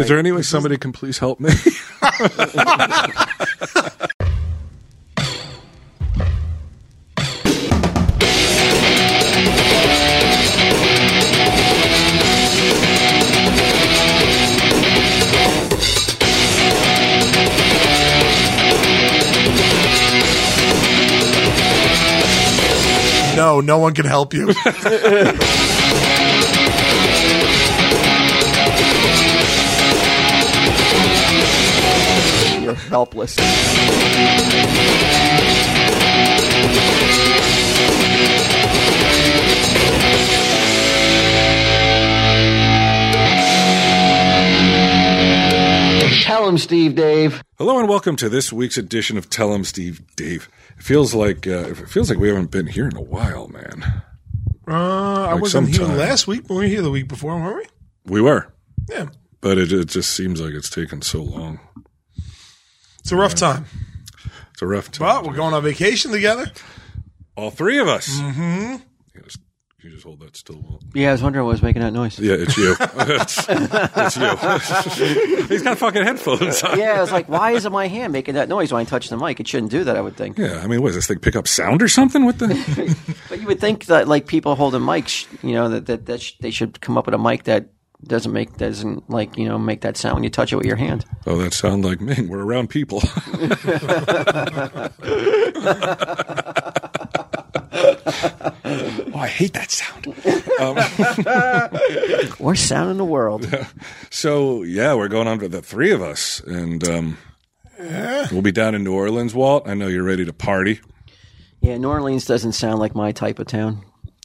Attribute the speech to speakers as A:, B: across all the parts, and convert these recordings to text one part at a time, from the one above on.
A: Is there any way somebody can please help me?
B: No, no one can help you.
C: You're helpless.
D: Tell him, Steve Dave.
A: Hello and welcome to this week's edition of Tell 'em Steve Dave. It feels like uh, it feels like we haven't been here in a while, man.
B: Uh, I wasn't here
A: sometime.
B: last week, but we were here the week before, weren't
A: We were,
B: we? Yeah.
A: but it, it just seems like it's taken so long.
B: It's a rough time.
A: It's a rough time.
B: But we're going on vacation together.
A: All three of us. Mm-hmm. You just, you just hold that still. Won't.
C: Yeah, I was wondering what was making that noise.
A: Yeah, it's you. it's, it's you. He's got fucking headphones on.
C: Yeah, I was like, why isn't my hand making that noise when I touch the mic? It shouldn't do that, I would think.
A: Yeah, I mean, what is this thing? Pick up sound or something? What the?
C: But you would think that, like, people holding mics, you know, that, that, that sh- they should come up with a mic that doesn't make, doesn't, like, you know, make that sound when you touch it with your hand.
A: oh, that sound like man. We're around people. oh, I hate that sound.
C: Worst sound in the world.
A: So yeah, we're going on to the three of us, and um, we'll be down in New Orleans, Walt. I know you're ready to party.
C: Yeah, New Orleans doesn't sound like my type of town.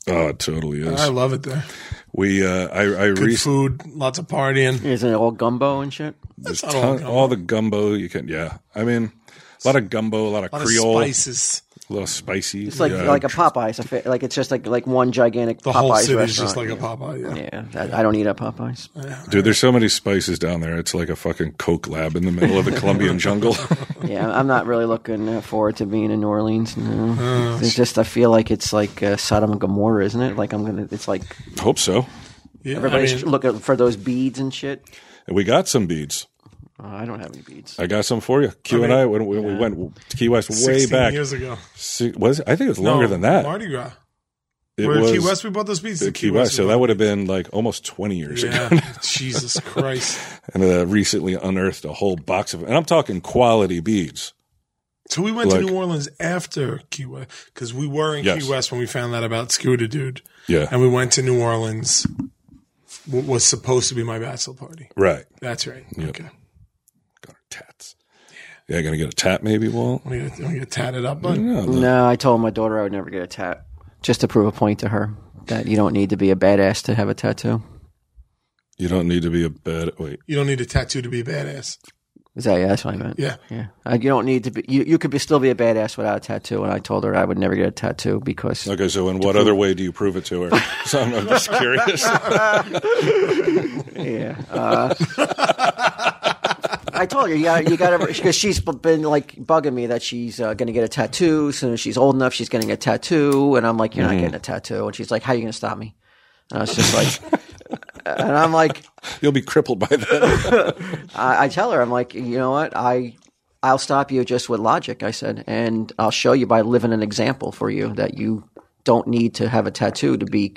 A: Oh, it totally is.
B: I love it there.
A: we uh, I I
B: Good
A: recently
B: food, lots of partying.
C: Isn't it all gumbo and shit?
A: there's
B: not all
A: ton- all the gumbo you can. Yeah, I mean a lot of gumbo, a lot of
B: A lot
A: Creole,
B: of spices.
A: a little spicy.
C: It's like
A: yeah.
C: like a Popeyes. I fe- Like it's just like like one gigantic
B: The
C: Popeyes
B: whole city
C: restaurant.
B: is just like a Popeye. Yeah.
C: yeah, that, I don't eat at Popeyes.
A: dude. There's so many spices down there. It's like a fucking coke lab in the middle of the Colombian jungle.
C: Yeah, I'm not really looking uh, forward to being in New Orleans. No,
B: Hmm.
C: it's just I feel like it's like uh, Sodom and Gomorrah, isn't it? Like I'm gonna, it's like
A: Hope so.
B: Yeah, I
C: everybody's
B: mean,
C: looking for those beads and shit.
A: And we got some beads.
C: Oh, I don't have any beads.
A: I got some for you. Q and I when, when we went to Key West way
B: 16
A: back.
B: years ago.
A: Si- was it? I think it was longer
B: No,
A: than that.
B: Mardi Gras.
A: It
B: We're
A: was
B: in Key West. We bought those pizzas.
A: the
B: in
A: Key West.
B: we
A: So
B: bought-
A: that would have been like almost 20 years ago.
B: Yeah. Jesus Christ.
A: And uh, recently unearthed a whole box of, and I'm talking quality beads.
B: So we went
A: Like-
B: to New Orleans after Key West because we were in
A: Yes.
B: Key West when we found out about Scooter Dude,
A: Yeah.
B: and we went to New Orleans. What was supposed to be my bachelor party?
A: Right.
B: That's right. Okay,
A: Got our tats. Yeah, going to get a tat maybe, Walt?
B: I'm gonna, I'm gonna tat it up, bud.
A: No, the-
C: No, I told my daughter I would never get a tat, just to prove a point to her that you don't need to be a badass to have a tattoo.
A: you don't need to be a bad. Wait.
B: You don't need a tattoo to be a badass.
C: Is that yeah? That's what I meant.
B: Yeah,
C: Yeah, Uh, you don't need to be. You, you could be still be a badass without a tattoo. And I told her I would never get a tattoo because
A: Okay, so in what other way do you prove it to her? so I'm, I'm just curious.
C: Yeah. Uh, I told her, you got you got because she's b- been like bugging me that she's uh, going to get a tattoo. Soon as she's old enough, she's getting a tattoo, and I'm like, you're not getting a tattoo, and she's like, how are you going to stop me? And I was just like, and I'm like,
A: You'll be crippled by that.
C: I, I tell her, I'm like, you know what, I. I'll stop you just with logic, I said, and I'll show you by living an example for you that you don't need to have a tattoo to be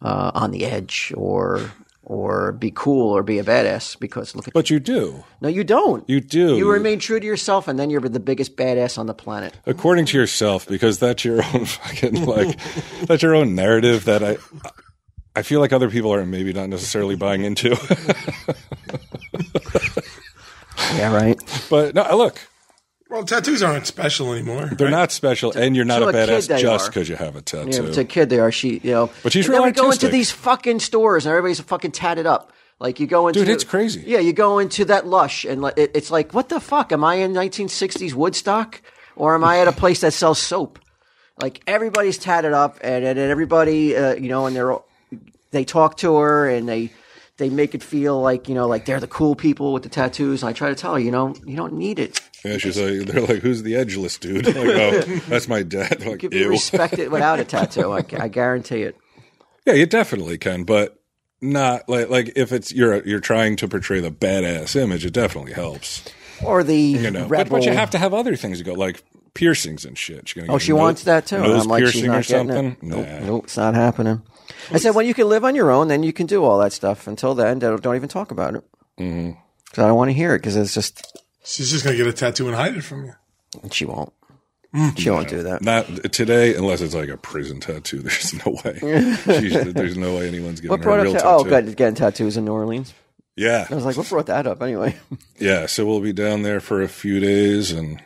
C: uh, on the edge or or be cool or be a badass because look at
A: But you do.
C: no, you don't.
A: You do.
C: You remain true to yourself, and then you're the biggest badass on the planet.
A: according to yourself because that's your own fucking like that's your own narrative that i i feel like other people are maybe not necessarily buying into
C: Yeah, right.
A: but no uh, look
B: Well, tattoos aren't special anymore.
A: they're not special and you're not
C: to
A: a
C: a kid
A: badass
C: they
A: just
C: are.
A: because you have a tattoo
C: You know, to a kid, they are. She, you know.
A: But she's
C: and then
A: real
C: we go into
A: artistic.
C: these fucking stores, and everybody's fucking tatted up. Like you go into,
A: Dude, it's crazy.
C: Yeah, you go into that lush, and like, it, it's like, what the fuck? Am I in 1960s Woodstock, or am I at a place that sells soap? Like everybody's tatted up, and, and everybody, uh, you know, and they're all- they talk to her, and they they make it feel like you know, like they're the cool people with the tattoos. And I try to tell her, you know, you don't need it.
A: yeah she's like they're like who's the edgeless dude like oh that's my dad They're like
C: You can
A: ew
C: respect it without a tattoo. I, I guarantee it.
A: yeah you definitely can but not like like if it's you're you're trying to portray the badass image, it definitely helps.
C: or the
A: You know, but,
C: rebel.
A: but you have to have other things to go like piercings and shit. She's gonna
C: Oh,
A: get
C: she
A: a nose-
C: wants that too.
A: Nose
C: I'm like, she's
A: piercing
C: not
A: or
C: getting
A: something.
C: It. Nope,
A: Nah.
C: nope, it's not happening. I said, when you can live on your own, then you can do all that stuff. Until then, don't don't even talk about it.
A: Mm-hmm.
C: Because I don't want to hear it. Because it's just
B: She's just gonna get a tattoo and hide it from you.
C: she won't. She won't do that.
A: Mm. Not today, unless it's like a prison tattoo. There's no way. Jeez, there's no way anyone's getting
C: What
A: her a
C: brought
A: real
C: up? Ta-
A: tattoo.
C: oh, good. Getting tattoos in New Orleans.
A: Yeah,
C: I was like, what brought that up anyway?
A: yeah. So we'll be down there for a few days, and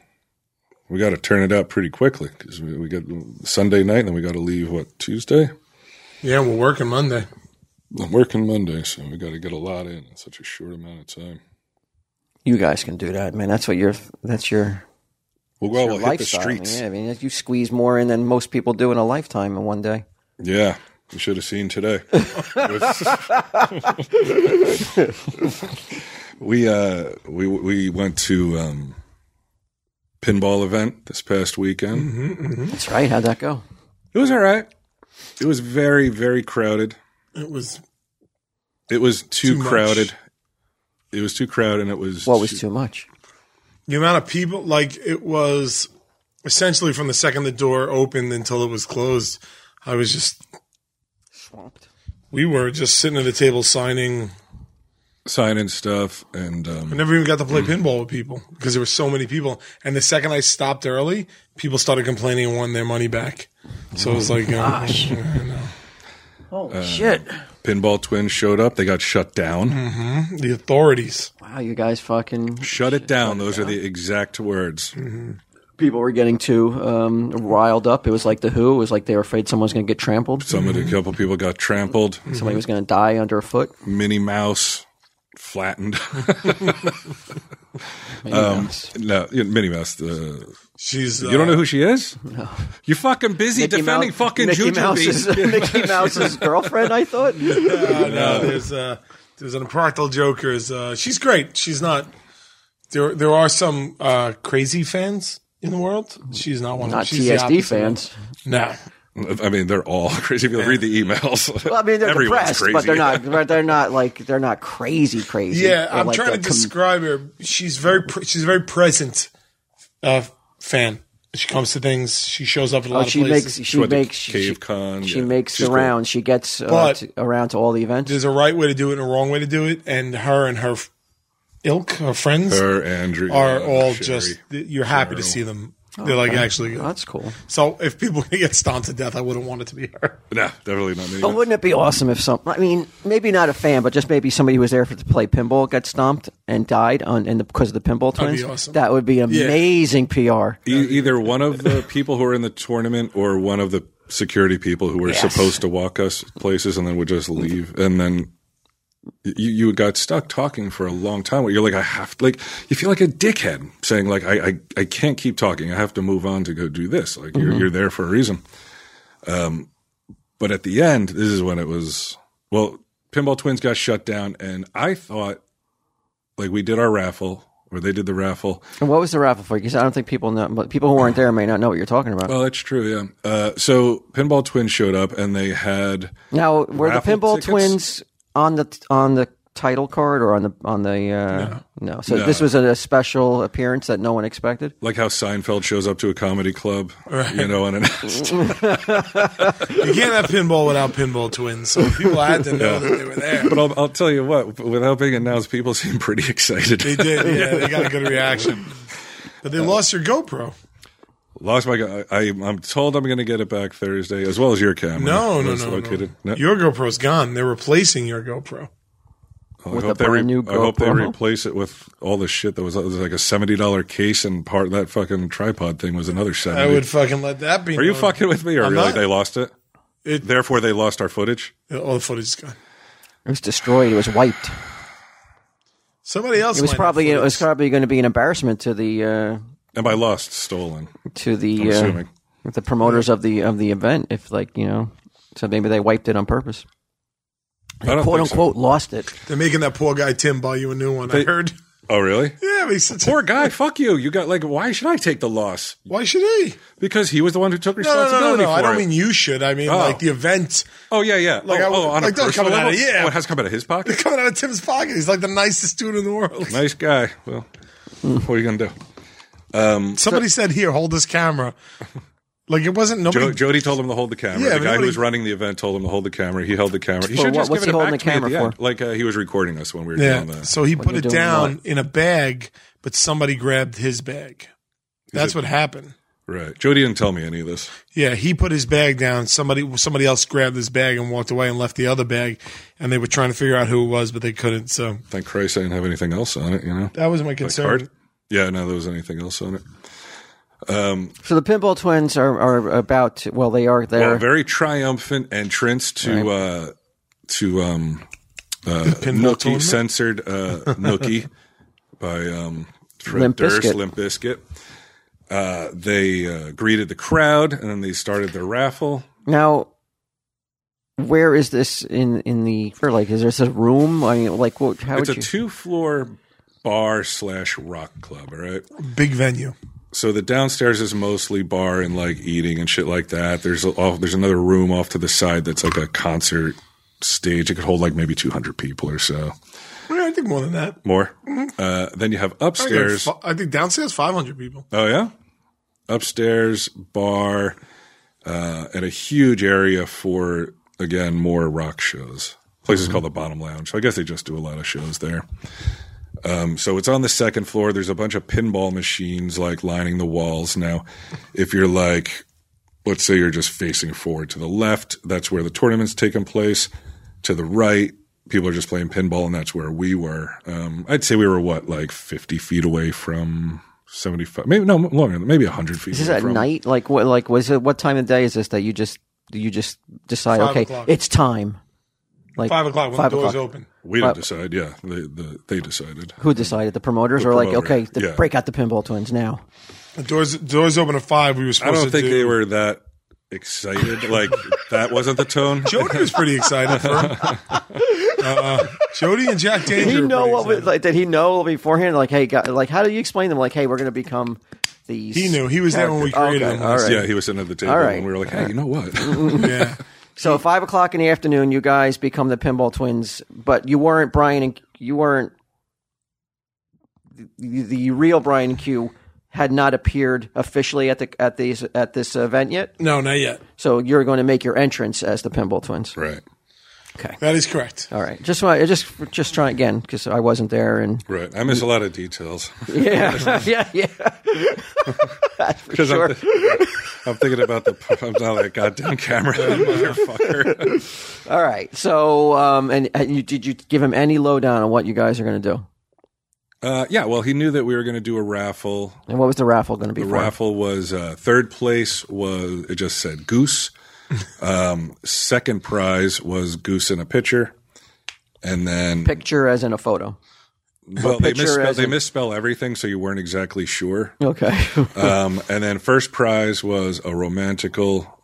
A: we got to turn it out pretty quickly because we, we got Sunday night, and then we got to leave what Tuesday.
B: Yeah, we're working Monday.
A: I'm working Monday, so we got to get a lot in in such a short amount of time.
C: you guys can do that, man. That's what your that's your,
A: We'll go.
C: your
A: We'll hit the
C: lifestyle. I mean,
A: streets.
C: yeah, I mean, you squeeze more in than most people do in a lifetime in one day.
A: Yeah, you should have seen today. we uh we we went to um pinball event this past weekend.
C: That's right. How'd that go?
A: It was all right. It was very very crowded.
B: It was
A: It was too,
B: Too much.
A: crowded. It was too crowded and it was
C: What was too much?
B: the amount of people. Like it was essentially from the second the door opened until it was closed. I was just
C: Swamped.
B: we were just sitting at a table signing.
A: signing stuff and
B: I
A: um
B: never even got to play pinball with people because there were so many people. And the second I stopped early, people started complaining and wanted their money back. So it was like, um,
C: Holy shit!
A: pinball twins showed up. They got shut down.
B: the authorities.
C: Wow, you guys fucking
A: Shut it down. Those are the exact words.
C: people were getting too um, riled up. It was like the Who. It was like they were afraid someone was going to get trampled.
A: Somebody, a couple people got trampled.
C: Somebody was going to die under a foot.
A: Minnie Mouse flattened.
C: Maybe not.
A: no, yeah, Minnie Mouse. The,
B: She's
A: uh,
B: uh,
A: you don't know who she is? No. You're fucking busy
C: Mickey
A: defending
C: Mouse-
A: fucking
C: Mickey
A: Juju
C: Mouse's,
A: Bees.
C: Mickey Mouse's girlfriend. I thought.
B: Uh, no, there's uh, there's an impractical jokers. Uh, she's great. She's not. There there are some uh, crazy fans in the world. She's not one.
C: Not
B: of them. She's the
C: TSD
B: opposite.
C: fans.
B: No.
A: I mean, they're all crazy. People read the emails.
C: Well, I mean, they're
A: Everyone's
C: depressed,
A: crazy.
C: but they're not. But they're not like they're not crazy, crazy.
B: Yeah,
C: They're
B: I'm
C: like
B: trying
C: the
B: to
C: com-
B: describe her. She's very pre- she's a very present uh, fan. She comes to things. She shows up at a
C: Oh,
B: lot
C: she
B: of places.
C: makes she,
A: went to
C: makes she,
A: Cave Con,
C: She
A: yeah.
C: makes
A: She's
C: the
A: cool.
C: rounds. She gets uh,
B: But-
C: to, around to all the events.
B: there's a right way to do it and a wrong way to do it. And her and her f- ilk, her friends,
A: Her, Andrew,
B: are all
A: Sherry.
B: just you're happy to see them.
C: Oh,
B: They're like actually good.
C: That's cool.
B: So if people get stomped to death, I wouldn't want it to be her.
A: No, definitely not Minnie
C: But
A: Mouse.
C: wouldn't it be awesome if some? I mean, maybe not a fan, but just maybe somebody who was there for to play pinball got stomped and died on and the, because of the pinball
B: That'd be
C: twins.
B: awesome.
C: That would be amazing PR.
A: E- either one of the people who are in the tournament or one of the security people who were
C: Yes.
A: supposed to walk us places and then would just leave and then you, you got stuck talking for a long time you're like i have to like you feel like a dickhead saying like i i, I can't keep talking i have to move on to go do this like you're, you're there for a reason um but at the end this is when it was well pinball twins got shut down and i thought like we did our raffle or they did the raffle
C: And what was the raffle for? Because I don't think people know. but People who weren't there may not know what you're talking about.
A: Well, Oh, that's true. Yeah. Uh, so Pinball Twins showed up, and they had
C: now, were the
A: raffle
C: pinball
A: tickets?
C: twins on the on the title card or on the on the? Uh, no. So this was a, a special appearance that no one expected.
A: like how Seinfeld shows up to a comedy club, you know, unannounced.
B: You can't have pinball without pinball twins. So people had to know that they were there.
A: but I'll, I'll tell you what, without being announced, people seem pretty excited.
B: They did. Yeah, they got a good reaction. But
A: Uh,
B: they lost your GoPro.
A: Lost my. I, I, I'm told I'm going to get it back Thursday, as well as your camera.
B: No, no,
A: It's
B: no, no.
A: located- No?
B: Your GoPro's gone. They're replacing your GoPro.
A: I
C: With
A: hope
C: a
A: they
C: brand new
A: I hope they
C: GoPro.
A: replace it with all the shit that was, it was like a seventy dollar case, and part of that fucking tripod thing was another
B: I
A: seventy.
B: would fucking let that be.
A: Are you fucking with me, or
B: I'm
A: really
B: not.
A: they lost it?
B: It-
A: Therefore, they lost our footage.
B: All the footage is gone.
C: It was destroyed. It was wiped.
B: Somebody else.
C: It was
B: might have
C: probably it
B: footage.
C: was probably going to be an embarrassment to the uh,
A: And by lost, stolen.
C: to the uh,
A: assuming.
C: the promoters of the of the event. If like you know, so maybe they wiped it on purpose.
A: I don't
C: Quote
A: think so.
C: unquote, lost it.
B: They're making that poor guy Tim buy you a new one. I heard.
A: Oh, really?
B: Yeah, but he's such a,
A: Poor guy. Fuck you. You got like. Why should I take the loss?
B: why should he?
A: Because he was the one who took
B: No, no, no, no,
A: responsibility
B: no. I
A: for
B: don't
A: it.
B: mean you should. I mean like the event
A: oh yeah, yeah.
B: Like,
A: oh,
B: I-
A: oh, on
B: like,
A: a
B: that's
A: personal
B: coming out of-
A: level?
B: yeah.
A: Oh, it has come out of his pocket.
B: coming out of Tim's pocket. He's like the nicest dude in the world.
A: nice guy. Well, what are you gonna do?
B: Somebody said, "Here, hold this camera." Like it wasn't nobody.
A: Jo- Jody told him to hold the camera.
B: Yeah,
A: the
B: but
A: guy who
B: nobody-
A: was running the event told him to hold the camera. He held the camera. He
C: For
A: should
C: what?
A: just
C: What's
A: give it
C: he holding
A: back to
C: the
A: me at
C: camera
A: end.
C: for?
A: Like uh, he was recording us when we were doing
B: yeah.
A: that.
B: So he put
C: you
B: it
C: doing
B: down
C: what?
B: in a bag, but somebody grabbed his bag. That's what happened.
A: right. Jody didn't tell me any of this.
B: Yeah, he put his bag down. Somebody somebody else grabbed his bag and walked away and left the other bag, and they were trying to figure out who it was, but they couldn't. So
A: Thank Christ I didn't have anything else on it. You know,
B: that was my
A: Like,
B: concern.
A: hard. Yeah, no, there was anything else on it.
C: So the pinball twins are, are about. To, well, they are there.
A: Well, very triumphant entrance to uh, to um, uh,
B: pinball
A: Nookie
B: tournament?
A: censored uh, Nookie by um, Fred
C: Limp
A: Durst,
C: Bizkit.
A: Limp Bizkit. Uh, they uh, greeted the crowd and then they started their raffle.
C: now, where is this in in the? Or like, is this a room? I mean, like, what? How
A: it's a
C: would you?
A: two floor bar slash rock club. All right.
B: Big venue.
A: So the downstairs is mostly bar and like eating and shit like that. There's a, off, there's another room off to the side that's like a concert stage. It could hold like maybe 200 people or so.
B: Yeah, I think more than that.
A: More. Uh, then you have
B: I think,
A: upstairs.
B: fu- I think downstairs five hundred people.
A: Oh yeah, upstairs bar, uh, and a huge area for again more rock shows. Place is
C: Mm-hmm.
A: called the Bottom Lounge. So I guess they just do a lot of shows there. Um, so it's on the second floor. There's a bunch of pinball machines like lining the walls. Now, if you're like, let's say you're just facing forward to the left, that's where the tournament's taking place. To the right, people are just playing pinball, and that's where we were. Um, I'd say we were what, like 50 feet away from 75, maybe no longer, than- maybe 100 feet.
C: Is this
A: away
C: at
A: from.
C: night? Like, what? Like, was it? What time of day is this that you just you just decide?
B: Five
C: okay,
B: o'clock.
C: it's time. Like
B: Five o'clock when
C: Five
B: the doors
C: o'clock.
B: open.
A: We didn't decide. Yeah, they, the, they decided.
C: Who decided? The promoters or like,
A: promoter,
C: okay, the,
A: yeah.
C: break out the pinball twins now.
B: The doors doors open at five. We were
A: I
B: supposed
A: don't
B: to
A: think
B: do.
A: they were that excited. Like, that wasn't the tone.
B: Jody was pretty excited for him. Uh, Jody and Jack Danger.
C: Did he
B: were
C: know
B: pretty
C: what? Was,
B: excited.
C: like, did he know beforehand? Like, hey, guy, like, how do you explain them? Like, hey, we're going to become these.
B: He knew. He was there when we
C: characters.
B: created
C: Okay,
B: him.
C: all right.
A: Yeah, he was sitting at the table,
C: All right.
A: and we were like, "Hey, you know what?
B: Yeah.
C: So five o'clock in the afternoon, you guys become the pinball twins, but you weren't Brian and you weren't the, the real Brian Q had not appeared officially at the at these at this event yet.
B: No, not yet.
C: So you're going to make your entrance as the pinball twins.
A: right,
B: That is correct.
C: All right, just want- just just try again because I wasn't there and
A: right." I miss a lot of details.
C: yeah yeah yeah. That's for
A: Because
C: sure.
A: I'm, I'm thinking about the I'm not that goddamn camera, motherfucker.
C: All right, so um, and, and you, did you give him any lowdown on what you guys are going to do
A: Uh, yeah, well, he knew that we were going to do a raffle.
C: and what was the raffle going to be?
A: The
C: for?
A: raffle was uh, third place was it just said goose. Um, second prize was goose in a pitcher, and then
C: Picture as in a photo.
A: well, they
C: pitcher
A: misspell,
C: as
A: they
C: in-
A: misspell everything, so you weren't exactly sure.
C: Okay.
B: Uh,
A: Um, and then first prize was a romantical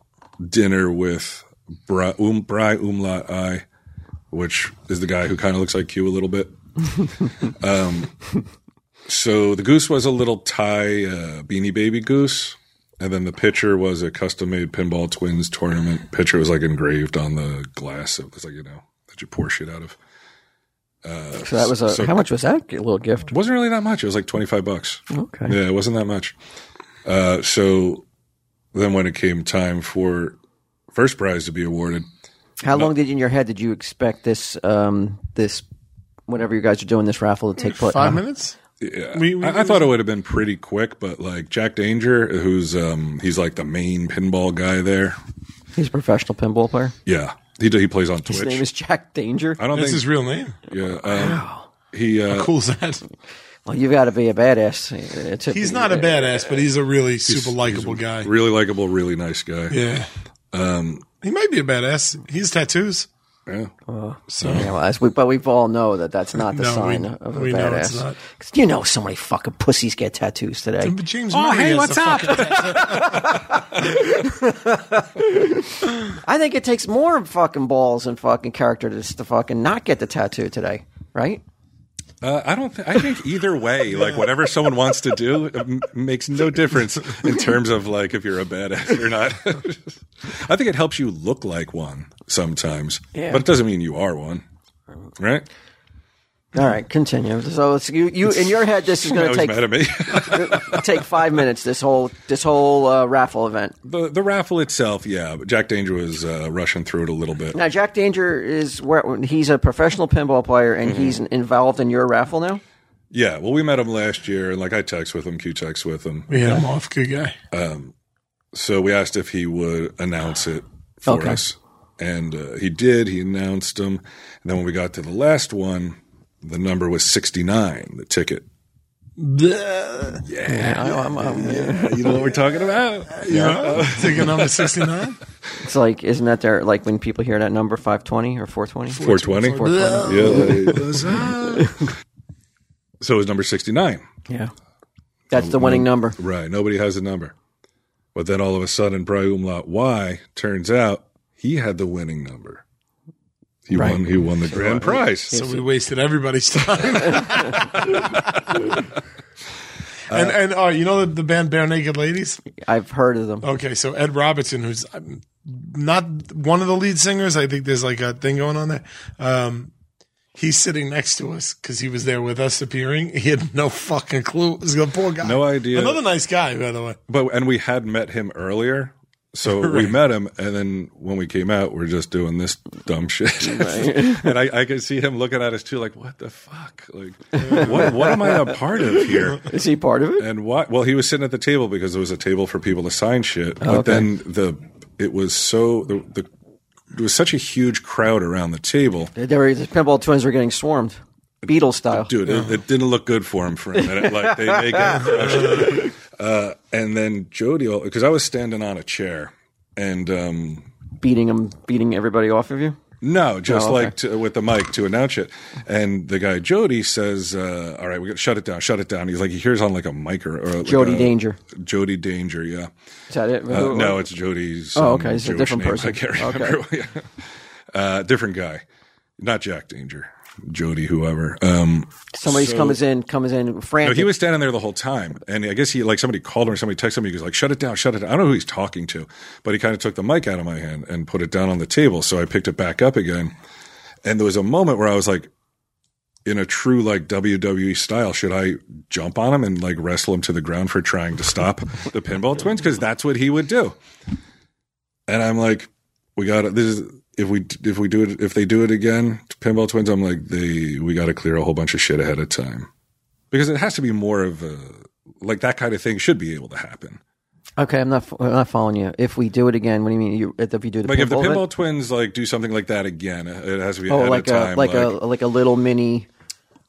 A: dinner with Bri, um, Bri Umlaut I, which is the guy who kind of looks like Q a little bit. um, so the goose was a little Thai uh, beanie baby goose. And then the pitcher was a custom made pinball twins tournament pitcher. It was like engraved on the glass. It was like, you know, that you pour shit out of.
C: So that was a.
A: So-
C: how much was that g- little gift?
A: It wasn't really that much. It was like 25 bucks.
C: Okay.
A: Yeah, it wasn't that much. Uh, so then when it came time for first prize to be awarded,
C: How long did in your head did you expect this? Um, this whatever you guys are doing this raffle to take place?
B: Five
C: Uh,
B: minutes?
A: yeah,
B: We- we-
A: I, I thought it would have been pretty quick, but like Jack Danger, who's um, he's like the main pinball guy there.
C: He's a professional pinball player.
A: Yeah, he he plays on Twitch.
C: His name is Jack Danger.
A: I don't
B: That's
A: think
B: his real name.
A: yeah. Um, he uh,
B: Cool is that?
C: Well, you've got to be a badass. uh, To
B: He's
C: be-
B: not a badass, but he's a really super likable guy.
A: really Um, likable, really nice guy.
B: yeah. he might be a badass. He's tattoos.
A: Yeah.
B: So
C: Yeah, well, as we, but we all know that that's not the
B: No, we-
C: sign of a
B: we know it's
C: badass.
B: not.
C: 'Cause you know so many fucking pussies get tattoos today.
B: But James
A: Oh,
B: Murray has a fucking-
C: I think it takes more fucking balls and fucking character to, to fucking not get the tattoo today, right?
A: Uh, I don't. Th- I think either way, like whatever someone wants to do, uh, m- makes no difference in terms of like if you're a badass or not. I think it helps you look like one sometimes,
C: Yeah.
A: but it doesn't mean you are one, right?
C: All right, continue. So it's, you, you in your head, this is
A: I
C: going
A: was
C: to
A: mad
C: take
A: at me.
C: take five minutes. This whole this whole uh, raffle event.
A: the the raffle itself, yeah. but Jack Danger was uh, rushing through it a little bit.
C: Now, Jack Danger is where he's a professional pinball player, and he's involved in your raffle now.
A: Yeah. Well, we met him last year, and like I text with him, Q text with him.
B: We had him off. Good guy.
A: So we asked if he would announce it for
C: Okay.
A: us. And uh, he did. He announced them. And then when we got to the last one, the number was 69, the ticket. You know what we're talking about?
B: yeah. Ticket number 69?
C: It's like, isn't that their like when people hear that number five twenty or four twenty?
A: 420.
B: Blah.
A: Yeah.
B: Huzzah.
A: So it was number 69.
C: Yeah, that's the winning number.
A: Right. Nobody has a number. But then all of a sudden, Bry Umlaut Y turns out he had the winning number. He won. He won the grand prize.
B: So we wasted everybody's time. and and oh, you know the, the band Bare Naked Ladies?
C: I've heard of them.
B: Okay, so Ed Robertson, who's um, not one of the lead singers, I think there's like a thing going on there. Um, he's sitting next to us because he was there with us appearing. He had no fucking clue. It was a poor guy.
A: No idea.
B: Another nice guy, by the way.
A: But and we had met him earlier. So we met him, and then when we came out, we're just doing this dumb shit. and I, I could see him looking at us too, like, "What the fuck? Like, what, what am I a part of here?"
C: Is he part of it?
A: And why? Well, he was sitting at the table because there was a table for people to sign shit. But
C: okay.
A: then the it was so the, the there was such a huge crowd around the table.
C: They were, the pinball twins were getting swarmed, Beatles style.
A: dude, it, it didn't look good for him for a minute. Like they, they got crushed. Uh, and then Jody, because I was standing on a chair, and um,
C: beating them, beating everybody off of you.
A: no, just
C: Oh, okay.
A: like to, with the mic to announce it. And the guy Jody says, uh, "All right, we got to shut it down, shut it down." He's like, he hears on like a mic or, or like
C: Jody
A: a-
C: Danger.
A: Jody Danger, yeah.
C: Is that it?
A: Uh, no, it's Jody's.
C: Oh,
A: um,
C: okay, it's a
A: Jewish
C: different
A: name.
C: person.
A: I can't remember. uh, different guy, not Jack Danger. Jody, whoever. Um,
C: somebody
A: so-
C: comes in, comes in
A: No,
C: frantic.
A: he was standing there the whole time, and I guess he like somebody called him or somebody texted him. He was like, "Shut it down, shut it down." I don't know who he's talking to, but he kind of took the mic out of my hand and put it down on the table. So I picked it back up again, and there was a moment where I was like, in a true like WWE style, should I jump on him and like wrestle him to the ground for trying to stop the pinball twins? Because that's what he would do. And I'm like, we got to this is if we if we do it if they do it again, pinball twins. I'm like, they we got to clear a whole bunch of shit ahead of time because it has to be more of a like that kind of thing should be able to happen.
C: okay, I'm not, fo- I'm not following you. If we do it again, what do you mean? You, if you do the
A: Like
C: pinball,
A: if the pinball
C: event?
A: twins like do something like that again, it has to be
C: oh,
A: ahead of
C: like
A: time.
C: a like, a like a little mini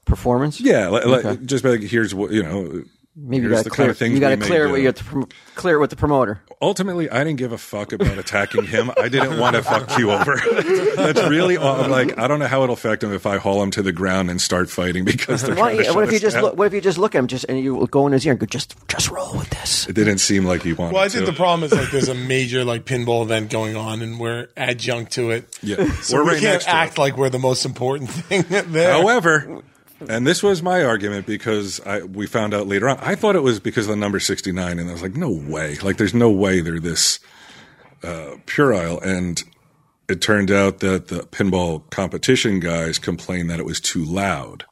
C: performance.
A: yeah, like, like, just be like here's what you know.
C: maybe you
A: here's
C: got to
A: the
C: clear.
A: kind of things
C: you got to
A: we may
C: clear
A: do.
C: what you have to prom- clear with the promoter.
A: Ultimately, I didn't give a fuck about attacking him. I didn't want to fuck you over. That's really all. I'm like, I don't know how it'll affect him if I haul him to the ground and start fighting because they're
C: Why,
A: trying to shut
C: what if you
A: us
C: just
A: down.
C: look, what if you just look at him just and you go in his ear and go just just roll with this?
A: It didn't seem like he wanted.
B: Well, I
A: to.
B: think the problem is like there's a major like pinball event going on, and we're adjunct to it.
A: Yeah.
B: so
A: We're
B: we
A: right next
B: can't
A: to it.
B: act like we're the most important thing there.
A: However, and this was my argument because I, we found out later on. I thought it was because of the number 69, and I was like, no way. Like, there's no way they're this uh, puerile. And it turned out that the pinball competition guys complained that it was too loud.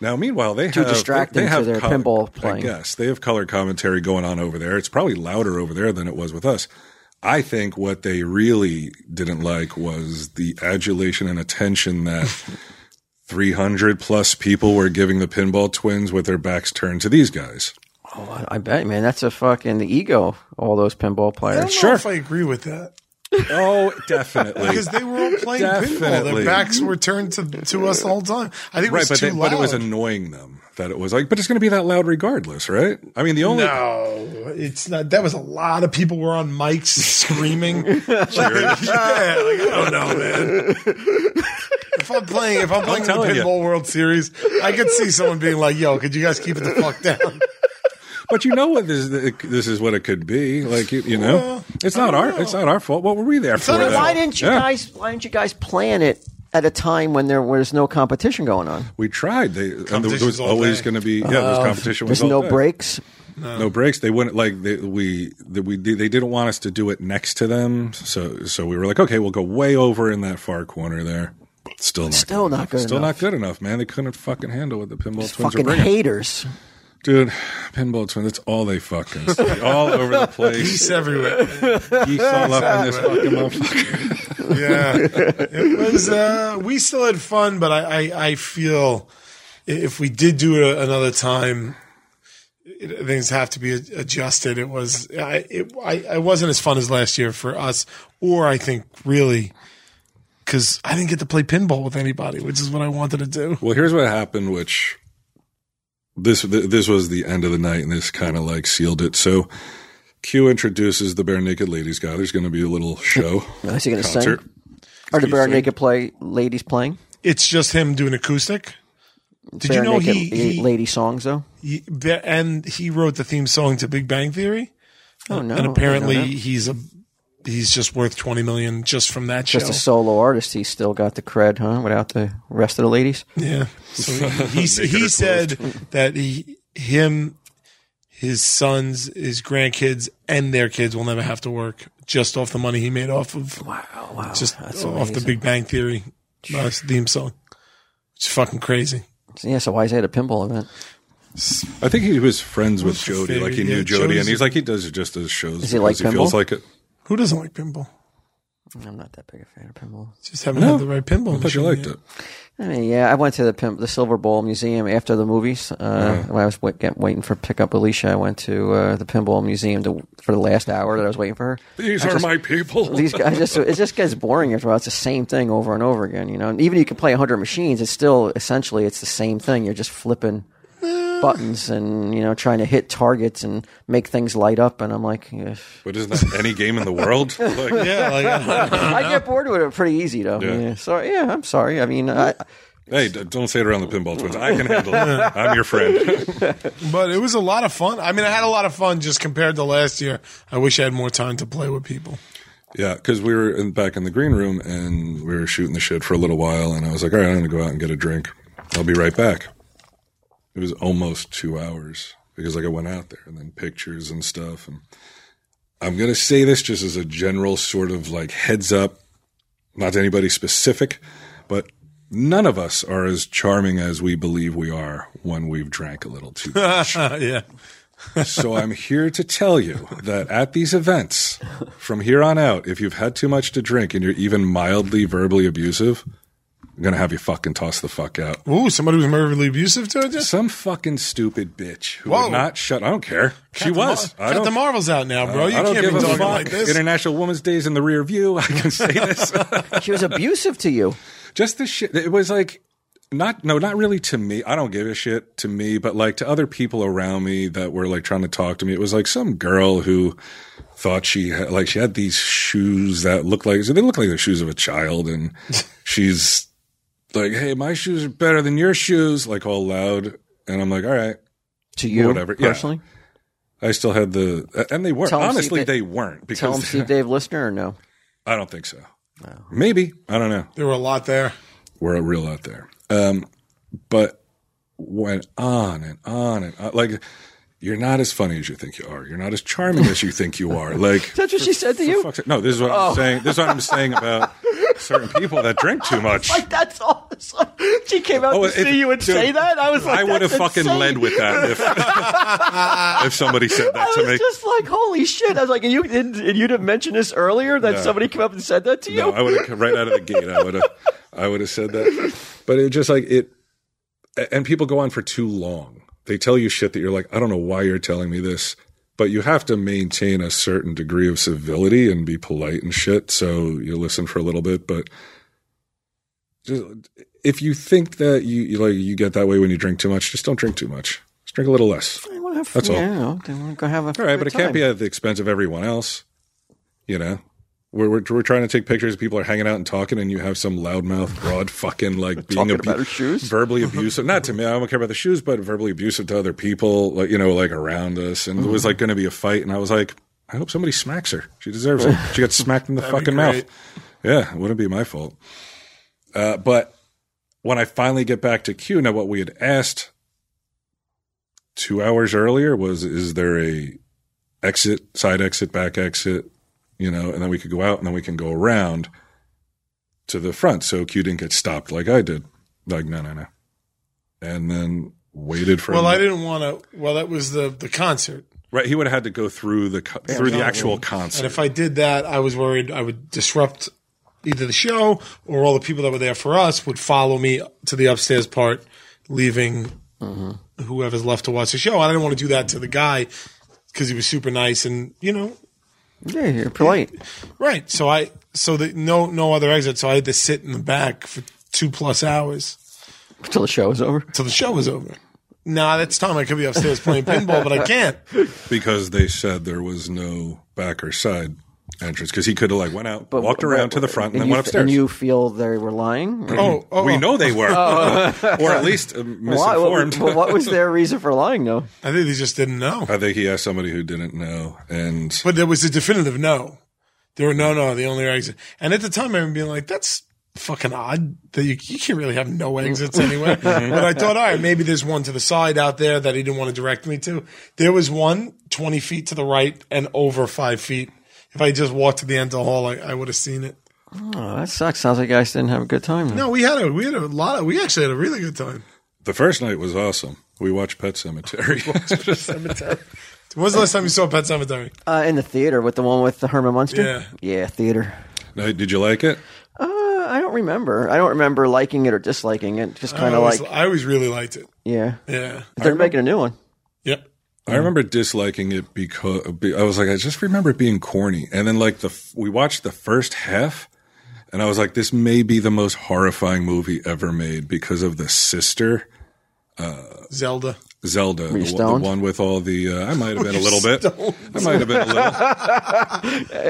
A: Now, meanwhile, they too have,
C: distracting
A: they
C: to
A: have
C: their
A: color-
C: pinball
A: I
C: playing.
A: guess they have color commentary going on over there. It's probably louder over there than it was with us. I think what they really didn't like was the adulation and attention that 300 plus people were giving the pinball twins with their backs turned to these guys.
C: Oh, I- I bet, man, that's a fucking the ego. All those pinball
B: I don't
C: players.
B: know if I agree with that
A: Oh, definitely.
B: because they were all playing pinball.
A: Definitely.
B: Their backs were turned to, to us the whole time. I think it
A: right,
B: was
A: but,
B: too
A: they,
B: loud.
A: but it was annoying them that it was like, but it's going to be that loud regardless, right? I mean, the only.
B: No, it's not. That was a lot of people were on mics screaming. Like, yeah, like, I don't know, man. If I'm playing, if I'm playing in the
A: telling you.
B: Pinball World Series, I could see someone being like, "Yo, could you guys keep it the fuck down?"
A: But you know what this this is what it could be like you, you know
B: Well,
A: it's not
B: I
A: our
B: don't know.
A: it's not our fault. What were we there for?
B: not
A: then?
B: our
C: Why didn't you
A: Yeah.
C: guys? Why didn't you guys plan it at a time when there was no competition going on.
A: We tried. They and there
B: Competition's
A: was
B: all
A: always
B: day.
A: going to be yeah. There was competition.
C: There's
A: was all
C: Uh,
A: day.
C: no breaks.
A: No breaks. They wouldn't like they, we the, we did- they didn't want us to do it next to them. So so we were like, okay, we'll go way over in that far corner there. Still not
C: Still not good
A: Still
C: enough.
A: not good enough, man. They couldn't fucking handle what the pinball twins
C: Fucking
A: were bringing.
C: haters.
A: Dude, pinball twins. That's all they fucking say. all over the place.
B: Peace everywhere.
A: Geese all up in this fucking motherfucker.
B: Yeah, it was. Uh, we still had fun, but I, I, I feel i- if we did do it another time, it, things have to be a- adjusted. It was. I, it, I, it wasn't as fun as last year for us, or I think really. Because I didn't get to play pinball with anybody, which is what I wanted to do.
A: Well, here's what happened, which this th- this was the end of the night, and this kind of like sealed it. So. Q introduces the Bare Naked Ladies guy. There's going to be a little show.
C: Is he going to sing?
A: concert.
C: Are the bare
A: sing.
C: naked play ladies playing?
B: It's just him doing acoustic. Did
C: bare
B: you know
C: naked
B: he, he,
C: lady songs though?
B: he ba- and he wrote the theme song to Big Bang Theory?
C: Oh no! I
B: and
C: didn't know
B: apparently
C: that.
B: he's a he's just worth 20 million just from that show
C: just a solo artist, he still got the cred, huh? Without the rest of the ladies.
B: yeah so he, he,
A: Naked or
B: he
A: clothed.
B: said that he him his sons his grandkids and their kids will never have to work just off the money he made off of
C: Wow! Wow!
B: just
C: That's
B: off the
C: amazing.
B: big bang theory uh, theme song it's fucking crazy
C: Yeah. So why is he at a pinball event?
A: I think he was friends with Jody,
B: favorite-
A: like he
B: yeah,
A: knew Jody, and
B: Jody's-
A: he's like he does it just as shows.
C: he like
A: because he feels
C: pinball?
A: like it.
B: who doesn't like pinball
C: I'm not that big a fan of pinball.
B: just haven't had the right pinball
A: But you
B: machine
A: liked
B: yet.
A: it.
C: I mean, yeah, I went to the pimp, the Silver Bowl Museum after the movies. Uh, When I was wait, get, waiting for pick up Alicia, I went to uh, the Pinball Museum to, for the last hour that I was waiting for her.
A: These
C: I
A: are
C: just-
A: my people.
C: These guys just it just gets boring after a while. It's the same thing over and over again, you know. And even if you can play hundred machines, it's still essentially it's the same thing. You're just flipping buttons and you know trying to hit targets and make things light up. And I'm like, eh.
A: but isn't that any game in the world? Like,
B: yeah like, I don't know.
C: I get bored with it pretty easy though.
A: Yeah.
C: Yeah. So yeah, I'm sorry. I mean, I,
A: Hey, d- don't say it around the pinball twins. I can handle it. I'm your friend.
B: but it was a lot of fun i mean i had a lot of fun just compared to last year i wish i had more time to play with people
A: yeah, because we were in, back in the green room and we were shooting the shit for a little while, and I was like, all right, I'm going to go out and get a drink. I'll be right back. It was almost two hours because like I went out there and then pictures and stuff. And I'm going to say this just as a general sort of like heads up, not to anybody specific, but none of us are as charming as we believe we are when we've drank a little too much.
B: yeah
A: So I'm here to tell you that at these events, from here on out, if you've had too much to drink and you're even mildly verbally abusive, I'm gonna have you fucking toss the fuck out.
B: Ooh, somebody was verbally abusive to it.
A: Some fucking stupid bitch who
B: Whoa.
A: would not shut. I don't care. she was. I
B: Cut
A: don't.
B: the marbles out now, bro. You
A: I don't
B: can't be
A: give a
B: talking
A: fuck.
B: like this.
A: International Women's Day is in the rear view. I can say this.
C: she was abusive to you.
A: Just the shit. It was like. Not no, not really to me. I don't give a shit to me, but like to other people around me that were like trying to talk to me. It was like some girl who thought she had like she had these shoes that looked like so they look like the shoes of a child and she's like hey my shoes are better than your shoes like all loud and i'm like all right
C: To you,
A: Whatever, yeah.
C: Personally,
A: i still had the uh, and they weren't
C: Tell 'em, Steve,
A: honestly
C: they-
A: they weren't
C: tell Oh. him
A: because
C: Steve Dave listener or no?
A: i don't think so maybe i don't know
B: There were a lot there.
A: we're a real out there um but went on and on and on. like you're not as funny as you think you are you're not as charming as you think you are like
C: That's what she said to you.
A: fuck's sake- no this is what
C: Oh.
A: i'm saying this is what i'm saying about certain people that drink too much
C: Like that's all. She came out
A: Oh,
C: to
A: it-
C: see you and
A: dude,
C: say that. I was like,
A: I would have
C: "That's
A: fucking
C: insane."
A: led with that if, if somebody said
C: I
A: that to me.
C: was just like, "Holy shit!" I was like, "And you didn't? And you didn't mention this earlier that
A: No.
C: somebody came up and said that to you?"
A: no, I would have right out of the gate. I would have, I would have said that. But it just like it, and people go on for too long. They tell you shit that you're like, I don't know why you're telling me this, but you have to maintain a certain degree of civility and be polite and shit. So you listen for a little bit, but just if you think that you, you like you get that way when you drink too much, just don't drink too much. Just drink a little less.
C: I wanna have-
A: That's all.
C: yeah, all. They want to go have a.
A: All right, but it can't be at the expense of everyone else. You know, we're we're, we're trying to take pictures. People are hanging out and talking, and you have some loudmouth, broad fucking like being
C: Talking about her shoes?
A: verbally abusive. Not to me. I don't care about the shoes, but verbally abusive to other people. Like you know, like around us, and there
C: Mm.
A: was like going to be a fight, and I was like, I hope somebody smacks her. She deserves it. She got smacked in the
B: be
A: fucking
B: great.
A: mouth. Yeah, it wouldn't be my fault. Uh, but when I finally get back to Q, now what we had asked two hours earlier was, is there a exit, side exit, back exit, you know, and then we could go out and then we can go around to the front. So Q didn't get stopped like I did. Like, no, no, no. And then waited for
B: Well,
A: him.
B: I didn't want to. Well, that was the the concert,
A: Right. He would have had to go through the, co- through the actual
B: and
A: concert.
B: if I did that, I was worried I would disrupt either the show or all the people that were there for us would follow me to the upstairs part, leaving
A: Mm-hmm.
B: whoever's left to watch the show. I didn't want to do that to the guy because he was super nice and you know
C: Yeah, you're polite.
B: Right. So I so the no no other exit. So I had to sit in the back for two plus hours
C: Until the show is over.
B: till the show was over. Nah, that's time I could be upstairs playing pinball, but I can't.
A: because they said there was no back or side entrance because he could have like went out, walked around to the front, and, then
C: you,
A: went upstairs.
C: And you feel they were lying? Or-
B: Oh, oh,
A: we
B: oh.
A: know they were, or at least uh,
C: Oh. Why?
A: misinformed.
C: What, what, what was their reason for lying, though?
B: I think they just didn't know.
A: I think he asked somebody who didn't know, and
B: But there was a definitive no. There were no no. The only exit. And at the time, I remember being like, that's fucking odd that you, you can't really have no exits anyway. but I thought, all right, maybe there's one to the side out there that he didn't want to direct me to. There was one 20 feet to the right and over five feet. If I just walked to the end of the hall, I, I would have seen it.
C: Oh, that sucks. Sounds like you guys didn't have a good time. then.
B: No, we had a we had a lot. Of, we actually had a really good time.
A: the first night was awesome. We watched Pet Cemetery.
B: Cemetery. When was the last time you saw Pet Cemetery?
C: Uh, in the theater with the one with the Herman Munster?
B: Yeah.
C: Yeah, theater.
A: No, did you like it?
C: Uh, I don't remember. I don't remember liking it or disliking it. Just kind
B: I
C: of
B: always,
C: like,
B: I always really liked it.
C: yeah.
B: Yeah.
C: They're making a new one.
B: Yep.
A: I remember disliking it because I was like, I just remember it being corny. And then like the f- we watched the first half, and I was like, this may be the most horrifying movie ever made because of the sister.
B: Zelda.
A: Zelda, the,
C: you
A: one-
C: stoned?
A: the one with all the. Uh, I might have been a little bit. I might have been a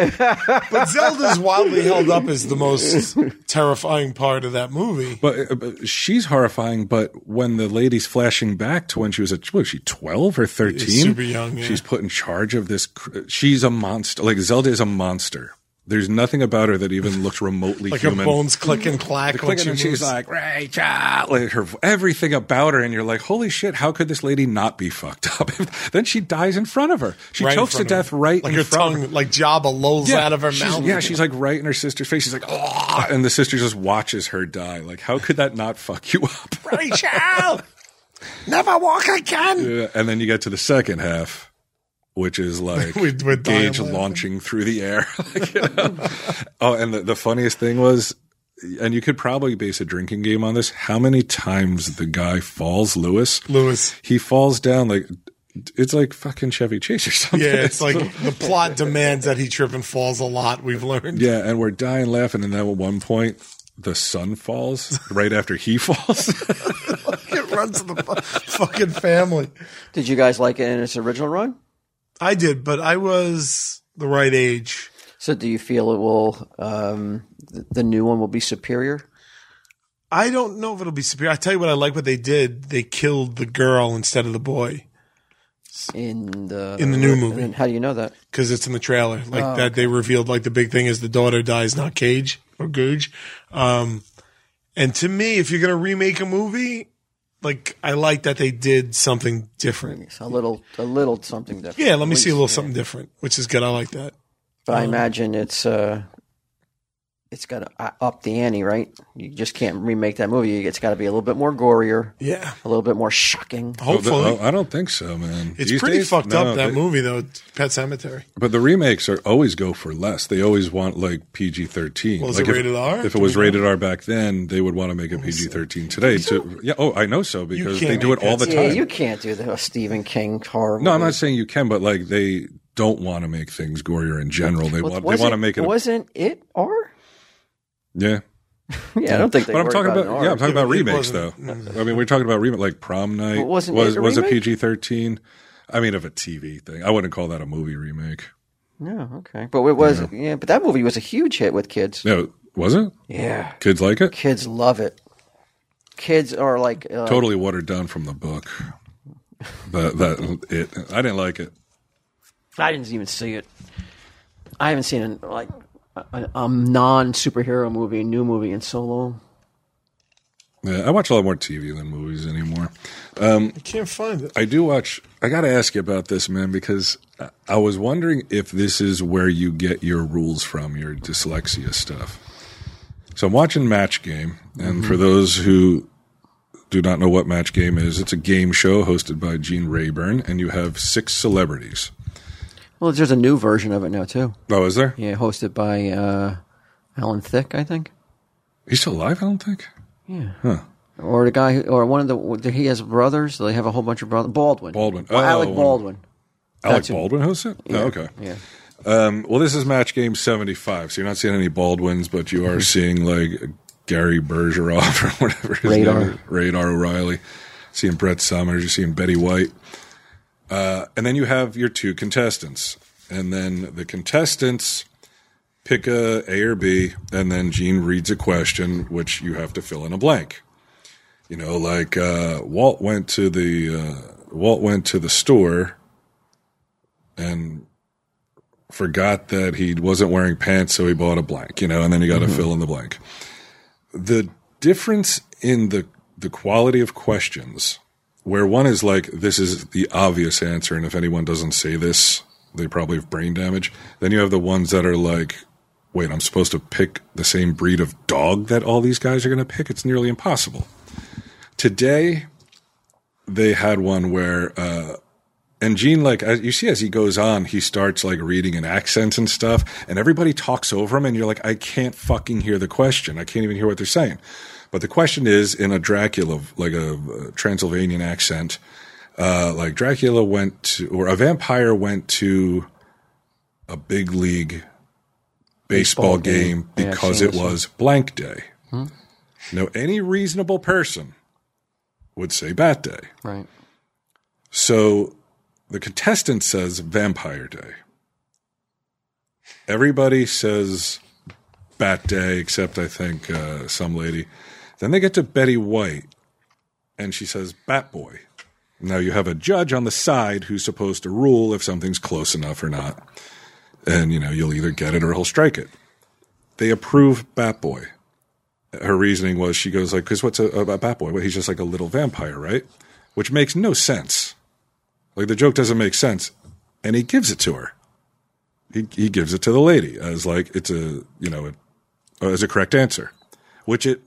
A: little.
B: But Zelda's wildly held up as the most terrifying part of that movie.
A: But, uh, but she's horrifying. But when the lady's flashing back to when she was a, what was she twelve or thirteen?
B: super young, yeah.
A: She's put in charge of this. cr- She's a monster. Like Zelda is a monster. There's nothing about her that even looks remotely
B: Like
A: human.
B: her bones click and clack when
A: Click
B: she
A: and
B: moves.
A: she's like Rachel, like her everything about her, and you're like, holy shit, how could this lady not be fucked up? then she dies in front of her. She
B: Right in
A: chokes to
B: front of her.
A: death right
B: like
A: in
B: her
A: front of her.
B: tongue, like Jabba lolls out of her
A: she's,
B: mouth.
A: Yeah, she's like right in her sister's face. She's like, oh, and the sister just watches her die. Like, how could that not fuck you up?
B: Rachel, never walk again.
A: Yeah, and then you get to the second half, which is like
B: With- with
A: Gage
B: Diane laughing.
A: launching through the air. like, you know? Oh, and the, the funniest thing was, and you could probably base a drinking game on this. How many times the guy falls, Lewis?
B: Lewis.
A: He falls down like it's like fucking Chevy Chase or something.
B: Yeah, it's like the plot demands that he trip and falls a lot. We've learned.
A: Yeah, and we're dying laughing. And then at one point, the sun falls right after he falls.
B: it runs to the fu- fucking family.
C: Did you guys like it in its original run?
B: I did, but I was the right age.
C: So do you feel it will, um, th- the new one will be superior?
B: I don't know if it'll be superior. I tell you what, I like what they did. They killed the girl instead of the boy
C: In the
B: In the new movie.
C: And how do you know that?
B: because it's in the trailer. Like that, they revealed like the big thing is the daughter dies, not Cage or Googe. Um, and to me, if you're gonna remake a movie, like I like that they did something different.
C: It's a little, a little something different.
B: Yeah, let me
C: At
B: see a
C: least.
B: little something different, which is good. I like that.
C: But I imagine it's uh, it's got to up the ante, right? You just can't remake that movie. It's got to be a little bit more gorier,
B: Yeah,
C: a little bit more shocking.
A: Oh,
B: hopefully.
A: I don't think so, man.
B: It's
A: These
B: pretty
A: days,
B: fucked
A: no,
B: up that
A: they-
B: movie though, Pet Cemetery.
A: But the remakes are always go for less. They always want like PG thirteen.
B: Well, is
A: like
B: it
A: if,
B: rated R?
A: If it was rated R back then, they would want to make a PG thirteen today. To, yeah. Oh, I know so because
B: can't
A: they do
B: make
A: it all the
B: that.
A: time.
C: Yeah, you can't do the Stephen King horror.
A: no, I'm
C: movie.
A: not saying you can, but like they don't want to make things gorier in general. They want they
C: Was
A: want to make it. a-
C: Wasn't it R?
A: yeah.
C: Yeah, I don't think. They
A: But I'm talking about,
C: about
A: yeah, I'm talking about
B: It
A: remakes though.
B: wasn't-
A: I mean, we're talking about remake like prom night
C: But wasn't
A: was
C: it a
A: was
C: remake?
A: PG-13. I mean, of a TV thing. I wouldn't call that a movie remake.
C: No, okay, but it was yeah. But that movie was a huge hit with kids.
A: No, was it?
C: Yeah,
A: Kids like it?
C: kids love it. Kids are like uh,
A: Totally watered down from the book. That that it. I didn't like it.
C: I didn't even see it. I haven't seen a, like a, a non superhero movie, new movie in so long.
A: Yeah, I watch a lot more TV than movies anymore.
B: I can't find it.
A: I do watch. I got to ask you about this, man, because I- I was wondering if this is where you get your rules from, your dyslexia stuff. So I'm watching Match Game, and
C: Mm-hmm.
A: for those who do not know what Match Game is, it's a game show hosted by Gene Rayburn, and you have six celebrities.
C: Well, there's a new version of it now too.
A: Oh, is there?
C: Yeah, hosted by uh, Alan Thicke, I think,
A: He's still alive? I don't think.
C: or the guy, who, or one of the he has brothers. They have a whole bunch of brothers. Baldwin,
A: Baldwin.
C: Well,
A: Oh,
C: Alec
A: one-
C: Baldwin.
A: Alec
C: That's who-
A: Baldwin hosts it? Oh, okay.
C: Yeah,
A: Um, well, this is match game 75, so you're not seeing any Baldwins, but you are seeing like Gary Bergeroff or whatever his
C: Radar.
A: name is. Radar O'Reilly. Seeing Brett Summers, you're seeing Betty White. Uh, and then you have your two contestants. And then the contestants pick a A or B, and then Gene reads a question, which you have to fill in a blank. You know, like uh, Walt went to the uh, Walt went to the store and forgot that he wasn't wearing pants, so he bought a blank, you know, and then you got to fill in the blank. The difference in the the quality of questions, where one is like, this is the obvious answer, and if anyone doesn't say this, they probably have brain damage. Then you have the ones that are like, wait, I'm supposed to pick the same breed of dog that all these guys are going to pick? It's nearly impossible. Today, they had one where uh, and Gene, like as you see, as he goes on, he starts like reading in accents and stuff, and everybody talks over him, and you're like, I can't fucking hear the question. I can't even hear what they're saying. But the question is in a Dracula, like a uh, Transylvanian accent, uh, like Dracula went to, or a vampire went to a big league baseball,
C: Baseball game.
A: game,
C: Yeah, I've
A: because
C: seen
A: it
C: this one. Hmm.
A: was blank day. Now, any reasonable person would say bat day.
C: right.
A: So the contestant says Vampire Day. Everybody says Bat Day, except I think uh, some lady. Then they get to Betty White, and she says Bat Boy. Now you have a judge on the side who's supposed to rule if something's close enough or not. And, you know, you'll either get it or he'll strike it. They approve Bat Boy. Her reasoning was she goes like, because what's a, a Bat Boy? Well, he's just like a little vampire, right? Which makes no sense. Like the joke doesn't make sense, and he gives it to her. He he gives it to the lady as like it's a you know it, uh, as a correct answer, which it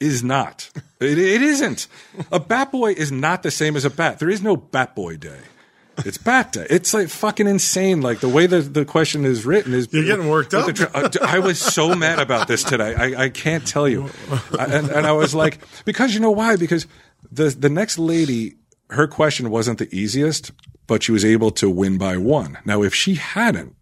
A: is not. It, it isn't. A bat boy is not the same as a bat. There is no bat boy day. It's bat day. It's like fucking insane. Like the way the the question is written is
B: You're getting worked
A: With
B: up.
A: the tra- I I was so mad about this today. I, I can't tell you. I, and, and I was like, because you know why? Because the the next lady, her question wasn't the easiest, but she was able to win by one. Now, if she hadn't,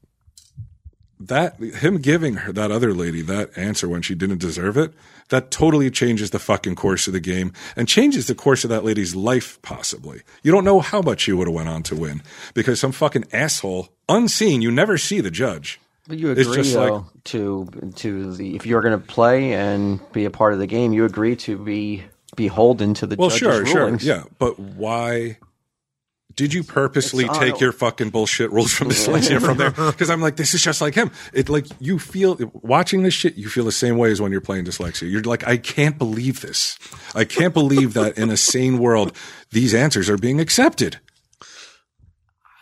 A: that him giving her that other lady that answer when she didn't deserve it, that totally changes the fucking course of the game and changes the course of that lady's life possibly. You don't know how much she would have went on to win because some fucking asshole, unseen, you never see the judge.
C: But you
A: It's
C: agree
A: just
C: though,
A: like-
C: to to the if you're going to play and be a part of the game, you agree to be beholden to the
A: Well,
C: judge's
A: sure,
C: rulings.
A: sure, yeah, but why? Did you purposely
C: It's- oh,
A: take
C: no.
A: your fucking bullshit rules from this lady and from there? Because I'm like, this is just like him. It like you feel watching this shit, you feel the same way as when you're playing dyslexia. You're like, I can't believe this. I can't believe that in a sane world, these answers are being accepted.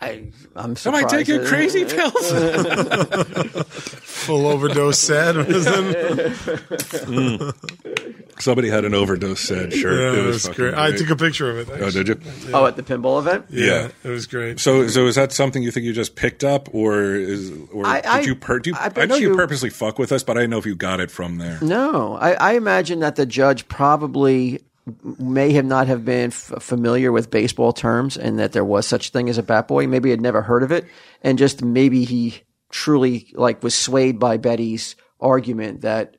C: I, I'm
A: Am I
C: surprised.
A: taking
C: that-
A: crazy pills?
B: Full overdose sad.
A: Somebody had an overdose sad shirt.
B: Yeah,
A: it
B: it
A: was
B: was
A: fucking
B: great. I
A: great.
B: took a picture of it.
A: Oh,
B: actually.
A: did you?
C: Oh, at the pinball event.
A: Yeah.
B: it was great.
A: So, so is that something you think you just picked up, or is, or
C: I- I-
A: did you? Per- do you
C: I
A: I,
C: bet
A: know you,
C: you-
A: purposely fuck with us, but I don't know if you got it from there.
C: No, I, I imagine that the judge probably may have not have been f- familiar with baseball terms, and that there was such thing as a bat boy. Maybe had never heard of it, and just maybe he truly like was swayed by Betty's argument that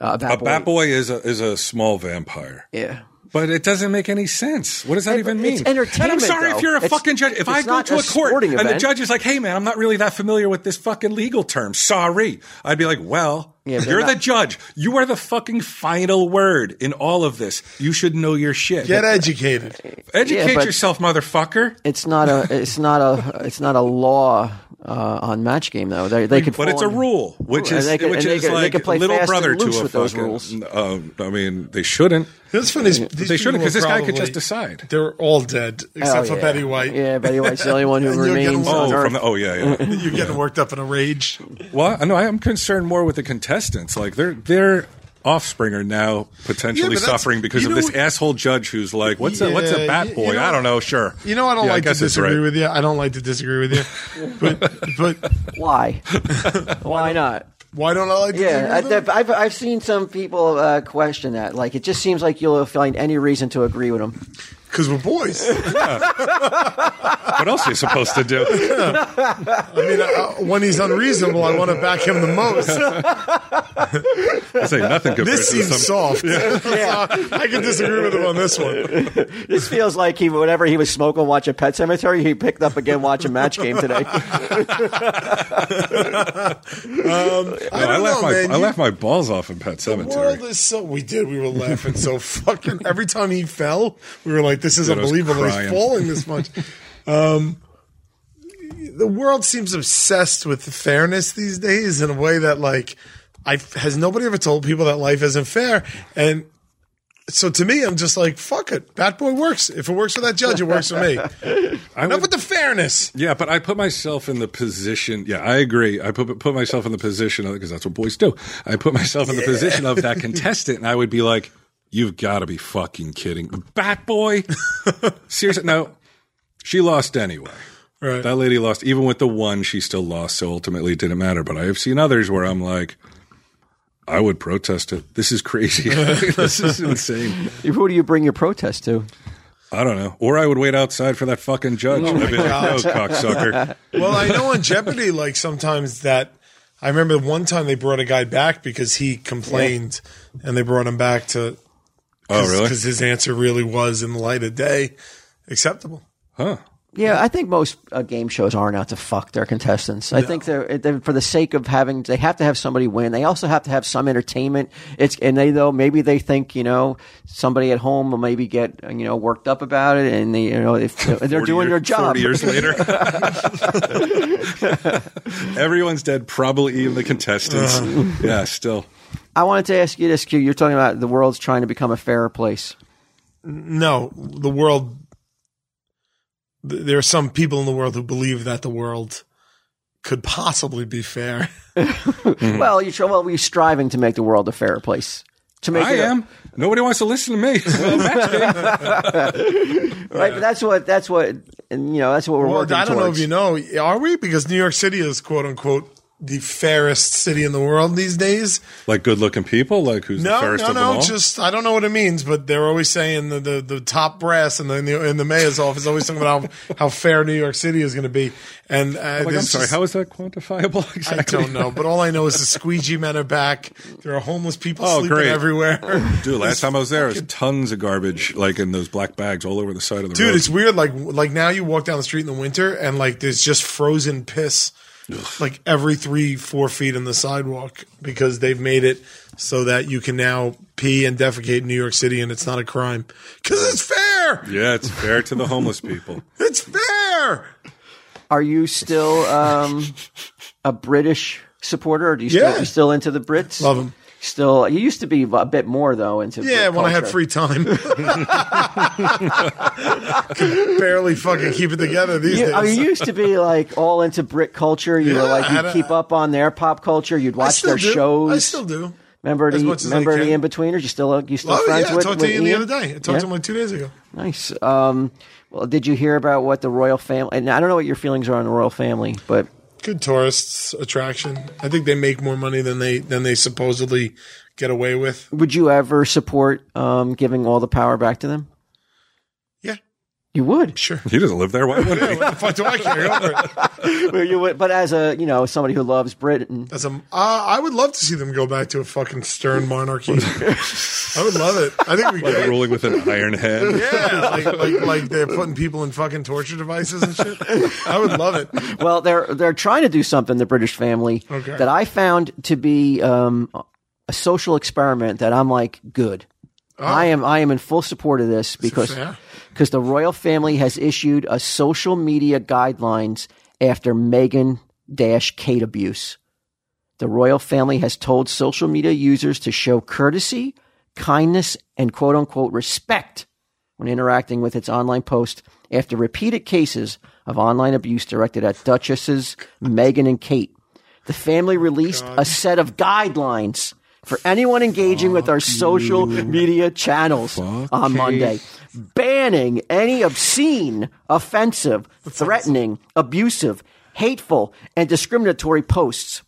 C: uh,
A: A bat boy is a is a small vampire,
C: yeah.
A: but it doesn't make any sense. What does that even mean?
C: it's entertainment,
A: And I'm sorry if
C: though.
A: you're a
C: It's-
A: fucking judge. If I
C: it's
A: go
C: not
A: to a
C: a
A: court
C: sporting
A: and the
C: event.
A: judge is like, "Hey, man, I'm not really that familiar with this fucking legal term. Sorry," I'd be like, "Well,
C: Yeah, but
A: you're
C: not-
A: the judge. You are the fucking final word in all of this. You should know your shit.
B: Get educated.
A: Educate
C: Yeah, but-
A: yourself, motherfucker."
C: it's not a it's not a it's not a law uh, on Match Game though. They, they could,
A: But
C: fall
A: it's a
C: in-
A: rule, which
C: And
A: is
C: they could-
A: which
C: and they
A: is
C: could- they
A: like
C: could play
A: little
C: fast and
A: brother to
C: loose
A: a
C: with
A: fucking.
C: those rules.
A: uh, I mean, they shouldn't.
B: That's funny. is these
A: They shouldn't
B: people
A: because this
B: are
A: guy could just
B: probably-
A: decide.
B: They're all dead
C: Hell
B: except for
C: Oh, yeah.
B: Betty White.
C: Yeah, Betty White's the only one who
B: You're getting
C: remains on
B: old
A: Oh,
C: Earth.
A: from the, oh yeah, yeah.
B: You're getting worked up in a rage.
A: Well, I know I'm concerned more with the contestants. Like their their offspring are now
B: Yeah,
A: potentially
B: but that's-
A: suffering because
B: you
A: of
B: know
A: this
B: what-
A: asshole judge who's like, "What's a what's
B: Yeah,
A: a bat
B: you-
A: boy?"
B: you know-
A: I don't know. Sure.
B: You know, I don't
A: Yeah,
B: like
A: guess
B: to
A: it's
B: disagree
A: right.
B: with you. I don't like to disagree with you, but but
C: Why? Why not?
B: why don't I like to
C: Yeah, I,
B: disagree with
C: that- I've I've seen some people uh, question that. Like, it just seems like you'll find any reason to agree with them.
B: Because we're boys. I
A: What else are you supposed to do?
B: mean, uh, when he's unreasonable, I want to back him the most.
A: I say nothing compared
B: This
A: to the
B: seems
A: some-
B: soft. I can disagree with him on this one.
C: This feels like he whatever he was smoking watching Pet Cemetery, he picked up again watching Match Game today.
A: No, I,
B: don't
A: laugh
B: know,
A: my
B: man.
A: I
B: You-
A: laugh my balls off in Pet
B: The
A: Cemetery.
B: world is so. We did. We were laughing so fucking. Every time he fell, we were like, "This is
A: Dude, I was
B: unbelievable. He's
A: crying.
B: falling this much." um, the world seems obsessed with fairness these days in a way that, like, I has nobody ever told people that life isn't fair and. So to me, I'm just like, fuck it. Bat boy works. If it works for that judge, it works for me.
A: I
B: Enough
A: would-
B: with the fairness.
A: Yeah, but I put myself in the position. Yeah, I agree. I put put myself in the position of because that's what boys do. I put myself in the position of that contestant, and I would be like, "You've got to be fucking kidding, Bat Boy!" Seriously, no, she lost anyway.
B: Right.
A: That lady lost. Even with the one, she still lost. So ultimately, it didn't matter. But I have seen others where I'm like, I would protest it. This is crazy. this is insane.
C: Who do you bring your protest to?
A: I don't know. Or I would wait outside for that fucking judge. I'd be like, no, cocksucker.
B: Well, I know on Jeopardy, like sometimes that I remember one time they brought a guy back because he complained, and they brought him back to
A: Oh, really?
B: because his answer really was in the light of day acceptable.
A: Huh.
C: Yeah, I think most uh, game shows aren't out to fuck their contestants. I think they're, they're for the sake of having they have to have somebody win. They also have to have some entertainment. It's and they though maybe they think you know somebody at home will maybe get you know worked up about it, and they you know if they're
A: 40 years-
C: doing their job.
A: 40 years later. Everyone's dead, probably even the contestants.
C: Uh-huh.
A: yeah, still.
C: I wanted to ask you this, Q. You're talking about the world's trying to become a fairer place.
B: No, the world. th- There are some people in the world who believe that the world could possibly be fair. Mm-hmm.
C: Well, you well we're striving to make the world a fairer place. To make
A: I
C: it a-
A: am. Nobody wants to listen to me. Well, match game.
C: right. But that's what that's what and, you know that's what we're
B: Well,
C: working
B: I don't know if
C: towards.
B: you know, are we? Because New York City is quote unquote the fairest city in the world these days.
A: like good looking people, like who's the
B: No,
A: fairest
B: no,
A: of them
B: no.
A: all?
B: Just I don't know what it means, but they're always saying the the, the top brass and the, in the in the mayor's office always talking about how, how fair New York City is going to be. And uh,
A: like, Oh I'm
B: there's
A: sorry,
B: just-
A: how is that quantifiable
B: I
A: exactly?
B: don't know, but all I know is the squeegee men are back. There are homeless people
A: Oh,
B: sleeping
A: great.
B: everywhere.
A: Dude, last time I was there, there was tons of garbage, like in those black bags all over the side of the
B: Dude,
A: road.
B: it's weird. Like like now you walk down the street in the winter and like there's just frozen piss, like every three four feet in the sidewalk because they've made it so that you can now pee and defecate in New York City and it's not a crime because it's fair.
A: yeah, it's fair to the homeless people.
B: It's fair.
C: Are you still um, a British supporter? Or do you
B: Yeah.
C: still, you still into the Brits?
B: Love 'em.
C: Still, you used to be a bit more though into
B: Yeah,
C: Brit
B: when I had
C: culture.
B: free time. Could barely fucking keep it together these
C: You,
B: days.
C: I mean, you used to be like all into Brit culture. You
B: Yeah,
C: were like
B: I had
C: you
B: a-
C: keep up on their pop culture. You'd
B: I
C: watch
B: still
C: their
B: do.
C: shows.
B: I still do.
C: remember
B: as
C: the
B: much as I
C: remember the in
B: can.
C: betweeners. You still you still
B: Oh,
C: friends
B: yeah, I
C: with?
B: talked
C: with
B: to Ian the
C: Ian?
B: other day. I talked
C: Yeah.
B: to him like two days ago.
C: Nice. Um, well, did you hear about what the royal family? And I don't know what your feelings are on the royal family, but
B: good tourists attraction. I think they make more money than they than they supposedly get away with.
C: would you ever support um, giving all the power back to them?
B: Yeah,
C: You would.
B: sure.
A: He doesn't live there. Why would he?
B: what the fuck do I care? Over it?
C: Well, you would. But as a you know somebody who loves Britain,
B: That's a, uh, I would love to see them go back to a fucking stern monarchy. I would love it. I think we could.
A: Ruling with an iron hand.
B: Yeah, like, like like they're putting people in fucking torture devices and shit. I would love it.
C: well, they're they're trying to do something the British family
B: Okay.
C: that I found to be um, a social experiment that I'm like good. I am I am in full support of this because
B: Oh. fair?
C: because the royal family has issued a social media guidelines after Meghan dash Kate abuse. The royal family has told social media users to show courtesy, kindness, and quote unquote respect when interacting with its online post after repeated cases of online abuse directed at Duchesses Meghan and Kate. The family
A: Oh,
C: released a set of guidelines for anyone engaging with our social media channels on Monday, banning any obscene, offensive, threatening, abusive, hateful, and discriminatory posts.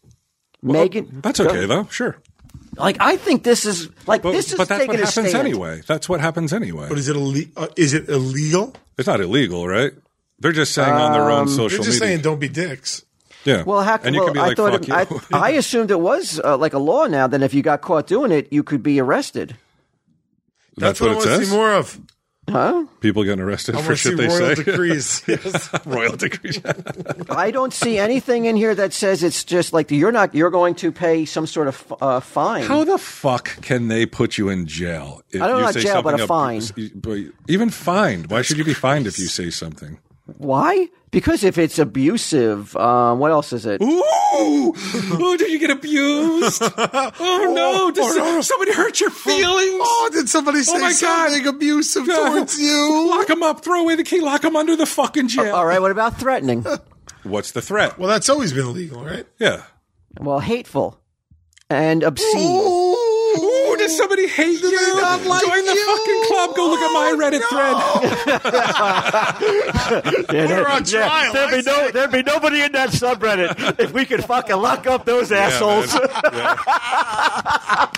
C: Megan,
A: That's okay though. Sure.
C: like I think this is like
A: But,
C: this is
A: but that's
C: taking
A: what
C: a
A: happens
C: stand.
A: anyway. That's what happens anyway.
B: But is it ille- uh, is it illegal?
A: It's not illegal, right? They're just saying on their own
B: They're
A: social
B: just
A: media.
B: saying don't be dicks.
A: yeah.
C: Well, how
A: and you can
C: well,
A: be
C: I
A: like,
C: thought
A: fuck
C: it-
A: you.
C: I, I assumed it was uh, like a law now. Then if you got caught doing it, you could be arrested.
A: That's
B: That's, what,
A: what it
B: I want to
A: says.
B: see more of.
A: People getting arrested
B: I
A: for
B: want to see
A: shit they
B: royal
A: say.
B: decrees. Yes.
A: royal decrees.
C: I don't see anything in here that says it's just like you're not you're going to pay some sort of uh, fine.
A: How the fuck can they put you in jail? If
C: I don't
A: you
C: know about
A: say
C: jail, but
A: something
C: a
A: ab- but even fined. Why should you be fined if you say something?
C: Why? Because if it's abusive, um, what else is it?
A: Ooh! Oh, did you get abused? Oh no! Did somebody hurt your feelings?
B: oh, did somebody say
A: Oh, my God.
B: something abusive towards you?
A: Lock him up. Throw away the key. Lock him under the fucking jail.
C: All right, what about threatening?
A: What's the threat?
B: Well, that's always been illegal, right?
A: Yeah.
C: well, hateful and obscene.
A: Ooh, does somebody hate you?
B: not like
A: Join the
B: you? Oh,
A: fucking club. Go look at my Reddit thread.
B: We're on trial. I
C: There'd be, no, there'd be nobody in that subreddit if we could fucking lock up those assholes.
A: I'd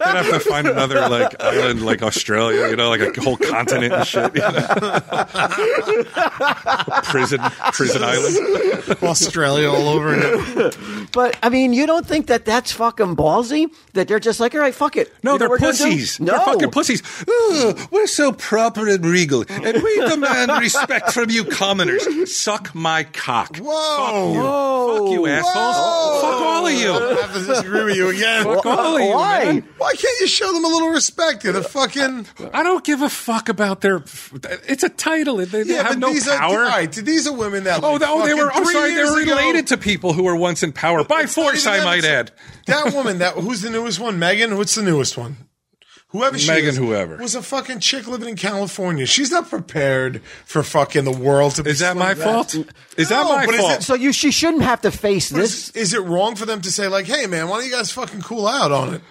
A: have to find another like island, like Australia. You know, like a whole continent and shit. you know? prison, prison island.
B: Australia all over it.
C: But I mean, you don't think that that's fucking ballsy? That they're just like, all right, fuck it.
A: No,
C: You know
A: they're
C: what we're gonna do?
A: pussies.
C: No,
A: They're fucking pussies. Ugh, we're so proper and regal, and we demand respect from you commoners. Suck my cock.
B: Whoa.
A: Fuck you, assholes. Fuck all of you.
B: I have to disagree with you again.
A: Fuck all of you.
C: Why?
A: man.
B: Why can't you show them a little respect? They're the fucking.
A: I don't give a fuck about their. It's a title. They, they have
B: but
A: no
B: these
A: power.
B: Are, all right, these are women that.
A: Oh,
B: like,
A: the- oh, they
B: fucking
A: were. I'm
B: three
A: sorry, they
B: years
A: were
B: ago-
A: related to people who were once in power by
B: It's not
A: force.
B: even
A: I
B: them,
A: might
B: it's-
A: add.
B: That woman. That who's the newest one? Megan. What's the newest one? Whoever she
A: Megan,
B: is,
A: whoever.
B: was a fucking chick living in California. She's not prepared for fucking the world to. be
A: Is that
B: so
A: my
B: bad.
A: fault? Is that
B: No,
A: my
B: but is
A: fault?
B: it-
C: So you, she shouldn't have to face this.
B: Is, is it wrong for them to say like, "Hey, man, why don't you guys fucking cool out on it"?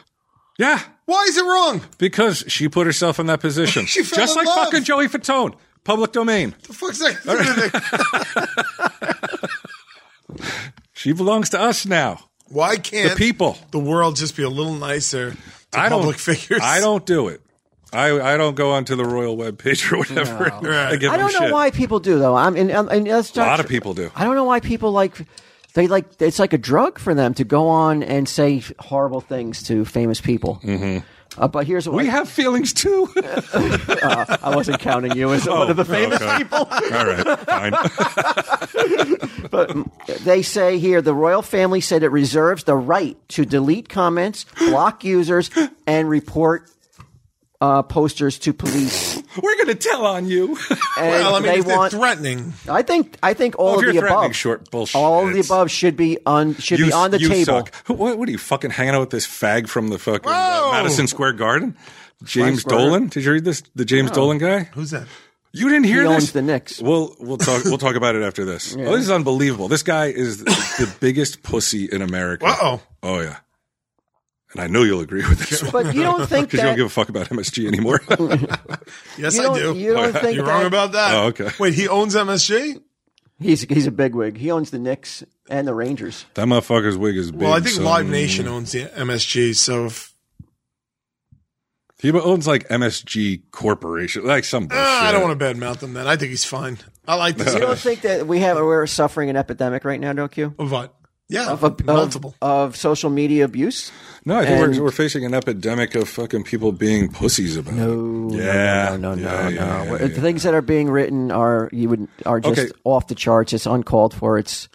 A: yeah,
B: Why is it wrong?
A: because she put herself in that position,
B: She fell
A: just
B: in
A: like
B: love.
A: fucking Joey Fatone. Public domain.
B: The fuck's that? got to do with it?
A: She belongs to us now.
B: Why can't
A: The people.
B: the world, just be a little nicer to
A: I don't.
B: public figures?
A: I don't do it. I, I don't go onto the royal webpage or whatever. I, give
C: I don't
A: them
C: know
A: shit.
C: why people do though. I'm in. I'm, in that's
A: A lot of people do.
C: I don't know why people like. They like it's like a drug for them to go on and say horrible things to famous people. Mm-hmm. Uh, but here's what
A: We
C: I, uh,
A: have feelings too.
C: I wasn't counting you
A: Oh,
C: as one of the famous people.
A: All right, fine.
C: But they say here the royal family said it reserves the right to delete comments, block users, and report uh, posters to police.
A: We're going to tell on you.
C: And
B: Well, I mean,
C: they
B: if they're
C: want.
B: threatening.
C: I think. I think all
A: Well, if
C: of
A: you're
C: the
A: threatening
C: above.
A: short bullshit,
C: all of the
A: it's-
C: above should be on should be on the
A: you
C: table.
A: Suck. Who- What, what are you fucking hanging out with this fag from the fucking uh,
B: Whoa!
A: Madison Square Garden? James
C: Square.
A: Dolan. Did you read this? The James Dolan guy.
B: Who's that?
A: You didn't hear
C: He
A: this?
C: owns the Knicks.
A: We'll we'll talk we'll talk about it after this. Oh, this is unbelievable. This guy is the biggest pussy in America.
B: Uh-oh.
A: Oh yeah. And I know you'll agree with this one
C: But you don't think
A: because you don't
C: that
A: give a fuck about MSG anymore.
B: Yes,
C: you
B: I
C: don't,
B: do.
C: you don't think
B: You're
C: that
B: wrong about that.
A: Oh, okay.
B: Wait, he owns MSG?
C: he's he's a bigwig. He owns the Knicks and the Rangers.
A: that motherfucker's wig is big.
B: Well, I think
A: son.
B: Live Nation owns the MSG. So, if,
A: He owns like MSG Corporation, like some.
B: Ah,
A: Bullshit.
B: I don't want to badmouth him. Then I think he's fine. I like this.
C: You
B: guy.
C: don't think that we have we're suffering an epidemic right now, don't you?
B: Of what? Yeah,
C: Of, ab-
B: multiple.
C: of, of social media abuse.
A: No, I think
C: And-
A: we're, we're facing an epidemic of fucking people being pussies about
C: No,
A: it. Yeah.
C: no, no, no,
A: Yeah, yeah,
C: no. no.
A: yeah,
C: the
A: yeah.
C: things that are being written are you would are just
A: Okay.
C: off the charts. It's uncalled for. It's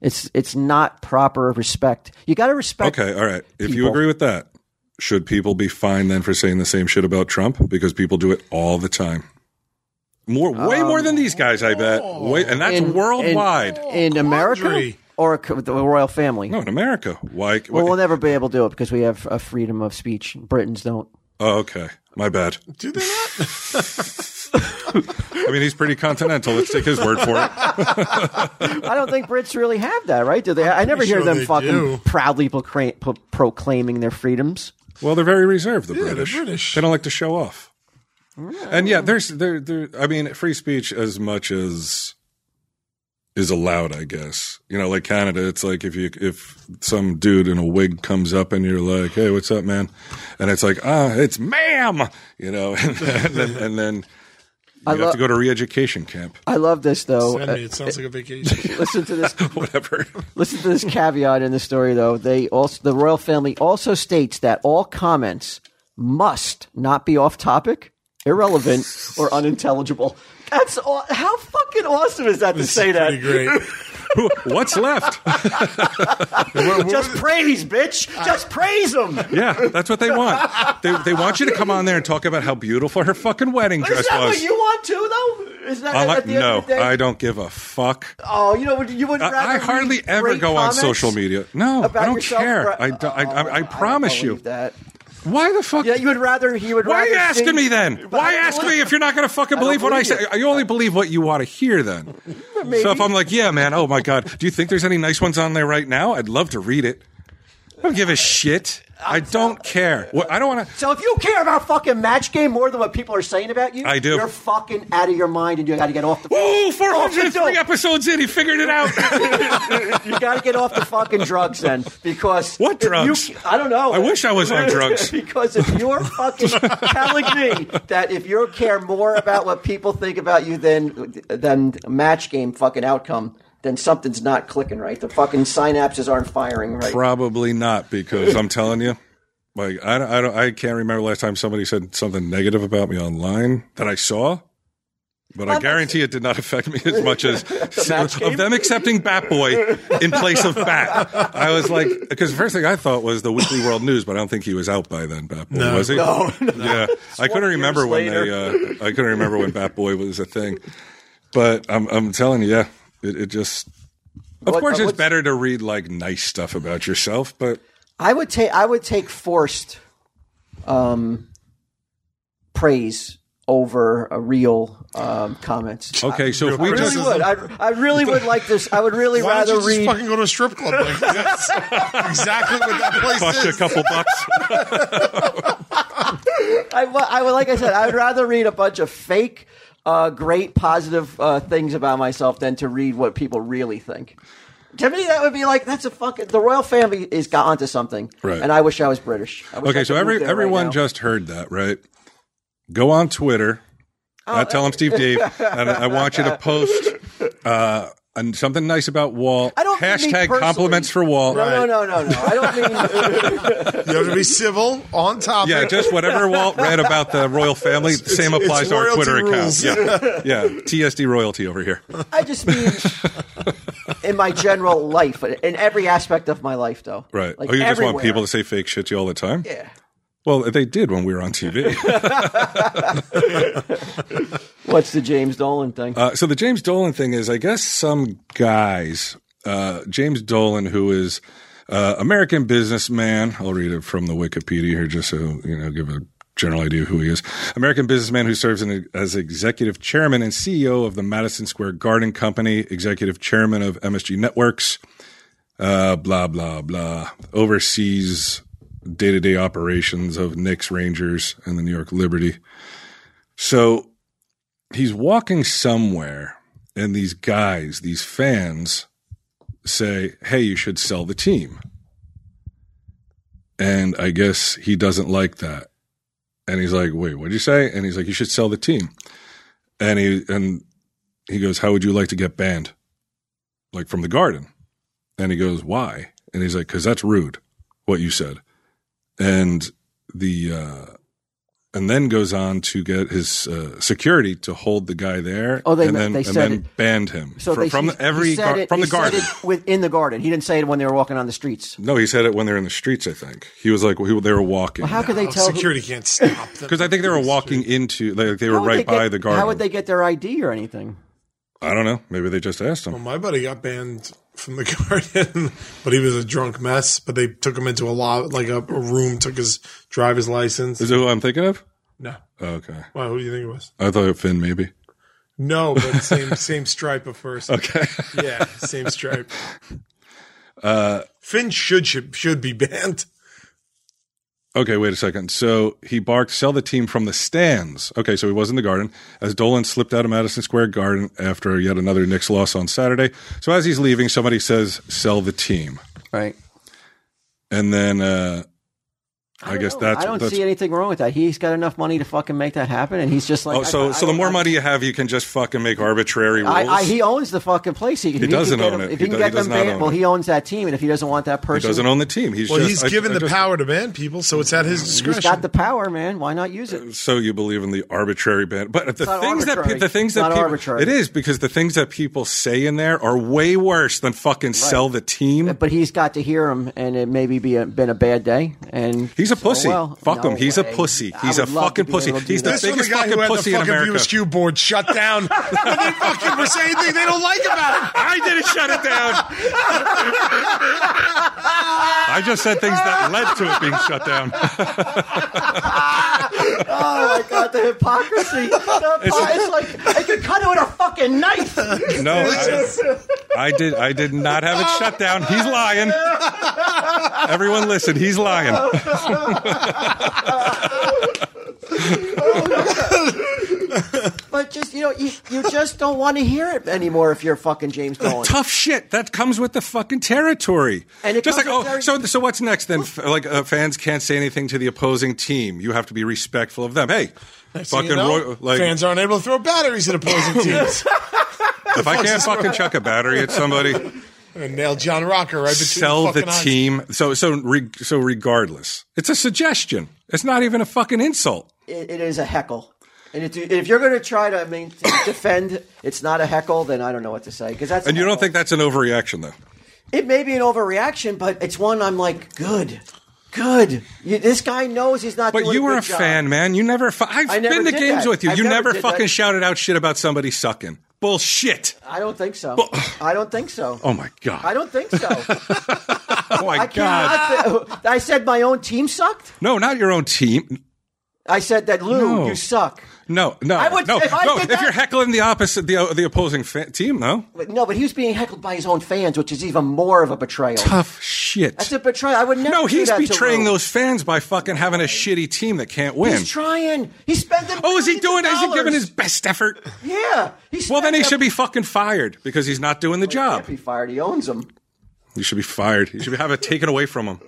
C: it's it's not proper respect. You got to respect.
A: Okay, all right. If you
C: people.
A: agree with that, should people be fined then for saying the same shit about Trump? Because people do it all the time. More, way more than these guys, I bet. Way, and that's
C: In- in-
A: worldwide.
C: in America.
B: Audrey,
C: or a c- with the royal family.
A: No, in America. Why?
C: Well,
A: why-
C: we'll never be able to do it because we have a freedom of speech. Britons don't.
A: oh, okay. My bad.
B: Do they not?
A: I mean, he's pretty continental. Let's take his word for it.
C: I don't think Brits really have that, right? Do they? I never
B: pretty
C: hear
B: sure
C: them
B: they
C: fucking
B: do.
C: proudly proclaim, pro- proclaiming their freedoms.
A: Well, they're very reserved. The
B: they're
A: British.
B: British.
A: They don't like to show off. And yeah, there's there there. I mean, free speech as much as is allowed, I guess. You know, like Canada, it's like if you if some dude in a wig comes up and you're like, "Hey, what's up, man?" and it's like, "Ah, it's ma'am," you know, and then, and then you
C: I
A: have
C: lo-
A: to go to re-education camp,
C: I love this though.
B: Send me. It sounds like a vacation.
C: Uh, listen to this.
A: whatever.
C: Listen to this caveat in the story, though. They also the royal family also states that all comments must not be off topic, irrelevant, or unintelligible. That's all. How fucking awesome is that to say that?
B: Pretty great.
A: What's left?
C: Just praise, bitch. Just praise them.
A: Yeah, that's what they want. They they want you to come on there and talk about how beautiful her fucking wedding dress
C: Is that
A: was.
C: what you want too, though? Is that
A: I like,
C: at the end
A: no,
C: of the day?
A: I don't give a fuck.
C: oh, you know, would- you would.
A: I, I hardly ever go on social media. No, I
C: about
A: don't
C: yourself
A: care.
C: ra-
A: I, do, I,
C: Oh,
A: I, I
C: don't
A: promise you.
C: believe that.
A: Why the fuck?
C: Yeah, you would rather he would.
A: why are
C: rather
A: you asking
C: see-
A: me then?
C: But
A: Why
C: I
A: ask
C: believe-
A: me if you're not going to fucking
C: I don't
A: believe what I
C: believe
A: say? I only believe what you want to hear then. So if I'm like, yeah, man, oh my God, do you think there's any nice ones on there right now? I'd love to read it. I don't give a shit. I don't care. What, I don't want to.
C: So if you care about fucking match game more than what people are saying about you,
A: I do.
C: You're fucking out of your mind, and you got to get off the.
A: Whoa,
C: Oh,
A: 403
C: no.
A: episodes in, he figured it out.
C: you got to get off the fucking drugs then, because
A: What
C: if you-
A: drugs?
C: I don't know.
A: I wish I was on drugs.
C: because if you're fucking telling me that if you care more about what people think about you than than match game fucking outcome, then something's not clicking right. The fucking synapses aren't firing right.
A: Probably not, because I'm telling you, like I don't, I don't, I can't remember last time somebody said something negative about me online that I saw. But I guarantee it did not affect me as much as
C: match game?
A: of them accepting Bat Boy in place of Bat. I was like, because the first thing I thought was the Weekly World News, but I don't think he was out by then. Bat Boy
B: No.
A: was he?
C: No, no.
A: Yeah, I couldn't
C: years
A: remember when they. Uh, I couldn't remember when Bat Boy was a thing. But I'm, I'm telling you, yeah, it, it just. Of
C: What- uh,
A: course, it's
C: what's-
A: better to read like nice stuff about yourself, but
C: I would take I would take forced um, praise over a real um, comments.
A: Okay, so if we
C: I
A: just
C: really would. I, I really would like this. I would really
B: Why don't
C: rather
B: you just
C: read.
B: fucking go to a strip club? Like, that's exactly what that place
A: fucked a
B: is.
A: couple bucks,
C: I, wa- I would, like I said, I would rather read a bunch of fake, uh, great, positive uh, things about myself than to read what people really think. To me, that would be like that's a fucking. The royal family is got onto something,
A: Right.
C: and I wish I was British. I wish I
A: okay, so
C: could move
A: every
C: there right
A: everyone
C: now.
A: just heard that, right? Go on Twitter.
C: Oh,
A: I tell him Steve Dave, and I want you to post uh, and something nice about Walt.
C: I don't mean
A: hashtag
C: personally.
A: compliments for Walt.
C: No, no, no, no, no. I don't mean.
B: You have to be civil, on topic.
A: Yeah, Uh, just whatever Walt read about the royal family, the same
B: it's
A: applies to our
B: royalty
A: Twitter
B: rules.
A: account. Yeah, yeah, TSD royalty over here.
C: I just mean in my general life, in every aspect of my life, though.
A: Right.
C: Like
A: oh, you just want
C: everywhere.
A: people to say fake shit to you all the time?
C: Yeah.
A: Well, they did when we were on TV.
C: What's the James Dolan thing?
A: Uh, so the James Dolan thing is, I guess some guys, uh, James Dolan, who is uh, American businessman. I'll read it from the Wikipedia here, just so you know, give a general idea of who he is. American businessman who serves in, as executive chairman and CEO of the Madison Square Garden Company, executive chairman of MSG Networks. Uh, blah blah blah. Oversees day-to-day operations of Knicks, Rangers, and the New York Liberty. So he's walking somewhere and these guys, these fans say, "Hey, you should sell the team." And I guess he doesn't like that. And he's like, "Wait, what'd you say?" And he's like, "You should sell the team." And he and he goes, "How would you like to get banned?" Like from the garden. And he goes, "Why?" And he's like, "Cuz that's rude what you said." And the uh and then goes on to get his uh, security to hold the guy there.
C: Oh, they
A: and
C: me-
A: then,
C: they
A: and
C: said
A: then
C: it.
A: banned him
C: so
A: fr-
C: they,
A: from
C: he-
A: the, every
C: he said
A: gar-
C: it-
A: from the
C: he said
A: garden.
C: it within the garden. He didn't say it when they were walking on the streets.
A: No, he said it when they were in the streets. I think he was like he, they were walking
C: How could they
B: Oh,
C: tell? who-
B: security can't stop them.
A: because I think they were walking into like they were
C: how would
A: right
C: they
A: by
C: get-
A: the garden.
C: How would they get their ID or anything?
A: I don't know. Maybe they just asked him.
B: My buddy got banned from the garden, but he was a drunk mess. But they took him into a lot, like a, a room, took his driver's license.
A: Is it who I'm thinking of?
B: No,
A: Oh, okay.
B: wow, who do you think it was?
A: I thought it Finn maybe.
B: No, but same same stripe of first.
A: Okay.
B: Yeah, same stripe.
A: Uh,
B: Finn should, should should be banned.
A: Okay, wait a second. So he barked, sell the team from the stands. Okay, so he was in the garden as Dolan slipped out of Madison Square Garden after yet another Knicks loss on Saturday. So as he's leaving, somebody says, sell the team.
C: Right.
A: And then uh, I, guess that's
C: I don't
A: that's,
C: see anything wrong with that. He's got enough money to fucking make that happen, and he's just like.
A: Oh,
C: I-
A: so
C: I-
A: so
C: I-
A: the more
C: I-
A: money you have, you can just fucking make arbitrary rules.
C: I, I, he owns the fucking place. He, if can
A: doesn't
C: get
A: own
C: him-
A: it.
C: If
A: He
C: he can
A: do-
C: get
A: he does
C: them
A: not
C: banned,
A: own
C: well,
A: it.
C: he owns that team, and if he doesn't want that
A: he
C: person,
A: doesn't own the team. He's
B: Well,
A: just,
B: he's
A: I-
B: given
A: I
B: the
A: just-
B: power to ban people, so it's at his
C: he's
B: discretion.
C: got the power, man. Why not use it?
A: so you believe in the arbitrary ban. But the
C: not
A: things that pe-
C: arbitrary.
A: the things
C: It's
A: that
C: not
A: people,
C: arbitrary.
A: it is because the things that people say in there are way worse than fucking sell the team.
C: But he's got to hear him, and it maybe be a, been a bad day. And
A: He's a pussy.
C: well,
A: Fuck
C: no
A: him. He's
C: way.
A: a pussy.
C: I
A: He's a
C: would love to
A: fucking
C: be
A: pussy.
C: able to do
A: He's the
C: that.
B: This
A: biggest
B: was the guy
A: fucking
B: who had the
A: pussy in
B: fucking
A: America.
B: VSQ board shut down. and they fucking were saying things they don't like about it.
A: I didn't shut it down. I just said things that led to it being shut down.
C: Oh my god, the hypocrisy! The hypo- it's like I could cut it with a fucking knife.
A: No, I, I did. I did not have it shut down. He's lying. Everyone, listen. He's lying.
C: But just you know, you, you just don't want to hear it anymore if you're fucking James Dolan.
A: Tough shit that comes with the fucking territory.
C: And it
A: just like
C: comes
A: oh,
C: with terri-
A: so so what's next then? F- Like uh, fans can't say anything to the opposing team. You have to be respectful of them. Hey, fucking
B: You know,
A: Roy, like
B: fans aren't able to throw batteries at opposing teams.
A: if I can't fucking chuck a battery at somebody.
B: and nail John Rocker right between
A: sell the
B: fucking eyes.
A: team. So so re, so regardless, it's a suggestion. It's not even a fucking insult.
C: It, it is a heckle. And it, if you're going to try to I mean, to defend, it's not a heckle. Then I don't know what to say because that's
A: And you don't
C: heckle.
A: think that's an overreaction though?
C: it may be an overreaction, but it's one I'm like, good, good. You, this guy knows he's not.
A: But
C: doing
A: you were
C: good
A: a
C: job.
A: fan, man. You never. Fu- I've
C: I never
A: been to
C: did
A: games
C: that.
A: with you.
C: I
A: you
C: never
A: never,
C: did
A: fucking
C: that.
A: shouted out shit about somebody sucking. Bullshit.
C: I don't think so.
A: Well-
C: I don't think so.
A: Oh my god.
C: I don't think so.
A: oh my
C: I
A: god.
C: cannot. thi- I said my own team sucked.
A: No, not your own team.
C: I said that Lou,
A: No.
C: you suck.
A: No, no,
C: I would-
A: no,
C: if I
A: no.
C: did
A: If
C: that-
A: you're heckling the opposite, the the opposing fa- team, though,
C: But no, but he was being heckled by his own fans, which is even more of a betrayal.
A: tough shit.
C: That's a betrayal. I would never.
A: no,
C: do
A: he's
C: that to
A: betraying
C: Lou.
A: those fans by fucking having a shitty team that can't win.
C: He's trying. He's spending.
A: oh, is he doing?
C: millions of
A: Is he giving
C: dollars.
A: his best effort?
C: Yeah. He's
A: Well, then he should be fucking fired because he's not doing the job.
C: Can't be fired. He owns them.
A: He should be fired. He should have it taken away from him.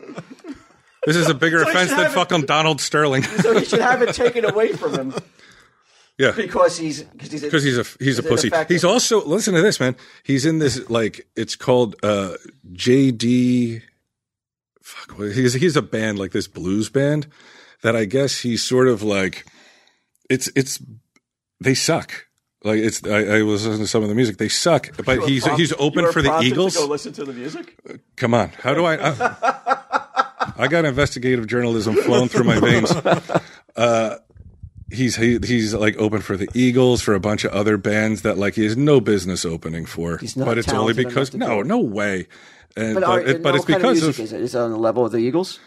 A: This is a bigger
C: he
A: offense
C: should
A: than
C: have it-
A: fucking Donald Sterling.
C: So he should have it taken away from him
A: yeah,
C: because he's because he's
A: because he's a he's a pussy.
C: ineffective.
A: He's also listen to this, man. He's in this like it's called uh JD. Fuck, what- he's he's a band like this blues band that I guess he's sort of like it's it's they suck. Like it's I, I was listening to some of the music. They suck, but he's he's
C: You
A: open
C: were
A: for the
C: prompted to
A: Eagles.
C: go listen to the music.
A: Come on. How do I? I, I got investigative journalism flowing through my veins. Uh, he's he, he's like open for the Eagles for a bunch of other bands that like he has no business opening for.
C: not
A: but it's only
C: talented enough
A: because
C: to do
A: no,
C: it.
A: no way. And, but
C: are-
A: it, but
C: what
A: it's
C: kind
A: because
C: of,
A: of,
C: music is it? Is it on the level of the Eagles?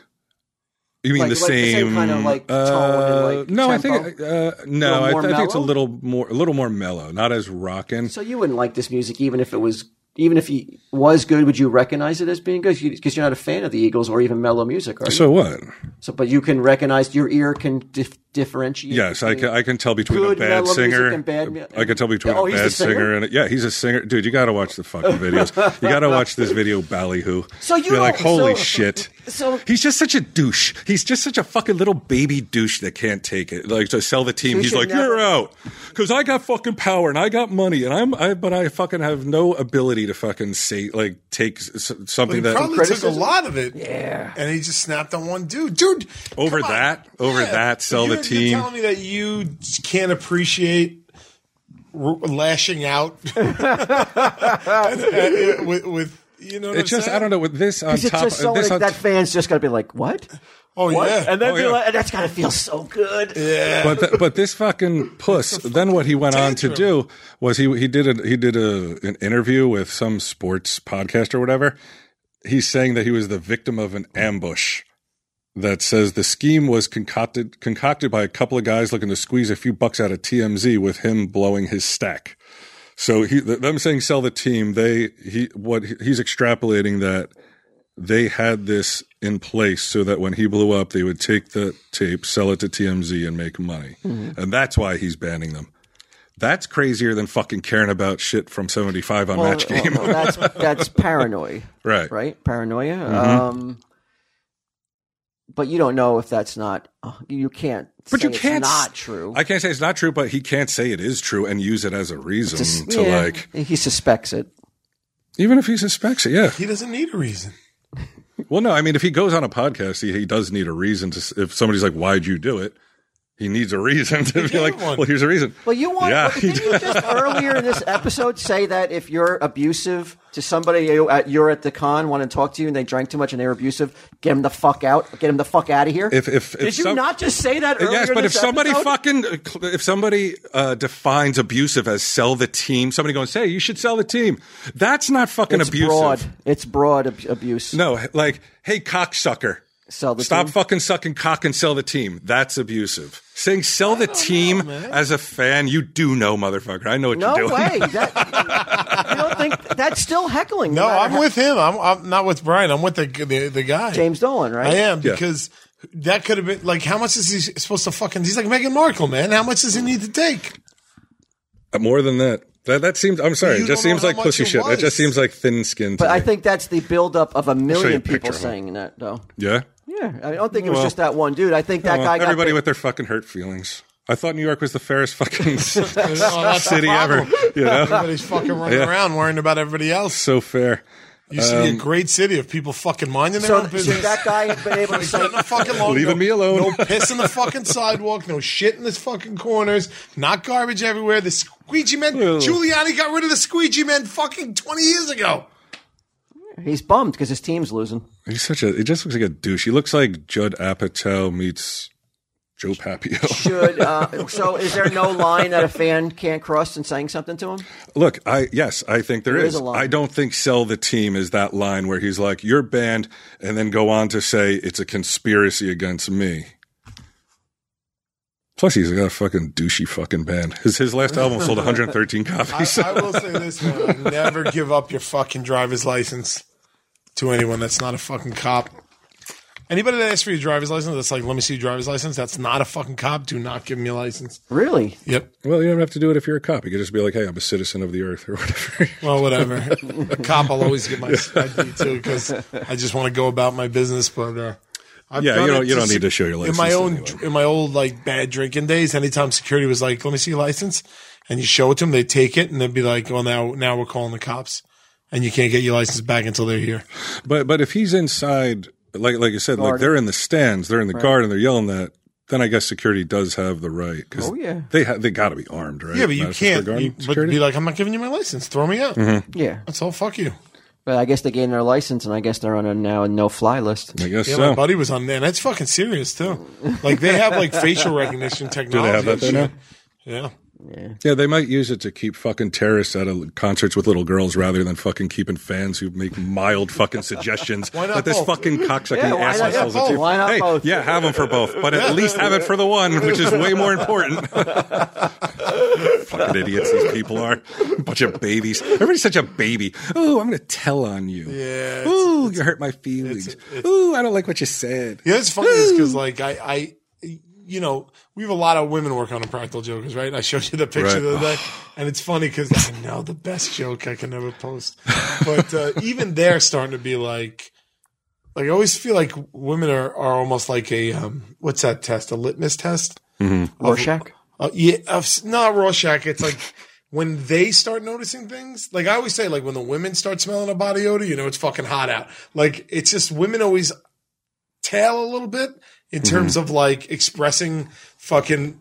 A: you mean
C: like-
A: the,
C: like the
A: same,
C: same kind of, like, tone and, like,
A: no, I think
C: tempo?
A: uh, no, I,
C: more
A: th- I think it's a
C: mellow?
A: little more a little more mellow, not as rocking.
C: So you wouldn't like this music, even if it was, even if he was good. Would you recognize it as being good? Because you're not a fan of the Eagles or even mellow music, are you? So,
A: So what?
C: but you can recognize your ear can dif- differentiate.
A: Yes, I can, I can tell between a
C: good
A: bad
C: mellow music
A: singer.
C: and bad mu-
A: I can tell between
C: Oh,
A: a
C: he's a
A: bad singer?
C: singer?
A: and a, yeah, he's a singer, dude. You got to watch the fucking videos. you got to watch this video Ballyhoo.
C: So you
A: are like,
C: don't-
A: holy
C: so-
A: shit.
C: so-
A: he's just such a douche. He's just such a fucking little baby douche that can't take it. Like to sell the team,
C: You
A: he's
C: should
A: like,
C: never-
A: you're out because I got fucking power and I got money and I'm, I, but I fucking have no ability to fucking say like take s-
B: But he
A: something
B: probably
A: that
B: took
C: criticism?
B: a lot of it.
C: Yeah.
B: And he just snapped on one dude. Dude.
A: Over
B: come on.
A: that? Over that, sell
B: You're-
A: the team.
B: You're telling me that you can't appreciate r- lashing out with, with, you know what
A: it's
B: I'm
A: just
B: saying?
A: I don't know with this on
C: It's
A: top
C: just so
A: this
C: like,
A: on
C: that fan's just gonna be like, what?
B: Oh yeah.
C: And then
A: Oh,
C: be
A: yeah.
C: like, that's gotta feel so good.
A: but th- but this fucking puss. then what he went on to do was he he did a he did a an interview with some sports podcast or whatever. He's saying that he was the victim of an ambush that says the scheme was concocted concocted by a couple of guys looking to squeeze a few bucks out of TMZ with him blowing his stack. So he th- them saying sell the team. They he what he- he's extrapolating that they had this in place so that when he blew up, they would take the tape, sell it to TMZ, and make money.
C: Mm-hmm.
A: And that's why he's banning them. That's crazier than fucking caring about shit from 75 on Match
C: Well,
A: Game.
C: well, that's that's paranoia,
A: right. Mm-hmm.
C: right? Paranoia. Um, but you don't know if that's not. uh, You can't.
A: But
C: say
A: you can't.
C: It's
A: s-
C: not true.
A: I can't say it's not true, but he can't say it is true and use it as a reason to
C: Yeah,
A: like,
C: he suspects it.
A: even if he suspects it. Yeah.
B: He doesn't need a reason.
A: Well, no, I mean, if he goes on a podcast, he, he does need a reason to, s- if somebody's like, why'd you do it? He needs a reason to be
B: gave
A: like,
B: one.
A: well, here's a reason.
C: Well, you want?
A: Yeah,
C: but didn't you just earlier in this episode say that if you're abusive to somebody you at, you're at the con, want to talk to you, and they drank too much and they're abusive, get them the fuck out. Get them the fuck out of here.
A: If, if, if
C: Did you
A: some-
C: not just say that earlier?
A: Yes,
C: in
A: but if
C: this
A: somebody
C: episode?
A: fucking if somebody uh, defines abusive as sell the team, somebody going say you should sell the team. That's not fucking
C: it's
A: abusive.
C: broad. It's broad ab- abuse.
A: No, like hey cocksucker,
C: Sell the
A: stop
C: team.
A: fucking sucking cock and sell the team. That's abusive. Saying sell the team as a fan, you do know, motherfucker. I know what
C: No
A: you're doing.
C: way. That, you don't think that's still heckling?
B: No,
C: matter
B: I'm
C: how-
B: with him. I'm, I'm not with Brian. I'm with the the, the guy.
C: James Dolan, right?
B: I am
A: Yeah.
B: because that could have been like how much is he supposed to fucking? He's like Meghan Markle, man. How much does he need to take?
A: Uh, More than that. That, that seems. I'm sorry.
B: You
A: It just
B: don't know
A: seems
B: how
A: like
B: much
A: pussy
B: it
A: shit. It
B: was.
A: just seems like thin skin.
C: But I think that's the buildup of a
A: you a
C: million people
A: picture of it.
C: saying that, though.
A: yeah.
C: Yeah, I don't think it was
A: Well-
C: just that one dude. I think that
A: Well,
C: guy.
A: everybody
C: got
A: with their fucking hurt feelings. I thought New York was the fairest fucking
B: Oh, that's the
A: city ever.
B: problem.
A: You know.
B: Everybody's fucking running
A: Yeah. Um,
B: around worrying about everybody else.
A: so fair.
B: Used to be a great city of people fucking minding their
C: so,
B: own
C: so
B: business.
C: that guy had been able to say.
B: Get in the fucking lawn,
A: Leaving
B: no-
A: me alone.
B: No piss in the fucking sidewalk. No shit in the fucking corners. Not garbage everywhere. The squeegee men.
A: Ugh.
B: Giuliani got rid of the squeegee men fucking twenty years ago.
C: He's bummed because his team's losing.
A: He's such a. He just looks like a douche. He looks like Judd Apatow meets Joe Papio.
C: Should uh, so? Is there no line that a fan can't cross in saying something to him?
A: Look, I yes, I think
C: There
A: there
C: is
A: is.
C: a line.
A: I don't think sell the team is that line where he's like you're banned, and then go on to say it's a conspiracy against me. Plus, he's got a fucking douchey fucking band. His his last album sold 113
B: I,
A: copies.
B: I will say this, man. Never give up your fucking driver's license to anyone that's not a fucking cop. Anybody that asks for your driver's license, that's like, let me see your driver's license. That's not a fucking cop. Do not give me a license.
C: Really?
B: Yep.
A: well, you don't have to do it if you're a cop. You could just be like, hey, I'm a citizen of the earth or whatever.
B: Well, whatever. a cop, I'll always get my ID too because I just want to go about my business. But uh, I've
A: Yeah,
B: done
A: you don't-
B: it
A: you don't
B: se-
A: need to show your
B: In
A: license
B: my own,
A: anyway.
B: in my old like bad drinking days, anytime security was like, "Let me see your license," and you show it to them, they take it and they'd be like, "Well, now now we're calling the cops." And you can't get your license back until they're here.
A: But but if he's inside, like like you said, like they're in the stands, they're in the garden, they're yelling that. Then I guess security does have the right because
C: Oh, yeah.
A: they ha- they got to be armed, right?
B: Yeah, but you
A: Madison Square
B: can't.
A: Garden
B: You, but
A: security? Mm-hmm.
B: be like, I'm not giving you my license. Throw me out.
C: Yeah.
B: That's all. Fuck you.
C: But I guess they gained their license, and I guess they're on a now no fly list.
A: I guess
B: Yeah,
A: so.
B: my buddy was on there, and that's fucking serious too. Like they have like facial recognition technology.
A: have that
B: and
A: there
B: shit.
A: now?
B: Yeah.
A: yeah, they might use it to keep fucking terrorists out of concerts with little girls rather than fucking keeping fans who make mild fucking suggestions.
B: Why not
A: that this
B: both?
A: fucking cocksucking
C: Yeah, why
A: ass
C: not- yeah,
A: sells
B: both.
A: it to.
C: Why not
A: hey,
C: both?
A: yeah, have them for both, but at least have it for the one, which is way more important. fucking idiots these people are. Bunch of babies. Everybody's such a baby. Oh, I'm going to tell on you.
B: Yeah,
A: Ooh, you hurt my feelings. Ooh, I don't like what you said.
B: Yeah, it's funny because like I, I, you know, we have a lot of women work on Impractical Jokers, right? I showed you the picture
A: Right.
B: the other day, and it's funny because I know the best joke I can ever post, but uh, even they're starting to be like, like I always feel like women are are almost like a um, what's that test? A litmus test?
C: Rorschach.
B: Uh, yeah, uh, s- not Rorschach. It's like when they start noticing things. Like I always say, like when the women start smelling a body odor, you know it's fucking hot out. Like it's just women always tail a little bit in terms of like expressing fucking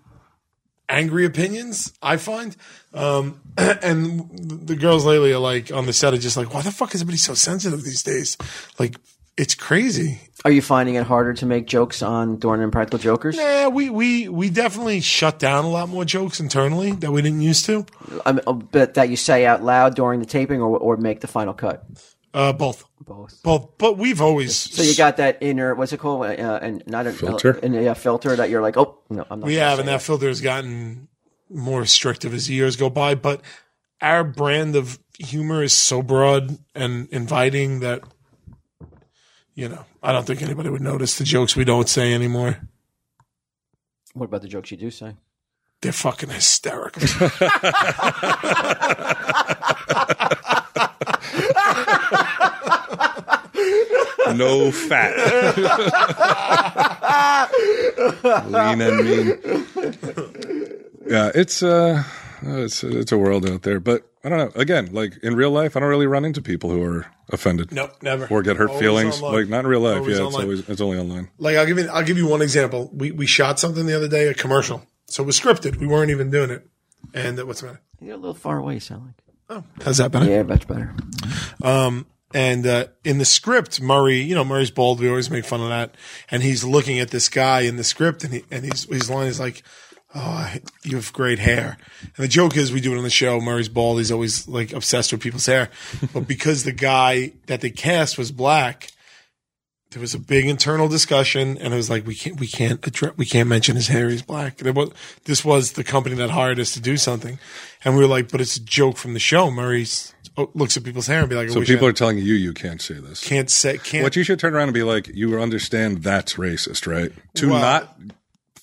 B: angry opinions. I find, um, and the girls lately are like on the set are just like, why the fuck is everybody so sensitive these days? Like it's crazy.
C: Are you finding it harder to make jokes on Dorn and Practical Jokers?
B: Yeah, Eh, we, we we definitely shut down a lot more jokes internally that we didn't used to.
C: I mean, uh, but that you say out loud during the taping, or or make the final cut.
B: Uh, both,
C: Both.
B: both, but we've always
C: So you got that inner what's it called? Uh, and not a uh,
A: Filter?
C: and a filter that you're like, oh no, I'm not.
B: we
C: gonna
B: have,
C: say
B: and
C: it."
B: that filter has gotten more restrictive as the years go by. But our brand of humor is so broad and inviting that you know I don't think anybody would notice the jokes we don't say anymore.
C: What about the jokes you do say?
B: They're fucking hysterical.
A: No fat. Lean and mean. Yeah, it's uh it's it's a world out there, but I don't know. Again, like in real life, I don't really run into people who are offended.
B: nope, never.
A: Or get hurt
B: Always
A: feelings.
B: online.
A: Like not in real life.
B: Always
A: yeah, it's
B: online.
A: always it's only online.
B: Like I'll give you I'll give you one example. We we shot something the other day, a commercial. So it was scripted. We weren't even doing it. And uh, what's the matter?
C: You're a little far away, you sound like.
B: How's that better?
C: Yeah, much better.
B: And uh, in the script, Murray, you know, Murray's bald. We always make fun of that. And he's looking at this guy in the script, and he, and he's his line is like, "Oh, I- you have great hair." And the joke is, we do it on the show. Murray's bald. He's always like obsessed with people's hair, but because the guy that they cast was black, there was a big internal discussion, and it was like, we can't, we can't address, we can't mention his hair. He's black. There was, this was the company that hired us to do something, and we were like, but it's a joke from the show. Murray's oh, looks at people's hair and be like, I
A: So
B: wish I
A: people are telling you you can't say this.
B: can't say can't.
A: What you should turn around and be like, you understand that's racist, right? To
B: Well-
A: not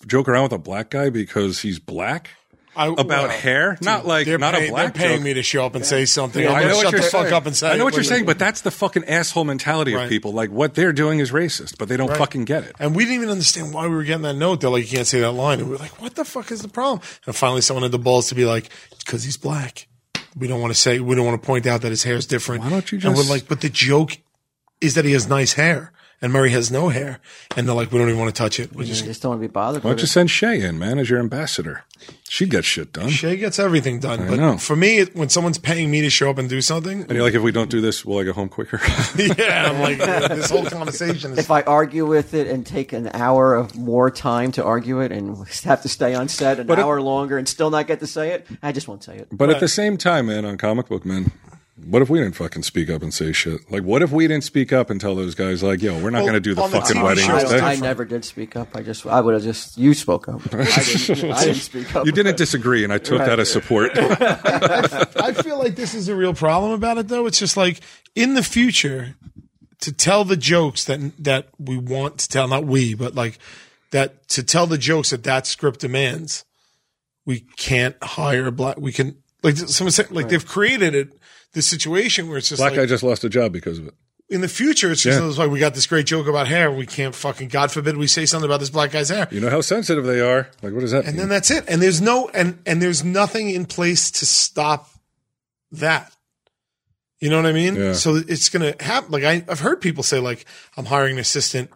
A: joke around with a black guy because he's black
B: I,
A: about
B: well,
A: hair, not like
B: They're
A: not
B: paying,
A: a black
B: they're paying
A: joke.
B: me to show up and say something. I'm
A: I know
B: gonna
A: what
B: shut the
A: you're
B: fuck
A: saying.
B: up and say.
A: I know
B: it
A: what you're
B: with
A: saying,
B: me.
A: but that's the fucking asshole mentality
B: Right.
A: of people. Like what they're doing is racist, but they don't fucking get it.
B: and we didn't even understand why we were getting that note. They're like, you can't say that line, and we were like, what the fuck is the problem? And finally, someone had the balls to be like, because he's black. We don't want to say. We don't want to point out that his hair is different.
A: Why don't you
B: And we're
A: just-
B: like, but the joke is that he has nice hair, and Murray has no hair, and they're like, we don't even want to touch it. We
C: You
B: just
C: just don't want to be bothered.
A: Why
C: with
A: don't you
C: it.
A: send Shay in, man, as your ambassador? She gets shit done.
B: Shay gets everything done, but
A: know.
B: for me, it- when someone's paying me to show up and do something,
A: And you're like, if we don't do this, will I go home quicker?
B: yeah, I'm like, this whole conversation is
C: If I argue with it and take an hour of more time to argue it and have to stay on set an
A: But it-
C: hour longer and still not get to say it, I just won't say it.
A: But at the same time, man, on comic book man, what if we didn't fucking speak up and say shit? Like, what if we didn't speak up and tell those guys, like, yo, we're not
B: Well,
A: going to do the
B: on the
A: fucking
B: TV
A: wedding?
B: show, it's
A: instead?
C: I, I never did speak up. I just I would have just you spoke up. I didn't, I didn't speak up.
A: you didn't disagree, and I took that as support.
B: I feel like this is a real problem about it though. It's just like in the future to tell the jokes that that we want to tell, not we, but like that to tell the jokes that that script demands. We can't hire black. We can like someone said like they've created it this situation where it's just
A: Black
B: like
A: guy just lost a job because of it.
B: in the future it's just
A: Yeah.
B: it's like "Oh, we got this great joke about hair. We can't fucking God forbid we say something about this black guy's hair.
A: You know how sensitive they are. Like, what does that
B: and
A: mean?
B: then that's it and there's no and and there's nothing in place to stop that you know what i mean
A: Yeah.
B: so it's gonna happen like I, i've heard people say like i'm hiring an assistant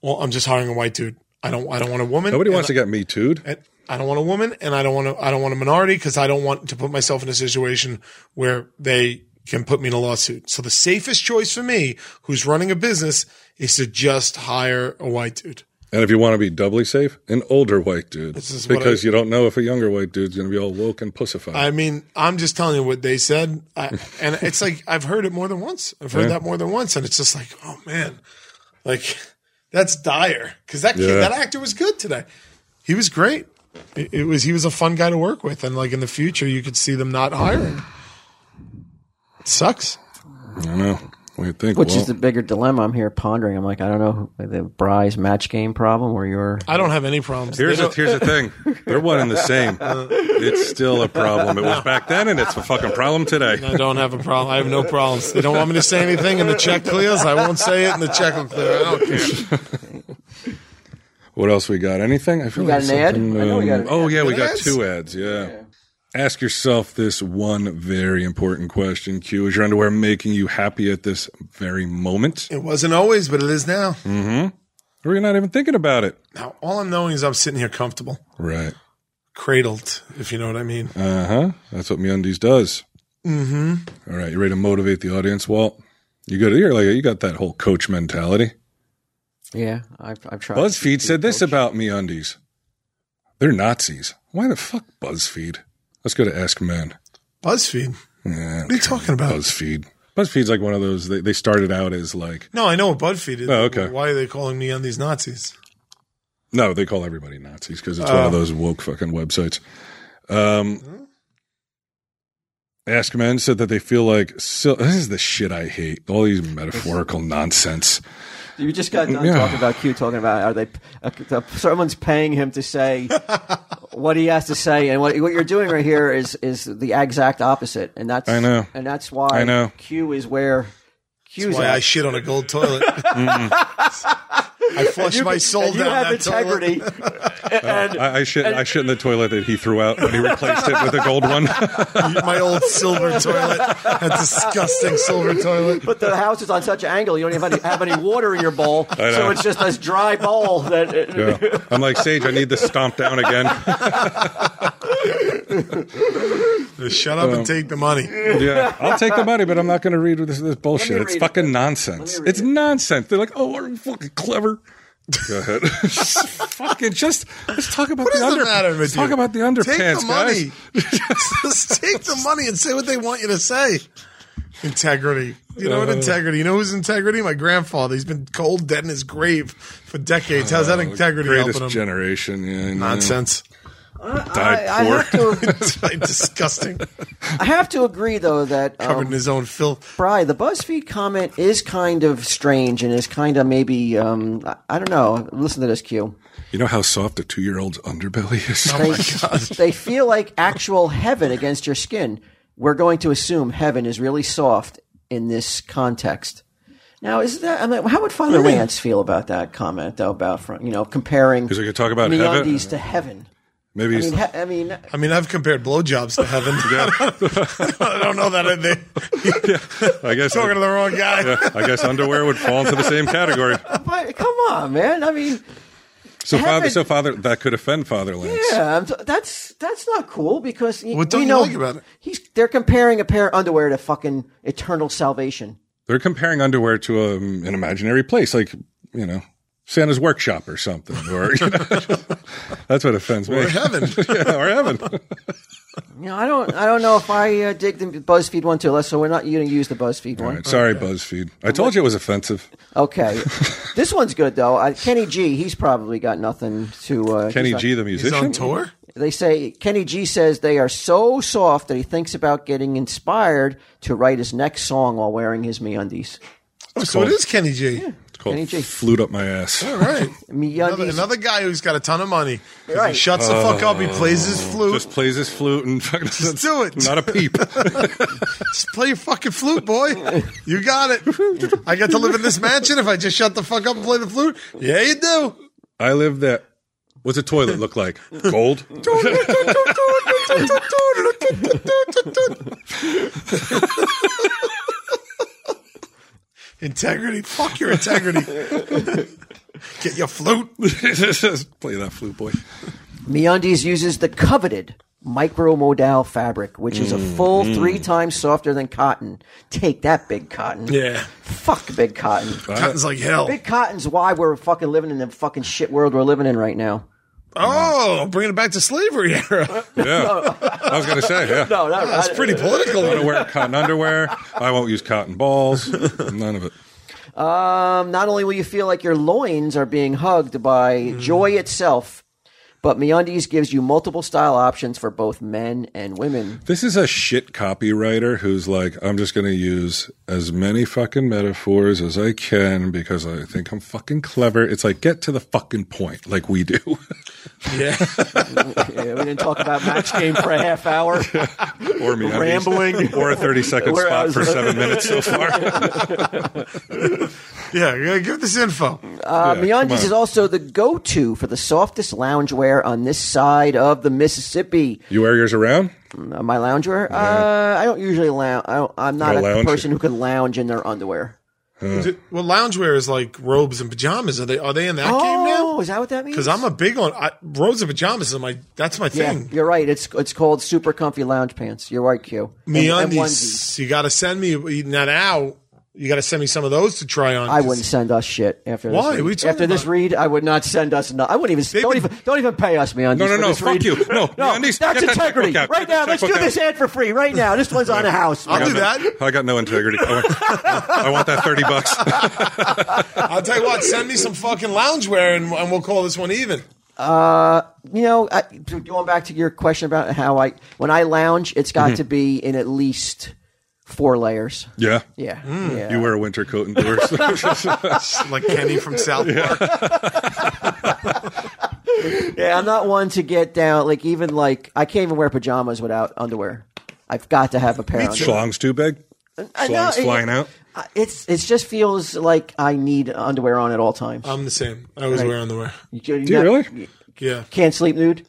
B: well i'm just hiring a white dude i don't i don't want a woman
A: Nobody
B: and
A: wants to get me too'd.
B: and I don't want a woman and I don't want to, I don't want a minority because I don't want to put myself in a situation where they can put me in a lawsuit. So the safest choice for me, who's running a business, is to just hire a white dude.
A: And if you want to be doubly safe, an older white dude.
B: is what
A: because
B: I-
A: you don't know if a younger white dude's going to be all woke and pussified.
B: I mean, I'm just telling you what they said, I, and it's like I've heard it more than once. I've heard that more than once, and it's just like, oh man, like that's dire because that kid,
A: Yeah.
B: that actor was good today. He was great. It, it was he was a fun guy to work with, and like in the future, you could see them not hiring. It sucks.
A: I don't know. What do you think?
C: Which
A: Walt?
C: is the bigger dilemma I'm here pondering. I'm like, I don't know the Bry's match game problem or your
B: I don't have any problems. They
A: Here's the,
B: don't-
A: here's the thing. They're one and the same.
B: Uh,
A: It's still a problem. It was back then, and it's a fucking problem today.
B: I don't have a problem. I have no problems. They don't want me to say anything, and the check clears. I won't say it, and the check will clear. I don't care.
A: What else we got? Anything? I feel
C: We got
A: like
C: an ad?
A: something,
C: I know we got an
A: oh yeah, we got
B: Ads?
A: two ads. Yeah. Ask yourself this one very important question: Q, is your underwear making you happy at this very moment?
B: It wasn't always, but it is now.
A: Or you're not even thinking about it,
B: Now, all I'm knowing is I'm sitting here comfortable,
A: right?
B: cradled, if you know what I mean.
A: Uh huh. That's what MeUndies does. Mm-hmm. All right, you ready to motivate the audience, Walt? You go to you're like you got that whole coach mentality.
C: Yeah, I've, I've tried.
A: BuzzFeed said this
C: Coach.
A: about me undies. They're Nazis. Why the fuck BuzzFeed? Let's go to Ask Men.
B: BuzzFeed.
A: Yeah,
B: What are you talking about?
A: BuzzFeed. BuzzFeed's like one of those. They, they started out as like
B: No, I know what BuzzFeed is.
A: Oh, okay.
B: Why are they calling me on these Nazis?
A: no, they call everybody Nazis because it's one of those woke fucking websites. Um, Ask Men said that they feel like sil- this is the shit I hate. All these metaphorical nonsense.
C: You just got done
A: Yeah.
C: talking about Q talking about are they uh, uh, someone's paying him to say what he has to say, and what, what you're doing right here is is the exact opposite, and that's
A: I know.
C: and that's why
A: I know.
C: Q is where Q's
B: Why
C: at.
B: I shit on a gold toilet. I
A: Mm-hmm.
B: flushed my soul
C: and you
B: down
C: have
B: that toilet.
C: integrity, and
A: I, I shit. I shit in the toilet that he threw out when he replaced it with a gold one.
B: My old silver toilet. That disgusting silver toilet.
C: but the house is on such an angle you don't even have any water in your bowl,
A: know.
C: so it's just this dry bowl that. uh,
A: Yeah. I'm like Sage. I need this stomped down again.
B: Shut
A: Um,
B: up and take the money.
A: Yeah, I'll take the money, but I'm not going to read this, this bullshit.
C: read
A: It's
C: it.
A: fucking nonsense.
C: Let me read
A: It's
C: it.
A: nonsense. They're like, oh, we're fucking clever. Go ahead. fucking just let's talk about
B: What
A: the
B: is
A: under.
B: the matter with
A: let's
B: you?
A: talk about the underpants,
B: Take
A: guys.
B: the money. Just take the money and say what they want you to say. Integrity. You know what
A: Uh.
B: integrity? You know who's integrity? My grandfather. He's been cold dead in his grave for decades. How's that integrity
A: Uh, Greatest
B: helping him?
A: generation. Yeah, you know.
B: Nonsense.
A: Died
C: I, I
A: poor.
C: have to,
B: It's like disgusting.
C: I have to agree though that um,
B: Covered in his own filth.
C: Bry, the BuzzFeed comment is kind of strange and is kind of maybe um, I- I don't know. Listen to this Q.
A: You know how soft a two year old's underbelly is.
C: They, they feel like actual heaven against your skin. We're going to assume heaven is really soft in this context. Now, is that? I mean, how would Father Lance feel about that comment though? About from you know comparing
A: Because we could talk about heaven.
C: meundies to heaven.
A: Maybe
C: I
A: he's
C: mean, he, I mean,
B: I mean, I've compared blowjobs to heaven. I don't know that. I think.
A: I guess.
B: Talking to the wrong guy.
A: yeah, I guess underwear would fall into the same category.
C: but come on, man. I mean,
A: So father,
C: Heaven-
A: so father, that could offend Father Lance.
C: Yeah, I'm t- that's that's not cool because y-
B: What don't
C: we
B: you
C: know
B: like about it?
C: He's they're comparing a pair of underwear to fucking eternal salvation.
A: They're comparing underwear to um, an imaginary place, like you know, Santa's workshop or something, or you know, that's what offends me.
B: Or heaven.
A: yeah, or heaven.
C: You know, I don't I don't know if I uh, dig the BuzzFeed one too less, so we're not going to use the BuzzFeed
A: All
C: one.
A: right, sorry, BuzzFeed. I told you it was offensive.
C: Okay, this one's good though. I, Kenny G, he's probably got nothing to. Uh,
A: Kenny
C: he's not-
A: G, the
B: He's
A: musician,
B: on tour.
C: They say Kenny G says they are so soft that he thinks about getting inspired to write his next song while wearing his meundies.
B: Oh, so it is Kenny G.
A: It's called
C: Kenny G.
A: "Flute Up My Ass."
B: All right. Another,
C: Meundies.
B: another guy who's got a ton of money. 'Cause He
C: Right.
B: shuts the fuck up. He plays his flute.
A: Uh, Just
B: Just,
A: plays his flute and fucking just
B: do it.
A: Not a peep.
B: play your fucking flute, boy. You got it. I get to live in this mansion if I just shut the fuck up and play the flute. Yeah, you do.
A: I live that. What's a toilet look like? Gold.
B: Integrity. Fuck your integrity. Get your flute.
A: Just Play that flute, boy.
C: MeUndies uses the coveted micromodal fabric, which is a full three times softer than cotton. Take that, big cotton.
B: Yeah.
C: Fuck big cotton.
B: Cotton's like hell.
C: Big cotton's why we're fucking living in the fucking shit world we're living in right now.
B: Oh, bringing it back to slavery era.
A: Yeah, I was gonna say. Yeah,
C: No, no,
B: That's pretty political.
A: I don't wear cotton underwear. I won't use cotton balls. None of it.
C: Um, not only will you feel like your loins are being hugged by joy itself, but MeUndies gives you multiple style options for both men and women.
A: This is a shit copywriter who's like, I'm just going to use as many fucking metaphors as I can because I think I'm fucking clever. It's like, get to the fucking point like we do.
B: Yeah.
C: Yeah, we didn't talk about match game for a half hour.
A: or me. I mean,
C: Rambling.
A: Or a 30 second
C: Where
A: spot
C: I was-
A: for seven minutes so far.
B: Yeah. yeah, Give this info.
A: Yeah,
C: Uh,
A: come
C: MeUndies
A: on.
C: is also the go-to for the softest loungewear on this side of the Mississippi.
A: You wear yours around?
C: Uh, my loungewear, uh, I don't usually lounge. I don't, I'm not
A: No
C: a
A: lounge?
C: person who can lounge in their underwear.
B: Well, loungewear is like robes and pajamas. Are they are they in that game now?
C: Oh, is that what that means?
B: Because I'm a big on I, robes and pajamas. Is my that's my
C: yeah,
B: thing.
C: you're right. It's it's called super comfy lounge pants. You're right, Q. And-
B: Me
C: and
B: undies.
C: onesies.
B: You got to send me now. now, You got to send me some of those to try on.
C: I
B: 'cause
C: wouldn't send us shit after
B: Why?
C: this.
B: We
C: read.
B: talking
C: After this
B: about-
C: read, I would not send us. No, I wouldn't even. Don't
B: been-
C: even. Don't even pay us, man.
A: No, no, no. Fuck you. No, MeUndies,
C: that's
A: get that
C: integrity.
A: checkbook out.
C: Right
A: Get
C: now,
A: that
C: let's do
A: checkbook
C: this
A: out.
C: ad for free. Right now, this one's on a house.
B: I'll do that.
A: I got no integrity. I want, I want that thirty bucks.
B: I'll tell you what. Send me some fucking loungewear, and, and we'll call this one even.
C: you know, I, to- going back to your question about how I when I lounge, it's
A: Mm-hmm.
C: got to be in at least four layers.
A: yeah.
C: Yeah, yeah.
A: Mm. You wear a winter coat indoors.
B: Like Kenny from South Park.
C: yeah, I'm not one to get down. Like even like I can't even wear pajamas without underwear. I've got to have a pair. of underwear.
A: Schlong's too big.
C: I know,
A: Schlong's flying out.
C: I- It's it just feels like I need underwear on at all times.
B: I'm the same. I always wear underwear.
C: do you
A: Um, Do you really?
B: Yeah.
C: Can't sleep nude.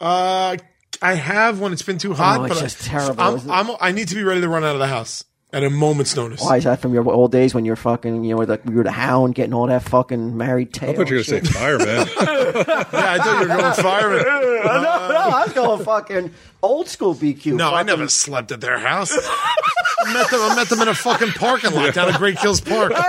B: Uh, I have when it's been too hot,
C: Oh, it's
B: but I-
C: just terrible,
B: I'm,
C: isn't it?
B: I'm, I need to be ready to run out of the house at a moment's notice.
C: Why is that from your old days when you're fucking, you know, like we were the hound getting all that fucking married tail?
A: I thought you were
C: and
A: going to
C: shit.
A: say fireman.
B: Yeah, I thought you were going fireman.
C: no, no, I was going fucking old school BQ.
B: No, I
C: fucking-
B: never slept at their house. I met them. I met them in a fucking parking lot down at Great Kills Park.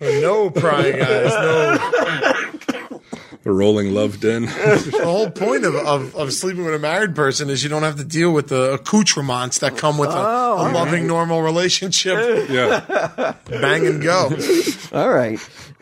B: no prying eyes. No.
A: a rolling love den.
B: The whole point of, of, of sleeping with a married person is you don't have to deal with the accoutrements that come with a, a loving, normal relationship.
A: yeah.
B: Bang and go.
C: All right.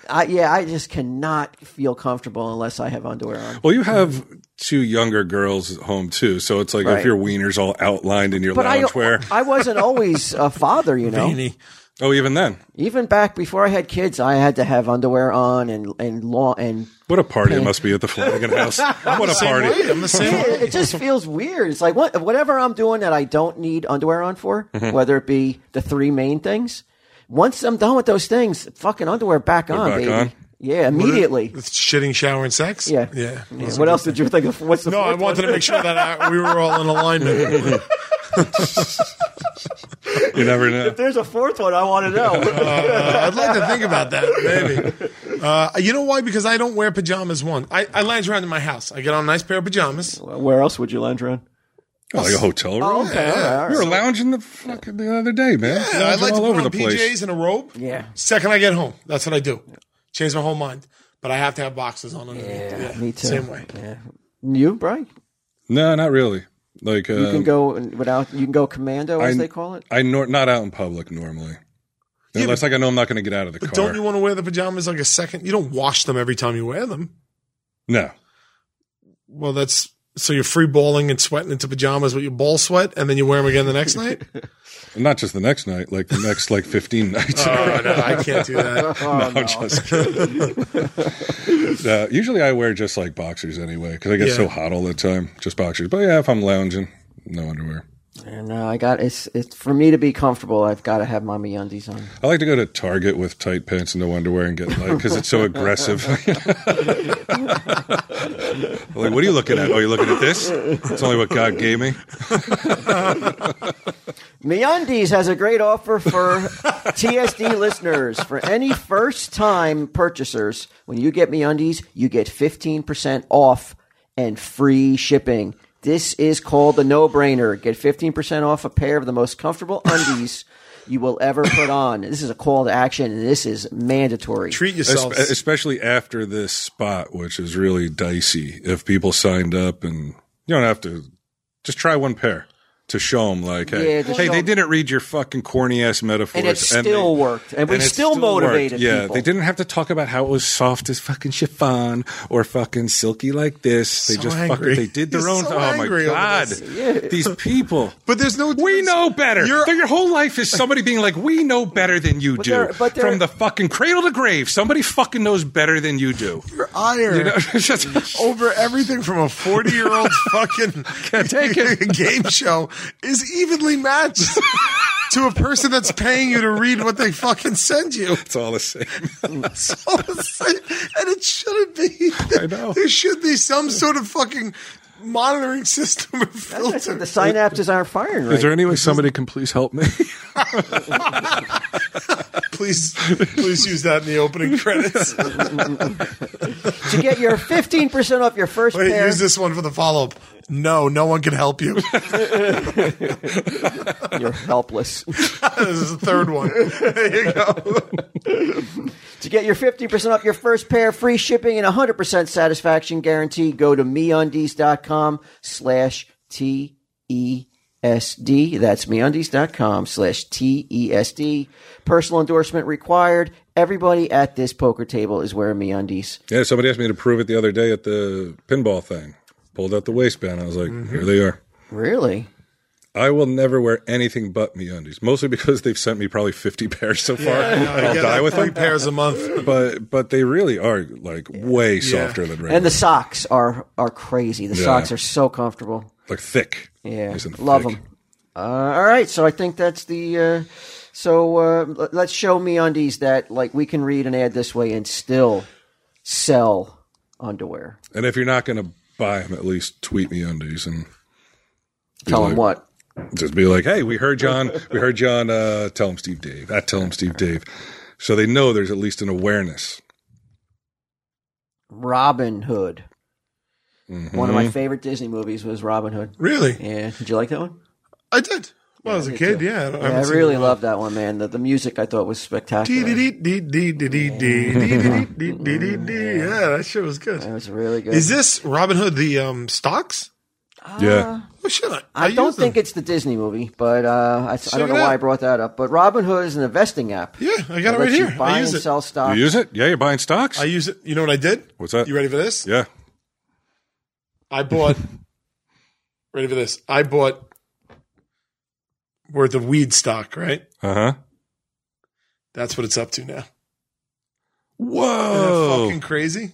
C: I, yeah, I just cannot feel comfortable unless I have underwear on.
A: Well, you have two younger girls at home too, so it's like
C: Right.
A: if your wiener's all outlined in your
C: But I,
A: loungewear.
C: I wasn't always a father, you know.
B: Beanie.
A: oh, even then,
C: Even back before I had kids, I had to have underwear on and and law and
A: what a party it must be at the Flanagan house. What a
B: Same way.
A: party.
B: I'm the same.
C: Yeah,
B: way.
C: it, it just feels weird. It's like what, whatever I'm doing that I don't need underwear on for,
B: Mm-hmm.
C: whether it be the three main things. Once I'm done with those things, fucking underwear back on,
A: back
C: baby.
A: on?
C: Yeah, immediately.
B: With shitting, shower, and sex.
C: yeah,
B: Yeah.
C: Yeah. What else did you think of? What's the
B: No, I
C: fourth
B: wanted
C: one?
B: to make sure that I, we were all in alignment.
A: You never know.
C: There's a fourth one I want to know.
B: Uh, I'd like to think about that, maybe. Uh, you know why? Because I don't wear pajamas. One, I, I lounge around in my house. I get on a nice pair of pajamas.
C: Where else would you lounge around?
A: Oh, like a hotel room.
C: Okay, all right, all
A: You
C: right.
A: were lounging the fucking the other day, man.
B: And I
A: Lounging
B: like to
A: all
B: put
A: over
B: on
A: the
B: PJs
A: place.
B: and a robe.
C: Yeah.
B: Second I get home, that's what I do. Change my whole mind. But I have to have boxes on underneath.
C: Yeah, me too.
B: Same way.
C: Yeah. You, Brian?
A: No, not really. Like um,
C: You can go and- without. You can go commando, as they call it.
A: I nor- not out in public normally, unless like I know I'm not going to get out of the car.
B: Don't you want to wear the pajamas like a second? You don't wash them every time you wear them.
A: no,
B: Well, that's so you're free balling and sweating into pajamas with your ball sweat, and then you wear them again the next night.
A: not just the next night, like the next like 15 nights.
B: Oh no, I can't do that.
C: Oh,
A: I'm just kidding. Uh, usually I wear just like boxers anyway because I get
B: Yeah.
A: so hot all the time. Just boxers. But yeah, if I'm lounging, no underwear.
C: And uh, I got it's, it's for me to be comfortable. I've got to have my undies on.
A: I like to go to Target with tight pants and no underwear and get like because it's so aggressive. like, what are you looking at? Oh, you're looking at this? It's only what God gave me.
C: MeUndies has a great offer for TSD listeners. For any first-time purchasers, when you get MeUndies, you get 15% off and free shipping. This is called the no-brainer. Get 15% off a pair of the most comfortable undies you will ever put on. This is a call to action, and this is mandatory.
B: Treat yourself.
A: Espe- especially after this spot, which is really dicey. If people signed up and you don't have to, just try one pair to show them, like, hey,
C: Yeah, just
A: hey,
C: show
A: they
C: 'em.
A: didn't read your fucking corny ass metaphors,
C: And it still worked. And we
A: it
C: still
A: worked.
C: motivated
A: Yeah,
C: people.
A: they didn't have to talk about how it was soft as fucking chiffon or fucking silky like this. They
B: So
A: just
B: angry.
A: fucking they did their
B: He's
A: own.
B: so
A: oh my
B: angry over
A: god,
B: this.
A: these people.
B: but there's no.
A: We know better.
B: You're-
A: Though Your whole life is somebody being like, "We know better than you do."
C: they're- but they're-
A: From the fucking cradle to grave, somebody fucking knows better than you do.
B: Iron.
A: You know, it's just-
B: over everything from a 40 year old fucking
A: take it.
B: game show is evenly matched to a person that's paying you to read what they fucking send you.
A: it's all the same.
B: It's all the same. And it shouldn't be.
A: I know.
B: There should be some sort of fucking monitoring system or filter.
C: the synapses aren't firing right.
A: any way somebody can please help me?
B: Please, please use that in the opening credits.
C: to get your 15% off your first
B: Wait,
C: pair.
B: use this one for the follow up. No, no one can help you.
C: You're helpless.
B: this is the third one. There you go.
C: to get your 15% off your first pair, free shipping and 100% satisfaction guarantee, go to meundies.com slash T-E-S-D. That's meundies.com slash T-E-S-D. Personal endorsement required. Everybody at this poker table is wearing meundies.
A: Yeah, somebody asked me to prove it the other day at the pinball thing. Pulled out the waistband. I was like, here they are.
C: Really?
A: I will never wear anything but me undies, mostly because they've sent me probably 50 pairs so far. I'll
B: Yeah,
A: die with
B: three
A: them.
B: pairs a month.
A: But but they really are like way softer than regular.
C: And the socks are are crazy. The socks are so comfortable.
A: like thick.
C: Yeah,
A: Nice and
C: love
A: thick.
C: them. Uh, all right, so I think that's the. Uh, so uh, l- let's show me undies that like we can read an ad this way and still sell underwear.
A: And if you're not going to buy them, at least tweet me undies and
C: Tell them
A: like-
C: what.
A: just be like, hey, we heard John. We heard John. Uh, tell him Steve Dave. At tell him Steve Dave. So they know there's at least an awareness.
C: Robin Hood.
B: Mm-hmm.
C: One of my favorite Disney movies was Robin Hood.
B: Really?
C: Yeah, did you like that one?
B: I did. Well, as a kid, yeah. don't-
C: Yeah, I
B: haven't seen
C: really
B: it in a
C: loved that one, man. The, the music I thought was
B: Dee
C: spectacular.
B: dee dee dee dee dee dee dee dee dee dee dee dee dee. Yeah, that shit was
C: It
B: good.
C: was really good.
B: Is this Robin Hood the um, stocks?
A: yeah.
B: Oh shit! I,
C: I, don't think
B: it.
C: it's the Disney movie, but uh, I, I don't
B: it
C: know why
B: out.
C: I brought that up. But Robin Hood is an investing app.
B: Yeah, I got it right
C: that lets you
B: here.
C: Buy
B: I use
C: and
B: it.
C: sell stock.
A: You use it? Yeah, you're buying stocks.
B: I use it. You know what I did?
A: What's that?
B: You ready for this?
A: yeah.
B: I bought. ready for this? I bought worth of weed stock. Right.
A: Uh huh.
B: That's what it's up to now. Isn't that
A: Whoa.
B: fucking crazy.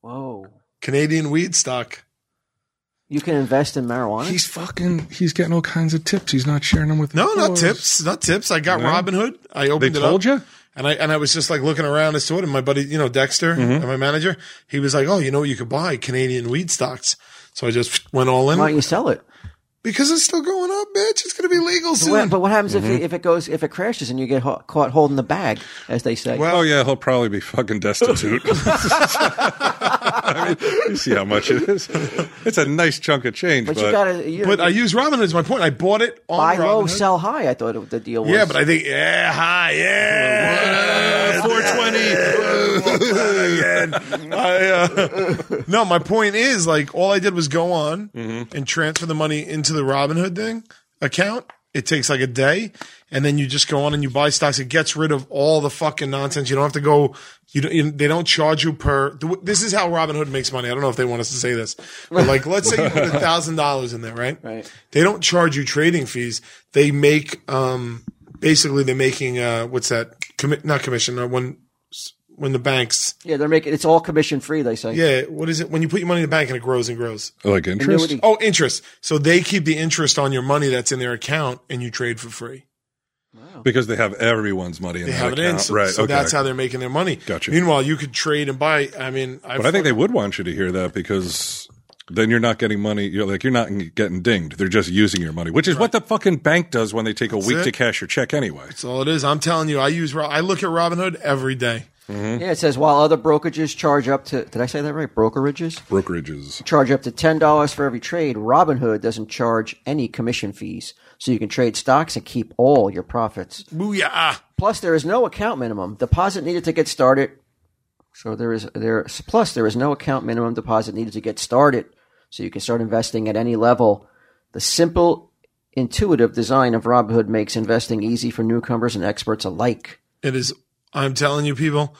C: Whoa.
B: Canadian weed stock.
C: You can invest in marijuana.
A: He's fucking. He's getting all kinds of tips. He's not sharing them with.
B: No, not
A: us.
B: tips. Not tips. I got
A: No?
B: Robin Hood. I opened
A: They
B: it up.
A: told you.
B: And I and I was just like looking around as to it. And my buddy, you know, Dexter,
C: Mm-hmm.
B: and my manager, he was like, "Oh, you know, what you could buy Canadian weed stocks." So I just went all in
C: Why don't you sell it?
B: because it's still going up, bitch. It's gonna be legal soon.
C: But what happens if, if it goes if it crashes and you get ho- caught holding the bag, as they say?
A: Oh yeah, he'll probably be fucking destitute. I mean, you see how much it is. It's a nice chunk of change,
C: but,
A: but,
C: you gotta you
B: but I use Robin Hood as my point. I bought it on
C: buy low,
B: Robinhood.
C: sell high. I thought it, the deal was.
B: Yeah, but I think yeah, hi, yeah, four twenty again. I, uh, no, my point is like all I did was go on and transfer the money into the Robinhood thing account. It takes like a day, and then you just go on and you buy stocks. It gets rid of all the fucking nonsense. You don't have to go. You, don't, you they don't charge you per. This is how Robinhood makes money. I don't know if they want us to say this, but like let's say you put a thousand dollars in there, right?
C: Right.
B: They don't charge you trading fees. They make um basically they're making uh what's that commi- not commission uh, when when the banks
C: yeah, they're making it's all commission free. They say.
B: yeah what is it when you put your money in the bank and it grows and grows
A: like interest.
C: Annuity.
B: oh interest so they keep the interest on your money that's in their account and you trade for free
A: Because they have everyone's money in
B: they
A: that
B: have it in
A: account.
B: so,
A: right.
B: so
A: okay.
B: that's how they're making their money
A: Gotcha.
B: meanwhile you could trade and buy I mean I,
A: But I think they would want you to hear that because then you're not getting money. You're like you're not getting dinged. They're just using your money, which is what the fucking bank does when they take a week
B: it.
A: to cash your check anyway.
B: that's all it is I'm telling you I use Ro- I look at Robinhood every day
C: Yeah, it says while other brokerages charge up to did I say that right? Brokerages
A: Brokerages.
C: charge up to ten dollars for every trade. Robinhood doesn't charge any commission fees, so you can trade stocks and keep all your profits.
B: booyah
C: Plus, there is no account minimum deposit needed to get started. So there is there. Plus, there is no account minimum deposit needed to get started. So you can start investing at any level. The simple, intuitive design of Robinhood makes investing easy for newcomers and experts alike.
B: it is I'm telling you people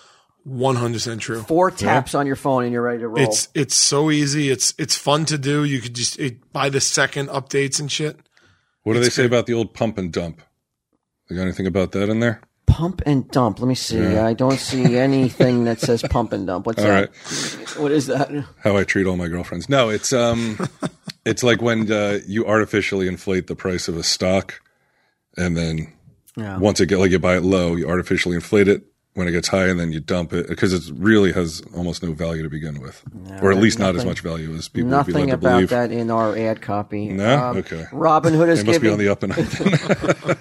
B: 100% true
C: Four taps on your phone and you're ready to roll.
B: It's it's so easy. It's it's fun to do. You could just it, buy the second updates and shit.
A: What do they say about the old pump and dump? You got anything about that in there?
C: pump and dump. Let me see. I don't see anything that says pump and dump. What's
A: All right.
C: that? What is that?
A: How I treat all my girlfriends. No, it's um, it's like when uh, you artificially inflate the price of a stock, and then
C: Yeah.
A: once it get like you buy it low, you artificially inflate it, when it gets high and then you dump it because it really has almost no value to begin with, or at least not as much value as people would be led
C: Nothing
A: to
C: about
A: believe.
C: that in our ad copy.
A: No? Okay.
C: Robin Hood is
A: It must be on
C: giving
A: the up and up.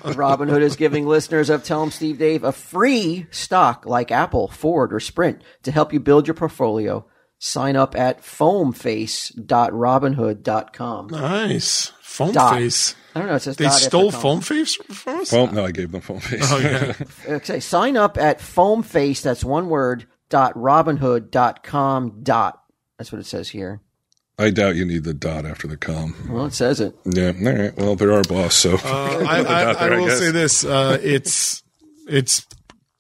A: then.
C: Robin Hood is giving listeners of Tell 'em Steve Dave a free stock like Apple, Ford, or Sprint to help you build your portfolio. Sign up at foamface.robinhood.com.
B: Nice. Foam
C: Dot.
B: face.
C: I don't know. It says
B: They
C: dot after
B: stole
C: com.
B: foam face from us?
A: well, no, I gave them foam face.
B: Oh, yeah.
C: Okay, sign up at foamface. That's one word. Dot robinhood.com. Dot. That's what it says here.
A: I doubt you need the dot after the com.
C: Well, it says it.
A: Yeah. All right. Well, they're our boss, so
B: Uh, I, I, I
A: there, I
B: will
A: guess.
B: say this: uh, it's it's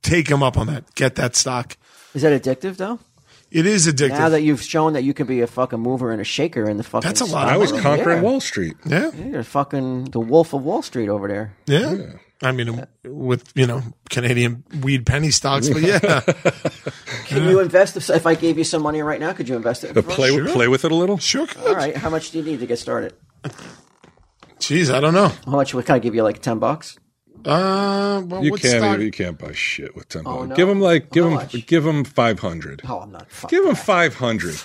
B: take them up on that. Get that stock.
C: Is that addictive though?
B: It is addictive.
C: Now that you've shown that you can be a fucking mover and a shaker in the fucking
B: That's a lot.
C: stock
A: I was
C: market,
A: conquering
C: yeah.
A: Wall Street.
B: yeah,
C: You're fucking the Wolf of Wall Street over there.
B: yeah. I mean, with you know Canadian weed penny stocks, but yeah,
C: Can you invest if, if I gave you some money right now? Could you invest it?
A: Uh, play play with it a little.
B: sure.
C: All
B: could.
C: right. How much do you need to get started?
B: Jeez, I don't know.
C: How much? What can I give you? Like ten bucks?
B: Uh, well,
A: You
B: what
A: can't
B: stock- Oh,
A: even- you can't buy shit with ten bucks.
C: no.
A: Give them like give
C: How
A: them
C: much?
A: give them five hundred.
C: Oh, I'm not. Fuck
A: Give them
C: that.
A: five hundred.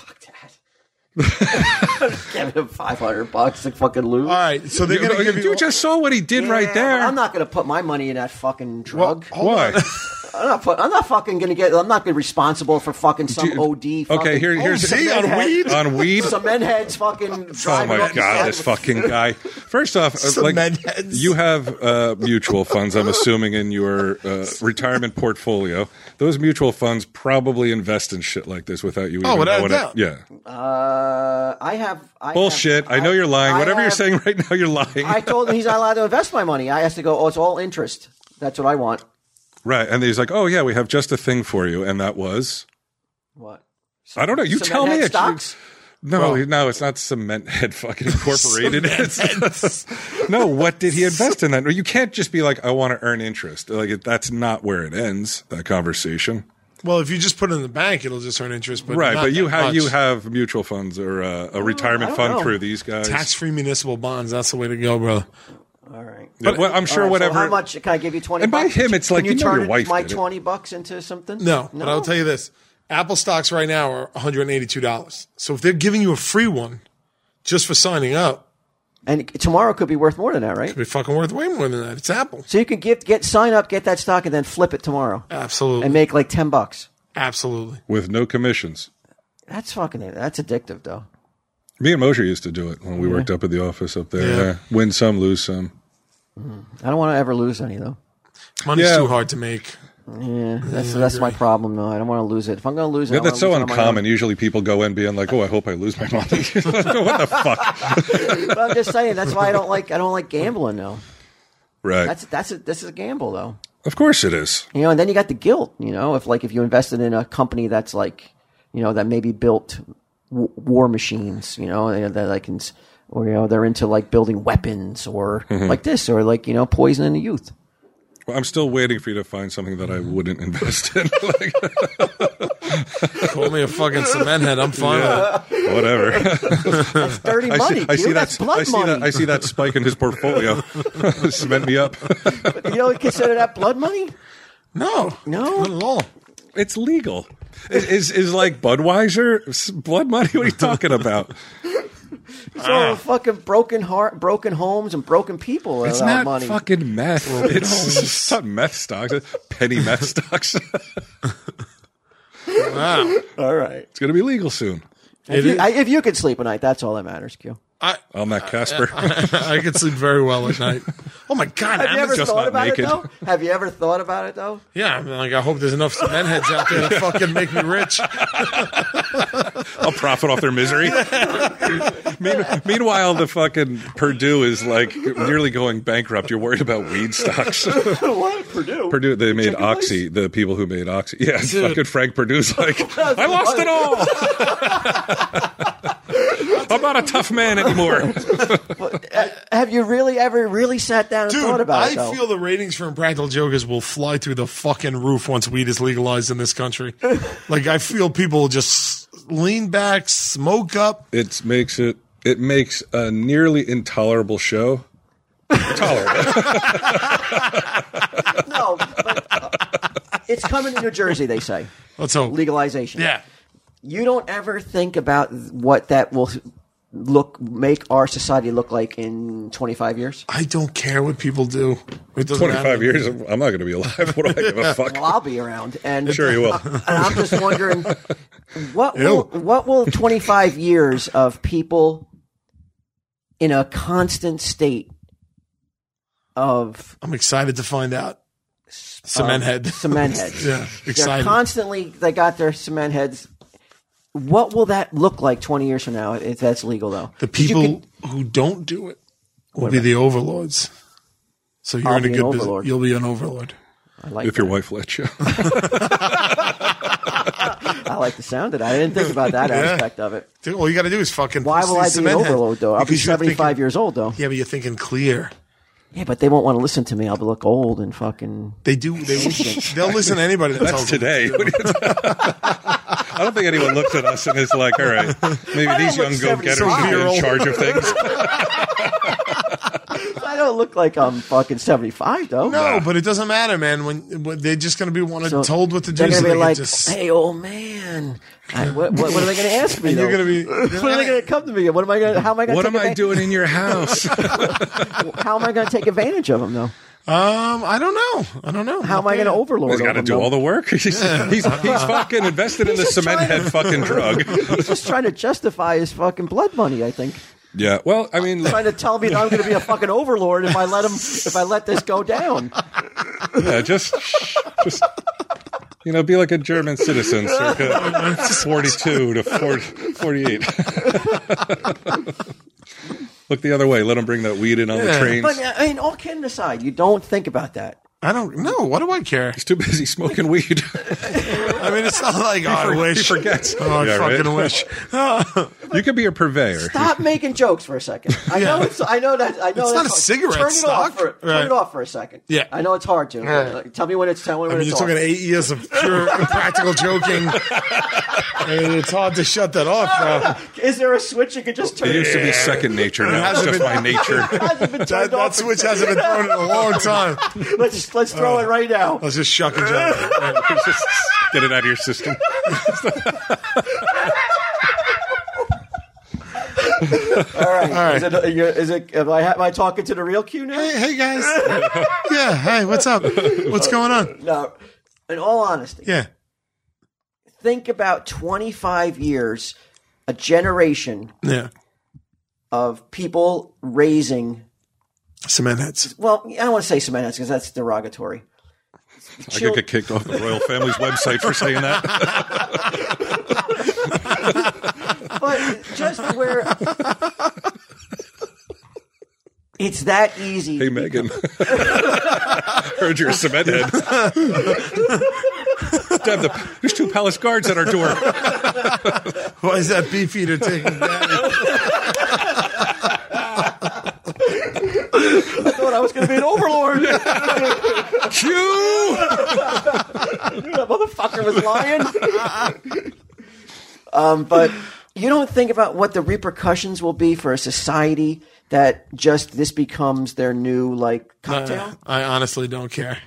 C: Give him five hundred bucks to fucking lose.
B: All right, so they're gonna give
A: You
B: you.
A: just saw what he did right there.
C: I'm not gonna put my money in that fucking drug.
A: Why?
C: I'm not. Put, I'm not fucking gonna get. I'm not gonna be responsible for fucking some
A: Dude,
C: OD. Fucking,
A: okay, here here's
B: Oh,
A: Uh,
B: see, on weed.
A: on weed.
C: Some menheads fucking.
A: Oh
C: driving
A: my
C: up the side
A: god,
C: with-
A: this fucking guy! First off, uh,
B: Some
A: like
B: med heads.
A: you have uh, mutual funds, I'm assuming in your uh, retirement portfolio. Those mutual funds probably invest in shit like this without you. Even
B: Oh, without
A: knowing
B: a
A: it.
B: doubt.
A: Yeah,
C: Uh, I have I
A: bullshit.
C: have-
A: I know you're lying.
C: I
A: Whatever you're
C: have-
A: saying right now, you're lying.
C: I told him he's not allowed to invest my money. I has to go. Oh, it's all interest. That's what I want.
A: right? And he's like, "Oh yeah, we have just a thing for you," and that was.
C: What?
A: I don't know. Oh, You
C: Some
A: tell me.
C: redhead
A: It's-
C: Stocks.
A: No, no, it's not Cement Head fucking Incorporated.
B: It's-
A: no, what did he invest in that? You can't just be like, I want to earn interest. Like it- that's not where it ends. That conversation,
B: well, if you just put it in the bank, it'll just earn interest. But
A: right?
B: not
A: But you
B: that
A: have
B: much.
A: you have mutual funds or uh, a retirement
C: Oh, I don't
A: fund
C: know.
A: through these guys.
B: tax-free municipal bonds. That's the way to go, brother.
C: All right.
A: But what- I'm sure
C: All right, Oh, so
A: whatever.
C: how much can I give you? Twenty.
A: And by
C: bucks?
A: him, it's like,
C: can you,
A: you know
C: turn
A: your wife
C: my
A: did it.
C: twenty bucks into something?
B: No, but I'll tell you this: Apple stocks right now are one hundred and eighty-two dollars. So if they're giving you a free one just for signing up,
C: And tomorrow could be worth more than that, right?
B: it'd be fucking worth way more than that. It's Apple,
C: So you could get get sign up, get that stock, and then flip it tomorrow
B: absolutely,
C: and make like ten bucks.
B: absolutely.
A: with no commissions.
C: That's fucking. That's addictive, though.
A: Me and Mosher used to do it when we worked up at the office up there.
B: Mm-hmm. Yeah.
A: Yeah. Win some, lose some.
C: I don't want to ever lose any though.
B: Money's
A: Yeah.
B: too hard to make.
C: Yeah, that's that's my problem though. I don't want to lose it. If I'm going to lose it, I
A: Yeah, that's
C: wanna
A: so
C: lose it on my own.
A: uncommon. Usually people go in being like, "Oh, I hope I lose my money." what the fuck?
C: But I'm just saying that's why I don't like I don't like gambling though.
A: Right.
C: That's that's a, this is a gamble though.
A: of course it is.
C: You know, and then you got the guilt. You know, if like if you invested in a company that's like, you know, that maybe built w- war machines. You know, and that like can, s- or you know they're into like building weapons or
A: Mm-hmm.
C: like this or like you know poisoning the youth.
A: Well, I'm still waiting for you to find something that I wouldn't invest in. like,
B: Call me a fucking cement head. I'm fine with it.
A: whatever.
C: Dirty
A: I
C: money,
A: see, I
C: dude.
A: see that.
C: that's blood
A: I see
C: money.
A: that. I see that spike in his portfolio. Cement me up.
C: you don't consider that blood money?
B: No,
C: No?
B: not at all.
A: It's legal. Is is, is like Budweiser s- blood money? What are you talking about?
C: It's
A: Ah.
C: all fucking broken heart, broken homes, and broken people.
A: It's
C: without
A: not
C: money.
A: fucking meth. It's, it's not meth stocks. It's penny meth stocks. It's
B: Wow.
C: All right.
A: going to be legal soon.
C: If you, I, if you could sleep at night, that's all that matters, Q.
B: I
A: I'm not Casper.
B: I could sleep very well at night. Oh my god!
C: Have you ever
B: Amazon-
A: just
C: thought
A: not
C: about
A: naked.
C: it though? Have you ever thought about it though?
B: yeah, I'm like I hope there's enough cement heads out there to fucking make me rich.
A: I'll profit off their misery. Mean- Meanwhile, the fucking Purdue is like nearly going bankrupt. You're worried about weed stocks.
C: what Purdue?
A: Purdue, they made
C: Chicken Place?
A: Oxy, the people who made Oxy. Yeah, fucking Frank Purdue's like, I lost it all. I'm not a tough man anymore.
C: uh, Have you really ever really sat down and thought about
B: I
C: it? though?
B: feel the ratings for Impractical Jokers will fly through the fucking roof once weed is legalized in this country. like I feel people just lean back, smoke up.
A: It makes it, it makes a nearly intolerable show. Tolerable.
C: no, but, uh, it's coming to New Jersey, they say.
B: Let's hope.
C: Legalization.
B: Yeah.
C: You don't ever think about what that will look make our society look like in 25 years.
B: I don't care what people do. It doesn't matter.
A: 25 years, I'm not going to be alive. What do I give a fuck?
C: Well, I'll be around, and
A: Sure you will.
C: and I'm just wondering what will,
B: Ew.
C: what will 25 years of people in a constant state of
B: I'm excited to find out. Cement head.
C: cement heads.
B: Yeah,
C: They're
B: excited.
C: constantly they got their cement heads. What will that look like 20 years from now if that's legal though?
B: the
C: 'Cause you
B: people
C: could-
B: who don't do it will be the overlords. So you're
C: I'll
B: in a
C: be an
B: good business.
C: overlord.
B: You'll be an overlord.
C: I like
A: If your wife lets you.
C: I like the sound of that. I didn't think about that aspect of it.
B: Dude, all you got to do is fucking.
C: Why
B: push
C: will
B: these
C: I be an
B: cement heads.
C: overload though? I'll be
B: Because you're
C: 75
B: thinking-
C: years old though.
B: Yeah, but you're thinking clear.
C: Yeah, but they won't want to listen to me. I'll look old and fucking.
B: They do. They they'll listen to anybody. That
A: That's
B: tells them.
A: today. What are you talking- I don't think anyone looks at us and is like, all right, maybe
C: I
A: these
C: look
A: young go getters
C: 75.
A: should be in charge of things.
C: I don't look like I'm fucking 75 though.
B: No, but it doesn't matter, man. When, when they're just going to be wanted,
C: So
B: told what to do.
C: They're
B: so they
C: gonna be
B: can
C: like,
B: just,
C: "Hey, old man, I, what, what, what are they gonna ask me?
B: and you're
C: though?
B: going to be.
C: What are they gonna come to me? What am I gonna? How am I gonna?
A: What
C: take
A: am I
C: advan-
A: doing in your house?
C: How am I gonna take advantage of them though?
B: Um, I don't know. I don't know.
C: How am I gonna overlord?
A: He's got to
C: them,
A: do
C: though?
A: all the work. He's, he's, he's fucking invested in the
C: just
A: cement
C: trying to-
A: head fucking drug.
C: He's just trying to justify his fucking blood money. I think
A: Yeah. Well, I mean,
C: trying to tell me that I'm gonna be a fucking overlord if I let him. If I let this go down,
A: yeah, just, just, you know, be like a German citizen circa 42 to 40, 48. Look the other way. Let him bring that weed in on the
B: Yeah.
A: trains.
C: but I mean, all kidding aside, you don't think about that.
B: I don't know. What do I care?
A: He's too busy smoking weed.
B: I mean, it's not like oh, I wish.
A: he forgets.
B: Oh, I
A: Yeah, right?
B: fucking wish.
A: You could be a purveyor.
C: Stop making jokes for a second. I know it's. I know that. I know
B: It's
C: that's
B: not a
C: hard.
B: cigarette
C: Turn it
B: stock.
C: off. For,
B: Right.
C: Turn it off for a second.
B: Yeah.
C: I know it's hard to. Like, tell me when it's. Tell me when
B: I mean,
C: it's.
B: you're
C: off.
B: talking eight years of pure practical joking. I mean, it's hard to shut that off. Though.
C: Is there a switch you could just turn?
A: It used to be second nature. Now it's
B: hasn't
A: just
B: been-
A: my nature.
C: hasn't been
B: That,
C: turned
B: that
C: off.
B: switch hasn't been thrown in a long time.
C: Let's just, let's
B: Oh.
C: throw it right now.
B: Let's just shuck and joke.
A: Just get it out of your system.
C: All right.
B: right.
C: Is it? uh, you're- Is it? Am I, am I talking to the real Q now?
B: Hey, hey guys. Yeah. Hey, what's up? What's going on?
C: No. In all honesty,
B: Yeah.
C: think about 25 years, a generation
B: Yeah.
C: of people raising.
B: Cement heads.
C: Well, I don't want to say semantics because that's derogatory.
A: I could get kicked off the royal family's website for saying that.
C: but just where it's that easy.
A: Hey, Megan. Heard your cement head. Deb, the, there's two palace guards at our door.
B: Why is that beefeater taking that?
C: I thought I was going to be an overlord. that
A: Q!
C: motherfucker was lying. um, but you don't think about what the repercussions will be for a society that just this becomes their new like cocktail.
B: I honestly don't care.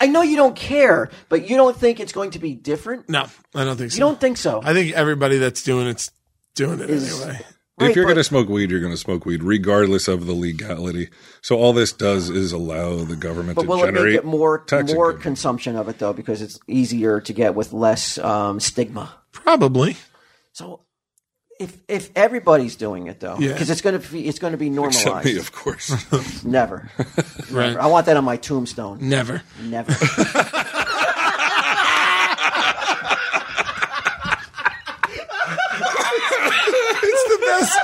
C: I know you don't care, but you don't think it's going to be different.
B: No, I don't think so.
C: You don't think so.
B: I think everybody that's doing it's doing it
C: Is-
B: anyway.
C: Right,
A: if you're
C: but-
A: going to smoke weed, you're going to smoke weed, regardless of the legality. So all this does is allow the government
C: But
A: to
C: will it
A: generate
C: make it more
A: tax
C: more
A: income.
C: consumption of it though? Because it's easier to get with less um, stigma.
B: Probably.
C: So if if everybody's doing it though,
B: Yeah.
C: because it's gonna be it's gonna be
A: Except
C: normalized.
A: me, of course.
C: Never.
B: Right.
C: I want that on my tombstone.
B: Never.
C: Never.
B: It's the best.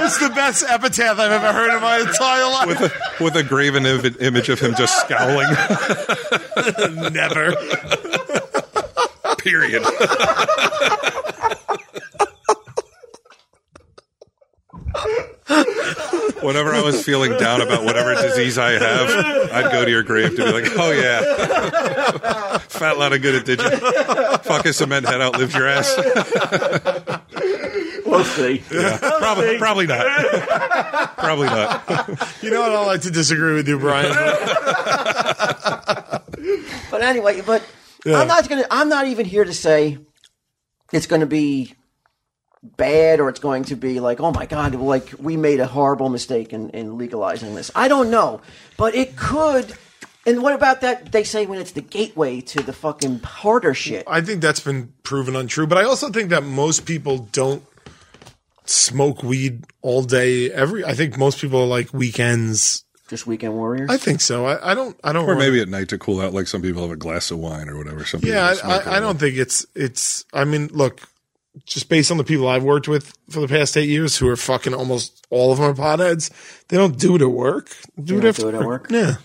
B: It's the best epitaph I've ever heard in my entire life.
A: with, a, with a graven Im- image of him just scowling.
B: Never.
A: Period. Whenever I was feeling down about whatever disease I have, I'd go to your grave to be like, "Oh yeah, fat lot of good at did you? Fuck a cement head outlived your ass.
C: we'll see.
A: probably, probably not. probably not.
B: You know what? I like to disagree with you, Brian.
C: But anyway, but
B: Yeah.
C: I'm not gonna. I'm not even here to say it's going to be bad or it's going to be like, oh my god, like we made a horrible mistake in, in legalizing this. I don't know, but it could. And what about that? They say when it's the gateway to the fucking harder shit.
B: I think that's been proven untrue. But I also think that most people don't smoke weed all day. Every I think most people are like weekends.
C: Just weekend warriors.
B: I think so. I, I don't. I don't.
A: Or
B: wanna-
A: maybe at night to cool out, like some people have a glass of wine or whatever. Some people
B: Yeah,
A: smoke
B: I,
A: it.
B: I, I don't think it's it's. I mean, look, just based on the people I've worked with for the past eight years, who are fucking almost all of them are potheads. They don't do it at work. Do it
C: don't
B: after
C: do it at work?
B: Yeah,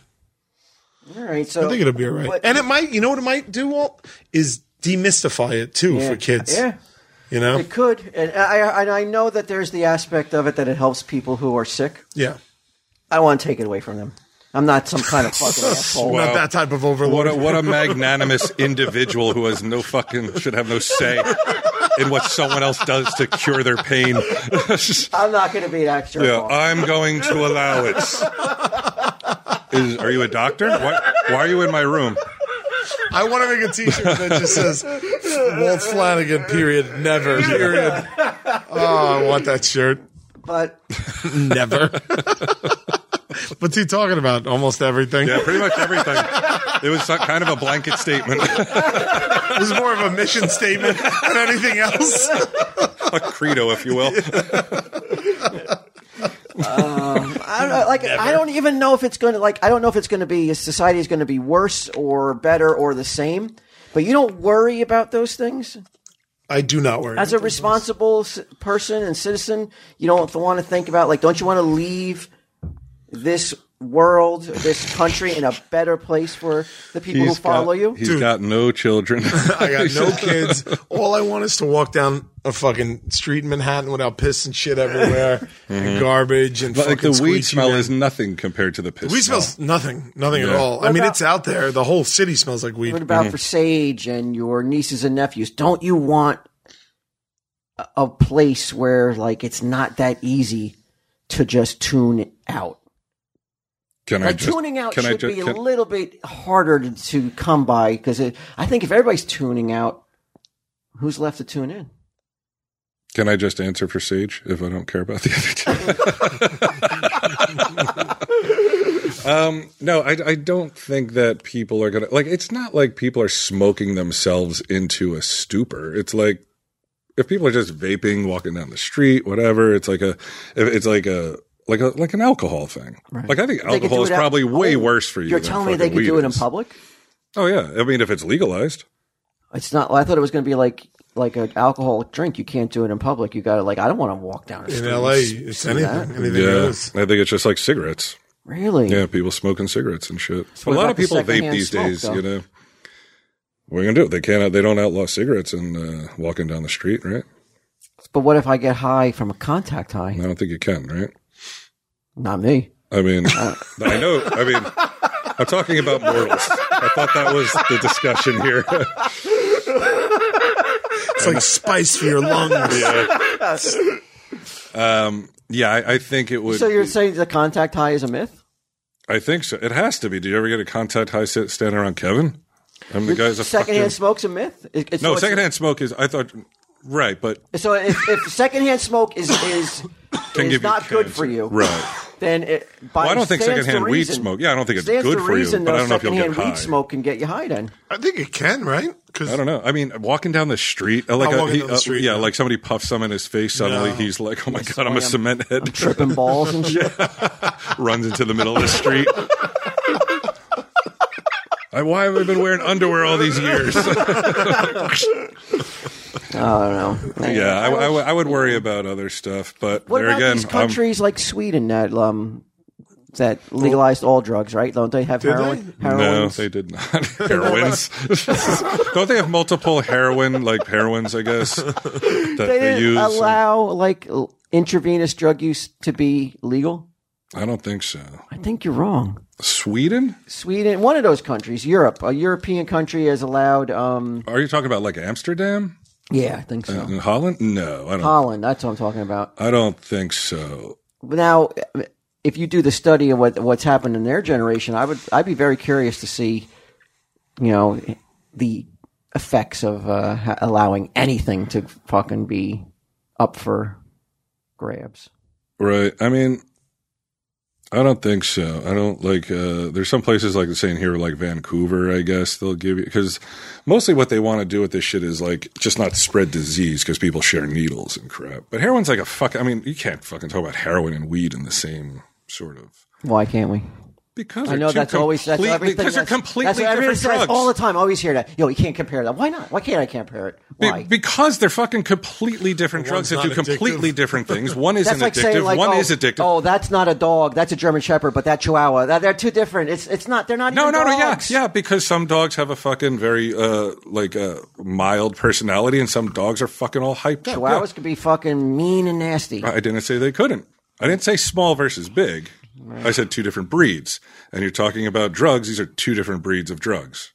C: All right, so
B: I think it'll be all right.
C: But-
B: and it might. You know what it might do? Walt, is demystify it too
C: yeah,
B: for kids.
C: Yeah,
B: You know.
C: it could. And I, I and I know that there's the aspect of it that it helps people who are sick.
B: yeah.
C: I want to take it away from them. I'm not some kind of fucking asshole.
B: Not that type of overlord.
A: What a, what a magnanimous individual who has no fucking should have no say in what someone else does to cure their pain.
C: I'm not going to be that jerk
A: Yeah,
C: off.
A: I'm going to allow it. Is, are you a doctor? Why, why are you in my room?
B: I want to make a T-shirt that just says Walt Flanagan. Period. Never. Period. Oh, I want that shirt.
C: but
B: Never. What's he talking about? Almost everything.
A: Yeah, pretty much everything. It was so- kind of a blanket statement,
B: It was more of a mission statement than anything else.
A: a credo, if you will.
C: I don't know, like I don't even know if it's going to like I don't know if it's going to be is society is going to be worse or better or the same. But you don't worry about those things
B: I do not worry.
C: as a responsible s- person and citizen. You don't want to think about like don't you want to leave this world, this country in a better place for the people who follow
A: got,
C: you?
A: He's got no children.
B: I got no kids. All I want is to walk down a fucking street in Manhattan without piss and shit everywhere, and garbage and
A: Mm-hmm. Like
B: fucking
A: the weed
B: squeegee
A: smell
B: men.
A: is nothing compared to the piss.
B: Weed
A: smell.
B: smells nothing, nothing at
A: Yeah.
B: all. I mean,
C: about-
B: it's out there. The whole city smells like
C: What
B: weed.
C: about
A: Mm-hmm.
C: for Sage and your nieces and nephews? Don't you want a- a place where like it's not that easy to just tune out?
A: Can I
C: Like
A: just-
C: tuning out
A: can I
C: should
A: ju-
C: be
A: can-
C: a little bit harder to, to come by because I think if everybody's tuning out, who's left to tune in?
A: Can I just answer for Sage if I don't care about the other two? um, no, I, I don't think that people are gonna like. It's not like people are smoking themselves into a stupor. It's like if people are just vaping, walking down the street, whatever. It's like a, if it's like a. Like a like an alcohol thing. Like I think
C: They could do
A: alcohol is
C: it out-
A: probably way
C: Oh,
A: worse for you.
C: You're
A: than
C: telling me they
A: fucking
C: could
A: weed
C: do it in
A: is.
C: public?
A: Oh yeah, I mean if it's legalized.
C: It's not. I thought it was going to be like like an alcoholic drink. You can't do it in public. You got to like. I don't want to walk down the
B: In
C: street.
B: LA, it's anything. Anything
A: Yeah,
B: goes.
A: I think it's just like cigarettes.
C: Really?
A: Yeah, people smoking cigaretes and shit. a
C: what
A: lot
C: about
A: of
C: the
A: people vape
C: secondhand
A: these
C: smoke,
A: days,
C: though?
A: you know. What are you gonna do? They can't. They don't outlaw cigarettes and uh, walking down the street, right?
C: But what if I get high from a contact high?
A: I don't think you can, right?
C: Not me.
A: I mean, I know. I mean, I'm talking about mortals. I thought that was the discussion here.
B: It's like spice for your lungs.
A: um, yeah, I, I think it would.
C: So you're saying the contact high is a myth?
A: I think so. It has to be. Did you ever get a contact high sit standing around Kevin? I'm the guy's a
C: Secondhand
A: fucking,
C: smoke's a myth. It- it's-
A: No,
C: so it's-
A: secondhand smoke is. I thought right, but
C: So if, if secondhand smoke is is
A: can
C: is
A: give you
C: not good
A: cancer.
C: for you,
A: right?
C: Then it. By
A: Well, I don't think
C: stands to
A: secondhand weed
C: reason-
A: smoke- yeah, I don't think it's
C: stands
A: good
C: to
A: for you,
C: reason,
A: but I
C: though,
A: don't know if you'll get
C: secondhand
A: high.
C: weed smoke can get you high. Then
B: I think it can, right? Because
A: I don't know. I mean, walking down the street, uh, like
B: Oh,
A: a-
B: walking
A: he-
B: down the
A: uh,
B: street,
A: yeah,
B: yeah.
A: like somebody puffs some in his face. Suddenly,
B: No.
A: he's like, "Oh my god,
C: I
A: I'm a
C: am-
A: cement head!"
C: I'm tripping balls and shit.
A: Runs into the middle of the street. I, why have I been wearing underwear all these years?
C: I don't know.
A: yeah, I, I would- I would worry about other stuff, but
C: What
A: there
C: about
A: again, um,
C: these
A: I'm-
C: countries like Sweden that um that legalized all drugs? Right? Don't they have heroin?
A: no,
C: heroines?
A: they did not. heroines. Don't they have multiple heroin like heroines? I guess that they,
C: They didn't
A: use. um, and-
C: allow like l- intravenous drug use to be legal.
A: I don't think so.
C: I think you're wrong.
A: Sweden?
C: Sweden, one of those countries, Europe, a European country has allowed. Um,
A: Are you talking about like Amsterdam
C: yeah, I think so.
A: and Holland? No, I don't.
C: Holland, that's what I'm talking about.
A: I don't think so.
C: Now, if you do the study of what what's happened in their generation, I would I'd be very curious to see you know the effects of uh, ha- allowing anything to fucking be up for grabs.
A: Right. I mean, I don't think so. I don't like, uh, there's some places like it's saying here, like Vancouver, I guess they'll give you, because mostly what they want to do with this shit is like just not spread disease because people share needles and crap. But heroin's like a fuck, I mean, you can't fucking talk about heroin and weed in the same sort of.
C: Why can't we?
A: Because
C: I know that's always that's everything.
A: because they're
C: that's-
A: completely
C: that's what everyone
A: different
C: says
A: drugs.
C: all the time. I always hear that. Yo, you can't compare that. Why not? Why can't I compare it?
A: Be-
C: Why?
A: because they're fucking completely different drugs
B: One's
A: that do
B: not addictive.
A: completely different things. One isn't
C: that's like
A: addictive.
C: saying like
A: one
C: oh,
A: is addictive.
C: Oh, that's not a dog. That's a German Shepherd, but that Chihuahua. That, they're two different. It's it's not. They're not.
A: No,
C: even
A: no, no. Yeah,
C: dogs.
A: yeah. Because some dogs have a fucking very uh, like uh, mild personality, and some dogs are fucking all hyped up.
C: Chihuahuas could be fucking mean and nasty.
A: Yeah. I didn't say they couldn't. I didn't say small versus big. I said two different breeds, and you're talking about drugs. These are two different breeds of drugs.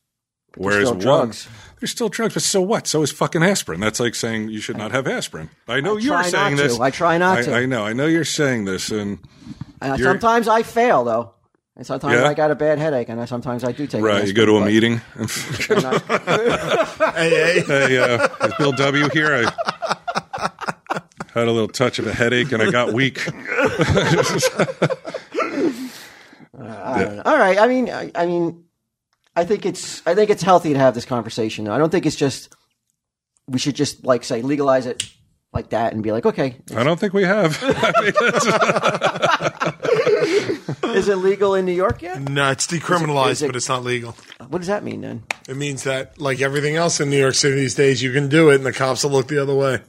A: Whereas
C: still
A: one,
C: drugs.
A: they're still drugs, but so what? So is fucking aspirin. That's like saying you should not have aspirin. I know
C: I
A: you're
C: try
A: saying
C: not
A: this.
C: to. I try not
A: I,
C: to.
A: I know. I know you're saying this, and
C: Uh,
A: You're-
C: sometimes I fail though, and sometimes
A: Yeah?
C: I got a bad headache, and I, sometimes I do take.
A: right.
C: an
A: You go to a
C: aspirin,
A: meeting. And
C: but- and I-
B: Hey, hey.
A: Hey, uh, it's Bill W. here. I had a little touch of a headache and I got weak.
C: all right. I mean, I, I mean, I think it's I think it's healthy to have this conversation. I don't think it's just we should just like say legalize it like that and be like, okay,
A: I don't think we have. I mean, it's-
C: is it legal in New York
A: Mm.
C: yet?
B: No, it's decriminalized,
C: is it-
B: but it's not legal.
C: What does that mean then?
B: It means that, like everything else in New York City these days, you can do it, and the cops will look the other way.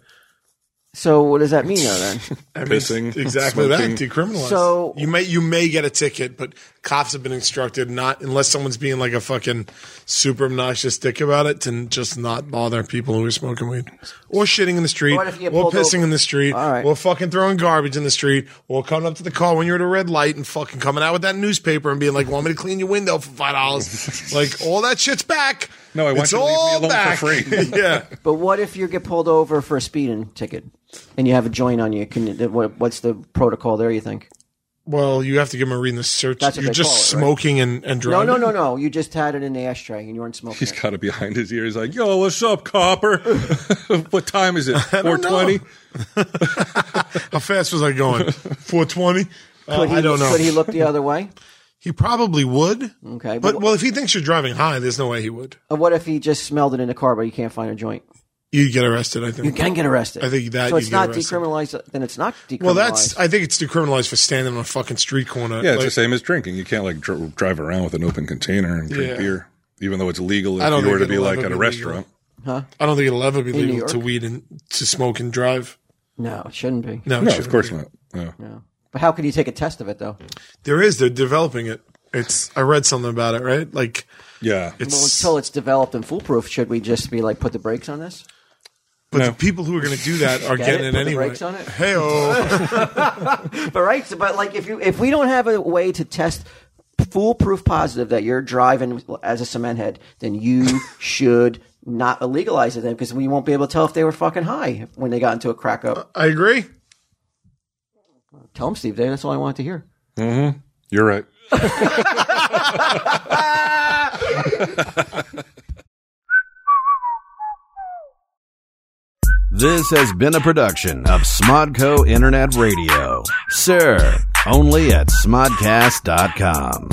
C: So what does that mean though then?
B: That
A: Pissing,
B: means exactly
A: smoking.
B: that decriminalized.
C: So-
B: you may you may get a ticket, but cops have been instructed not unless someone's being like a fucking super obnoxious dick about it to just not bother people who are smoking weed or shitting in the street
C: What if you get
B: or
C: pulled
B: pissing
C: over?
B: in the street
C: All right.
B: or fucking throwing garbage in the street or coming up to the car when you're at a red light and fucking coming out with that newspaper and being like, "Want me to clean your window for five dollars?" like all that shit's back.
A: No, I want
B: it's
A: you to leave me
B: all
A: alone for
B: back.
A: free.
B: yeah.
C: But what if you get pulled over for a speeding ticket and you have a joint on you? Can you, what, what's the protocol there? You think?
B: Well, you have to give them a reading the search.
C: That's what
B: You're
C: they
B: just
C: call it, right?
B: smoking and, and
C: No,
B: driving.
C: no, no, no. You just had it in the ashtray and you weren't smoking.
A: He's
C: it.
A: got it behind his ears like, yo, what's up, copper? what time is it?
B: don't know.
A: 420?
B: How fast was I going? 420? Uh,
C: Could he,
B: I don't know.
C: Could he
B: He,
C: look the other way?
B: probably would.
C: Okay, but
B: But, well, if he thinks you're driving high, there's no way he would.
C: Or what if he just smelled it in the car, but you can't find a joint?
B: You'd get arrested, I
C: You
B: think.
C: can get arrested.
B: I think that
C: so
B: you
C: it's
B: get
C: not
B: arrested.
C: decriminalized. Then it's not decriminalized.
B: Well, that's, I think it's decriminalized for standing on a fucking street corner.
A: Yeah, it's
B: Like,
A: the same as drinking. You can't like dr- drive around with an open container and drink
B: Yeah.
A: beer, even though it's legal
B: I
A: if
B: don't
A: you were to
B: think
A: be
B: it'll
A: like
B: ever
A: at a
B: be legal.
A: restaurant.
B: I don't think it'll ever be
C: New
B: legal
C: York.
B: to weed and to smoke and drive.
C: no, it shouldn't be.
B: No, it
A: No, of
B: shouldn't
A: course
B: be.
A: not. No.
C: No. But how could you take a test of it though?
B: There is. They're developing it. It's. I read something about it, right? Like,
A: Yeah.
B: it's.
C: Well, until it's developed and foolproof, should we just be like put the brakes on this?
B: but
A: No.
B: the people who are going to do that are
C: Get
B: getting
C: it?
B: it,
C: Put the
B: anyway.
C: brakes on it?
B: Hey,
C: But right, so- but like if you if we don't have a way to test foolproof positive that you're driving as a cement head, then you should not illegalize it then because we won't be able to tell if they were fucking high when they got into a crack up.
B: I agree.
C: Tell them, Steve. That's all I wanted to hear.
A: You're right.
E: This has been a production of Smodco Internet Radio. Sir, only at smodcast.com.